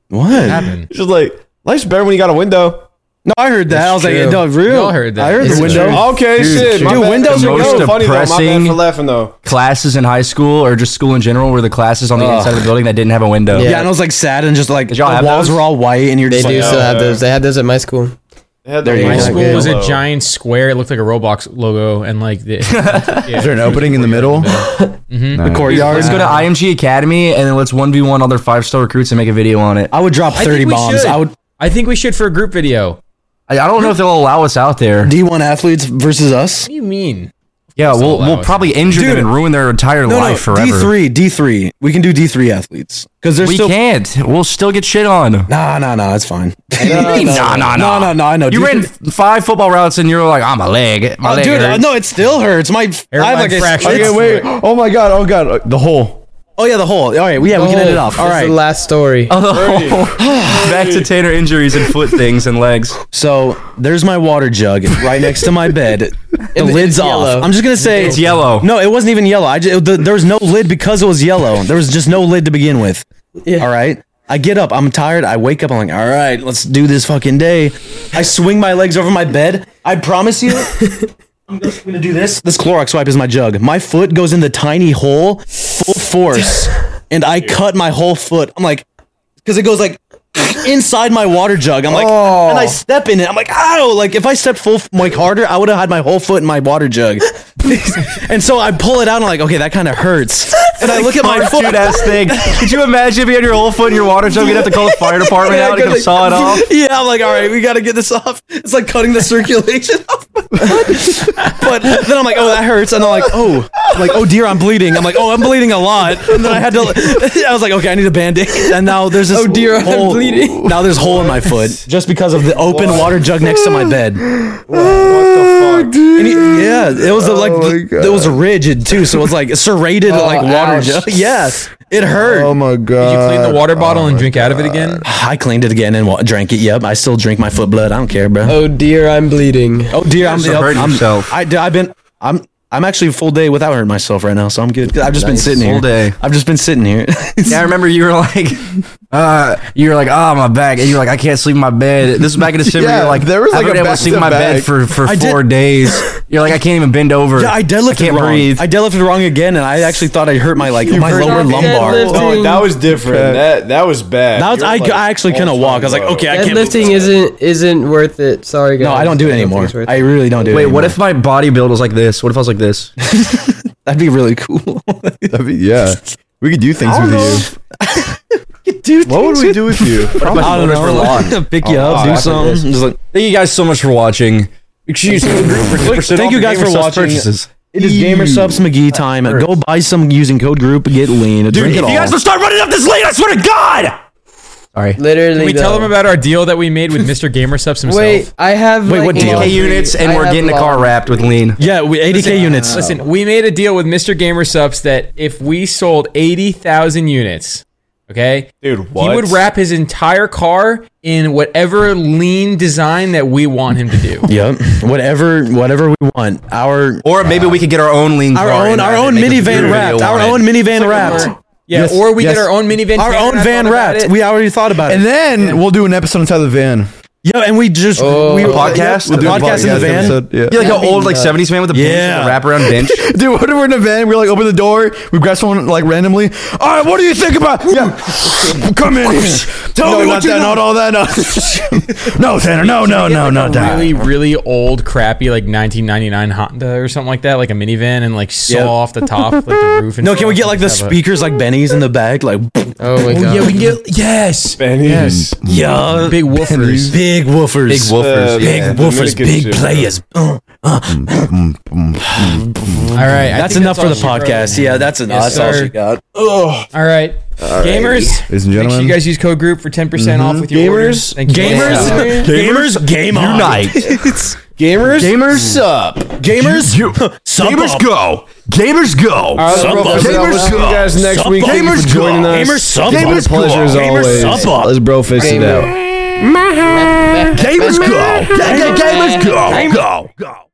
Speaker 1: What?
Speaker 2: Happened.
Speaker 4: Just like life's better when you got a window.
Speaker 1: No, I heard that. I was
Speaker 5: true.
Speaker 1: like, no, real.
Speaker 2: Y'all heard that.
Speaker 1: I heard
Speaker 2: It's
Speaker 1: the window.
Speaker 5: true.
Speaker 4: Okay, shit. my
Speaker 1: Dude,
Speaker 4: bad.
Speaker 1: windows
Speaker 4: The
Speaker 1: are
Speaker 4: most
Speaker 3: real.
Speaker 4: funny though. My bad
Speaker 3: depressing-
Speaker 4: for laughing though.
Speaker 3: classes in high school or just school in general were the classes on the inside of the building that didn't have a window.
Speaker 1: Yeah, and I was like sad and just like the
Speaker 3: y'all have
Speaker 1: walls
Speaker 3: those?
Speaker 1: were all white and you're
Speaker 5: They
Speaker 1: just
Speaker 5: do
Speaker 1: like,
Speaker 5: still
Speaker 1: oh.
Speaker 5: have those. They had those at my school.
Speaker 4: It had
Speaker 1: There
Speaker 4: the Oh,
Speaker 1: you go.
Speaker 2: My
Speaker 4: white
Speaker 1: Yeah,
Speaker 2: school
Speaker 1: good.
Speaker 2: was a
Speaker 4: yellow.
Speaker 2: giant square. It looked like a Roblox logo, and like the,
Speaker 6: Is there an opening in the middle?
Speaker 1: the courtyard.
Speaker 3: Let's go to IMG Academy and then let's one v one other five star recruits and make a video on it.
Speaker 1: I would drop
Speaker 2: I think
Speaker 1: thirty
Speaker 2: we
Speaker 1: bombs.
Speaker 2: should.
Speaker 1: I would
Speaker 2: I think we should for a group video. What
Speaker 3: I, I don't know if they'll allow us out there.
Speaker 1: D one athletes versus us.
Speaker 2: do you mean?
Speaker 3: Yeah, we'll
Speaker 2: allow
Speaker 3: we'll
Speaker 2: us.
Speaker 3: probably injure
Speaker 1: Dude.
Speaker 3: them and ruin their entire life
Speaker 1: D
Speaker 3: forever.
Speaker 1: three, D three. We can do D three athletes because they're
Speaker 3: We
Speaker 1: still.
Speaker 3: can't. We'll still get shit on. No,
Speaker 1: Nah, nah, nah. It's fine.
Speaker 3: no, no,
Speaker 1: no, no, no. I know.
Speaker 3: You
Speaker 1: D3
Speaker 3: ran five football routes and you were like, "I'm a leg, my
Speaker 1: Oh,
Speaker 3: leg."
Speaker 1: dude, uh,
Speaker 3: hurts."
Speaker 1: no, it still hurts. My, I have
Speaker 2: Hairline
Speaker 1: like a,
Speaker 2: fracture.
Speaker 1: it's-
Speaker 6: Okay, wait. Oh my god. Oh god. uh, The hole.
Speaker 1: Oh yeah, the hole. All right, yeah, we can end it off. Oh, All
Speaker 5: This is
Speaker 1: right.
Speaker 5: the last story.
Speaker 3: Oh, Back to Tanner injuries and foot things and legs.
Speaker 1: So there's my water jug right next to my bed. The lid's
Speaker 5: yellow.
Speaker 1: off. I'm just gonna say
Speaker 3: It's yellow.
Speaker 1: No, it wasn't even yellow. I just, the, there was no lid because it was yellow. There was just no lid to begin with.
Speaker 5: Yeah.
Speaker 1: All right. I get up. I'm tired. I wake up. I'm like, all right, let's do this fucking day. I swing my legs over my bed. I promise you, I'm gonna do this. This Clorox wipe is my jug. My foot goes in the tiny hole, full force, and I cut my whole foot. I'm like, because it goes like inside my water jug. I'm like, and I step in it. I'm like, ow! Like if I stepped full f- like harder, I would have had my whole foot in my water jug. and so I pull it out. and I'm like, okay, that kind of hurts. And I look at my foot.
Speaker 3: Dude, ass thing. Could you imagine if you had your whole foot in your water jug? You'd have to call the fire department
Speaker 1: Yeah,
Speaker 3: out and come
Speaker 1: like-
Speaker 3: saw it off.
Speaker 1: Yeah, I'm like, all right, we got to get this off. It's like cutting the circulation off. My butt. but then I'm like, oh, that hurts, and I'm like, oh, I'm like oh dear, I'm bleeding. I'm like, oh, I'm bleeding a lot. And then I had to, I was like, okay, I need a band-aid. And now there's this. Oh dear, hole, I'm bleeding. Now there's hole in my foot just because of the open water jug next to my bed. And he- yeah, it was a, like
Speaker 3: Oh,
Speaker 1: the- it was rigid too, so it was like serrated like water jug. Yes, it hurt.
Speaker 4: Oh my god!
Speaker 2: Did you clean the water bottle and drink out of it again?
Speaker 1: I cleaned it again and wa- drank it. Yep, I still drink my foot blood. I don't care, bro.
Speaker 5: Oh dear, I'm bleeding.
Speaker 1: Oh dear, I'm,
Speaker 3: You're so hurting
Speaker 1: I'm-
Speaker 3: yourself.
Speaker 1: I, have been. I'm. I'm actually a full day without hurting myself right now, so I'm good. 'Cause I've just been sitting here.
Speaker 3: Full day.
Speaker 1: I've just been sitting here.
Speaker 3: Yeah, I remember you were like, uh, you were like, oh my back, and you were like, I can't sleep in my bed. This was back in December.
Speaker 4: Yeah,
Speaker 3: you're like,
Speaker 4: there was,
Speaker 3: I've
Speaker 4: like, a
Speaker 3: been able to sleep in my bed
Speaker 4: back-to-back.
Speaker 3: for for
Speaker 1: I did-
Speaker 3: four days. You're like, I can't even bend over.
Speaker 1: Yeah, I deadlifted
Speaker 3: can't
Speaker 1: wrong.
Speaker 3: breathe.
Speaker 1: I deadlifted wrong again, and I actually thought I hurt my like my
Speaker 5: hurt
Speaker 1: lower
Speaker 5: your
Speaker 1: lumbar.
Speaker 5: deadlift.
Speaker 4: No, that was different. That that was bad.
Speaker 1: Now it's-
Speaker 4: You're
Speaker 1: I,
Speaker 4: like
Speaker 1: I actually couldn't
Speaker 4: all-time
Speaker 1: walk. I was like,
Speaker 4: low.
Speaker 1: okay, I can't. lift
Speaker 5: Deadlifting isn't isn't worth it. Sorry guys.
Speaker 1: No, I don't do it
Speaker 5: think
Speaker 1: anymore.
Speaker 5: it's worth
Speaker 1: I
Speaker 5: it.
Speaker 1: really don't do it.
Speaker 3: Wait, what
Speaker 1: anymore.
Speaker 3: if my body build was like this? What if I was like this?
Speaker 1: that'd be really cool?
Speaker 4: That'd be- yeah, we could do things with you.
Speaker 1: Dude,
Speaker 4: What would we do with you?
Speaker 1: I don't
Speaker 3: Motors were long.
Speaker 1: know. Pick
Speaker 3: Oh,
Speaker 1: you up, do something. Just like,
Speaker 3: Thank you guys so much for watching. Excuse me.
Speaker 1: Thank you guys for watching. It is gamer subs McGee time. Go buy some using code group. Get lean. Dude, drink
Speaker 3: If you
Speaker 1: it all.
Speaker 3: guys don't start running up this lane, I swear to God.
Speaker 5: Literally.
Speaker 2: Can we tell
Speaker 5: though.
Speaker 2: them about our deal that we made with Mr. Gamersubs himself?
Speaker 5: Wait, I have.
Speaker 1: Wait,
Speaker 5: like,
Speaker 1: what deal?
Speaker 5: laundry.
Speaker 3: DK units, and
Speaker 5: I
Speaker 3: we're
Speaker 5: have
Speaker 3: getting the car
Speaker 5: laundry.
Speaker 3: wrapped with lean.
Speaker 1: yeah, we, 80k units.
Speaker 2: Listen, we made a deal with Mr. Gamersubs that if we sold 80,000 units, okay,
Speaker 4: Dude,
Speaker 2: he
Speaker 4: what?
Speaker 2: would wrap his entire car in whatever lean design that we want him to do.
Speaker 1: Yep. Whatever, whatever we want. Our
Speaker 3: Or maybe we could get our own lean.
Speaker 1: our
Speaker 3: car
Speaker 1: own
Speaker 3: and
Speaker 1: our
Speaker 3: have it
Speaker 1: own
Speaker 3: make a
Speaker 1: minivan
Speaker 3: video
Speaker 1: wrapped. Our
Speaker 3: on it.
Speaker 1: own minivan wrapped.
Speaker 2: Yeah,
Speaker 4: Yes,
Speaker 2: or we
Speaker 4: yes.
Speaker 2: get our own minivan.
Speaker 1: Our
Speaker 2: van.
Speaker 1: own
Speaker 2: I
Speaker 1: van
Speaker 2: thought about
Speaker 1: wrapped.
Speaker 2: it.
Speaker 1: We already thought about
Speaker 4: And
Speaker 1: it.
Speaker 4: then we'll do an episode inside the van.
Speaker 1: Yeah, and we just we
Speaker 5: a
Speaker 3: podcast?
Speaker 1: Oh. the
Speaker 3: We'll do a
Speaker 1: podcast in the
Speaker 4: Podcast
Speaker 1: van.
Speaker 4: episode, Yeah.
Speaker 3: You're like an old like
Speaker 6: uh,
Speaker 3: '70s man with a bench,
Speaker 1: Yeah.
Speaker 3: like a wraparound bench.
Speaker 4: Dude, what if we're in a van? We like open the door, we grab someone like randomly. All right, what do you think about? Yeah, come in. Here. Tell
Speaker 1: me what
Speaker 4: not
Speaker 1: you
Speaker 4: that,
Speaker 1: know.
Speaker 4: not all that. No, no, Tanner, no, no, no, not that.
Speaker 2: really, really old, crappy, like 1999 Honda or something like that, like a minivan, and like saw
Speaker 1: Yeah.
Speaker 2: off the top, like the roof. And
Speaker 1: No, can we
Speaker 2: stuff
Speaker 1: get like
Speaker 2: and
Speaker 1: the
Speaker 2: have a-
Speaker 1: speakers like Benny's in the back? Like
Speaker 5: Oh my god.
Speaker 2: Yeah, we can get yes,
Speaker 4: Yes.
Speaker 1: yeah,
Speaker 2: big woofers.
Speaker 1: big woofers,
Speaker 3: Big woofers.
Speaker 1: big
Speaker 3: yeah.
Speaker 1: woofers,
Speaker 4: Dominican
Speaker 1: big
Speaker 4: shit, bro.
Speaker 1: players. Uh,
Speaker 2: All right, I
Speaker 1: that's
Speaker 2: think
Speaker 1: enough for
Speaker 2: all
Speaker 1: the
Speaker 2: she wrote.
Speaker 1: podcast. Yeah, that's enough.
Speaker 2: Yes,
Speaker 1: that's all
Speaker 2: sir.
Speaker 1: she got.
Speaker 2: All right,
Speaker 4: Ladies
Speaker 2: gamers.
Speaker 4: and
Speaker 2: Make sure
Speaker 4: gentlemen. Mm-hmm.
Speaker 2: you guys use code group for 10% percent off with your
Speaker 4: Gamers,
Speaker 2: orders. Thank you.
Speaker 1: Gamers,
Speaker 2: Yeah.
Speaker 1: gamers, game on.
Speaker 3: Unite.
Speaker 4: Gamers,
Speaker 3: Gamers
Speaker 4: up.
Speaker 1: Gamers,
Speaker 4: You-
Speaker 1: sub up.
Speaker 4: go. Gamers go.
Speaker 1: Somebody.
Speaker 4: Gamers
Speaker 6: Gamers,
Speaker 4: go.
Speaker 6: you guys next
Speaker 1: Sup
Speaker 6: week.
Speaker 1: up.
Speaker 6: Thank you for
Speaker 4: Gamers go.
Speaker 6: joining us.
Speaker 1: Gamers, sub
Speaker 6: It's been a
Speaker 1: up.
Speaker 6: pleasure as
Speaker 1: Gamers,
Speaker 6: always.
Speaker 1: sub up.
Speaker 6: Let's bro fist it
Speaker 5: Gamers.
Speaker 6: out. Gamers go. Gamers go. Go. Go. Go.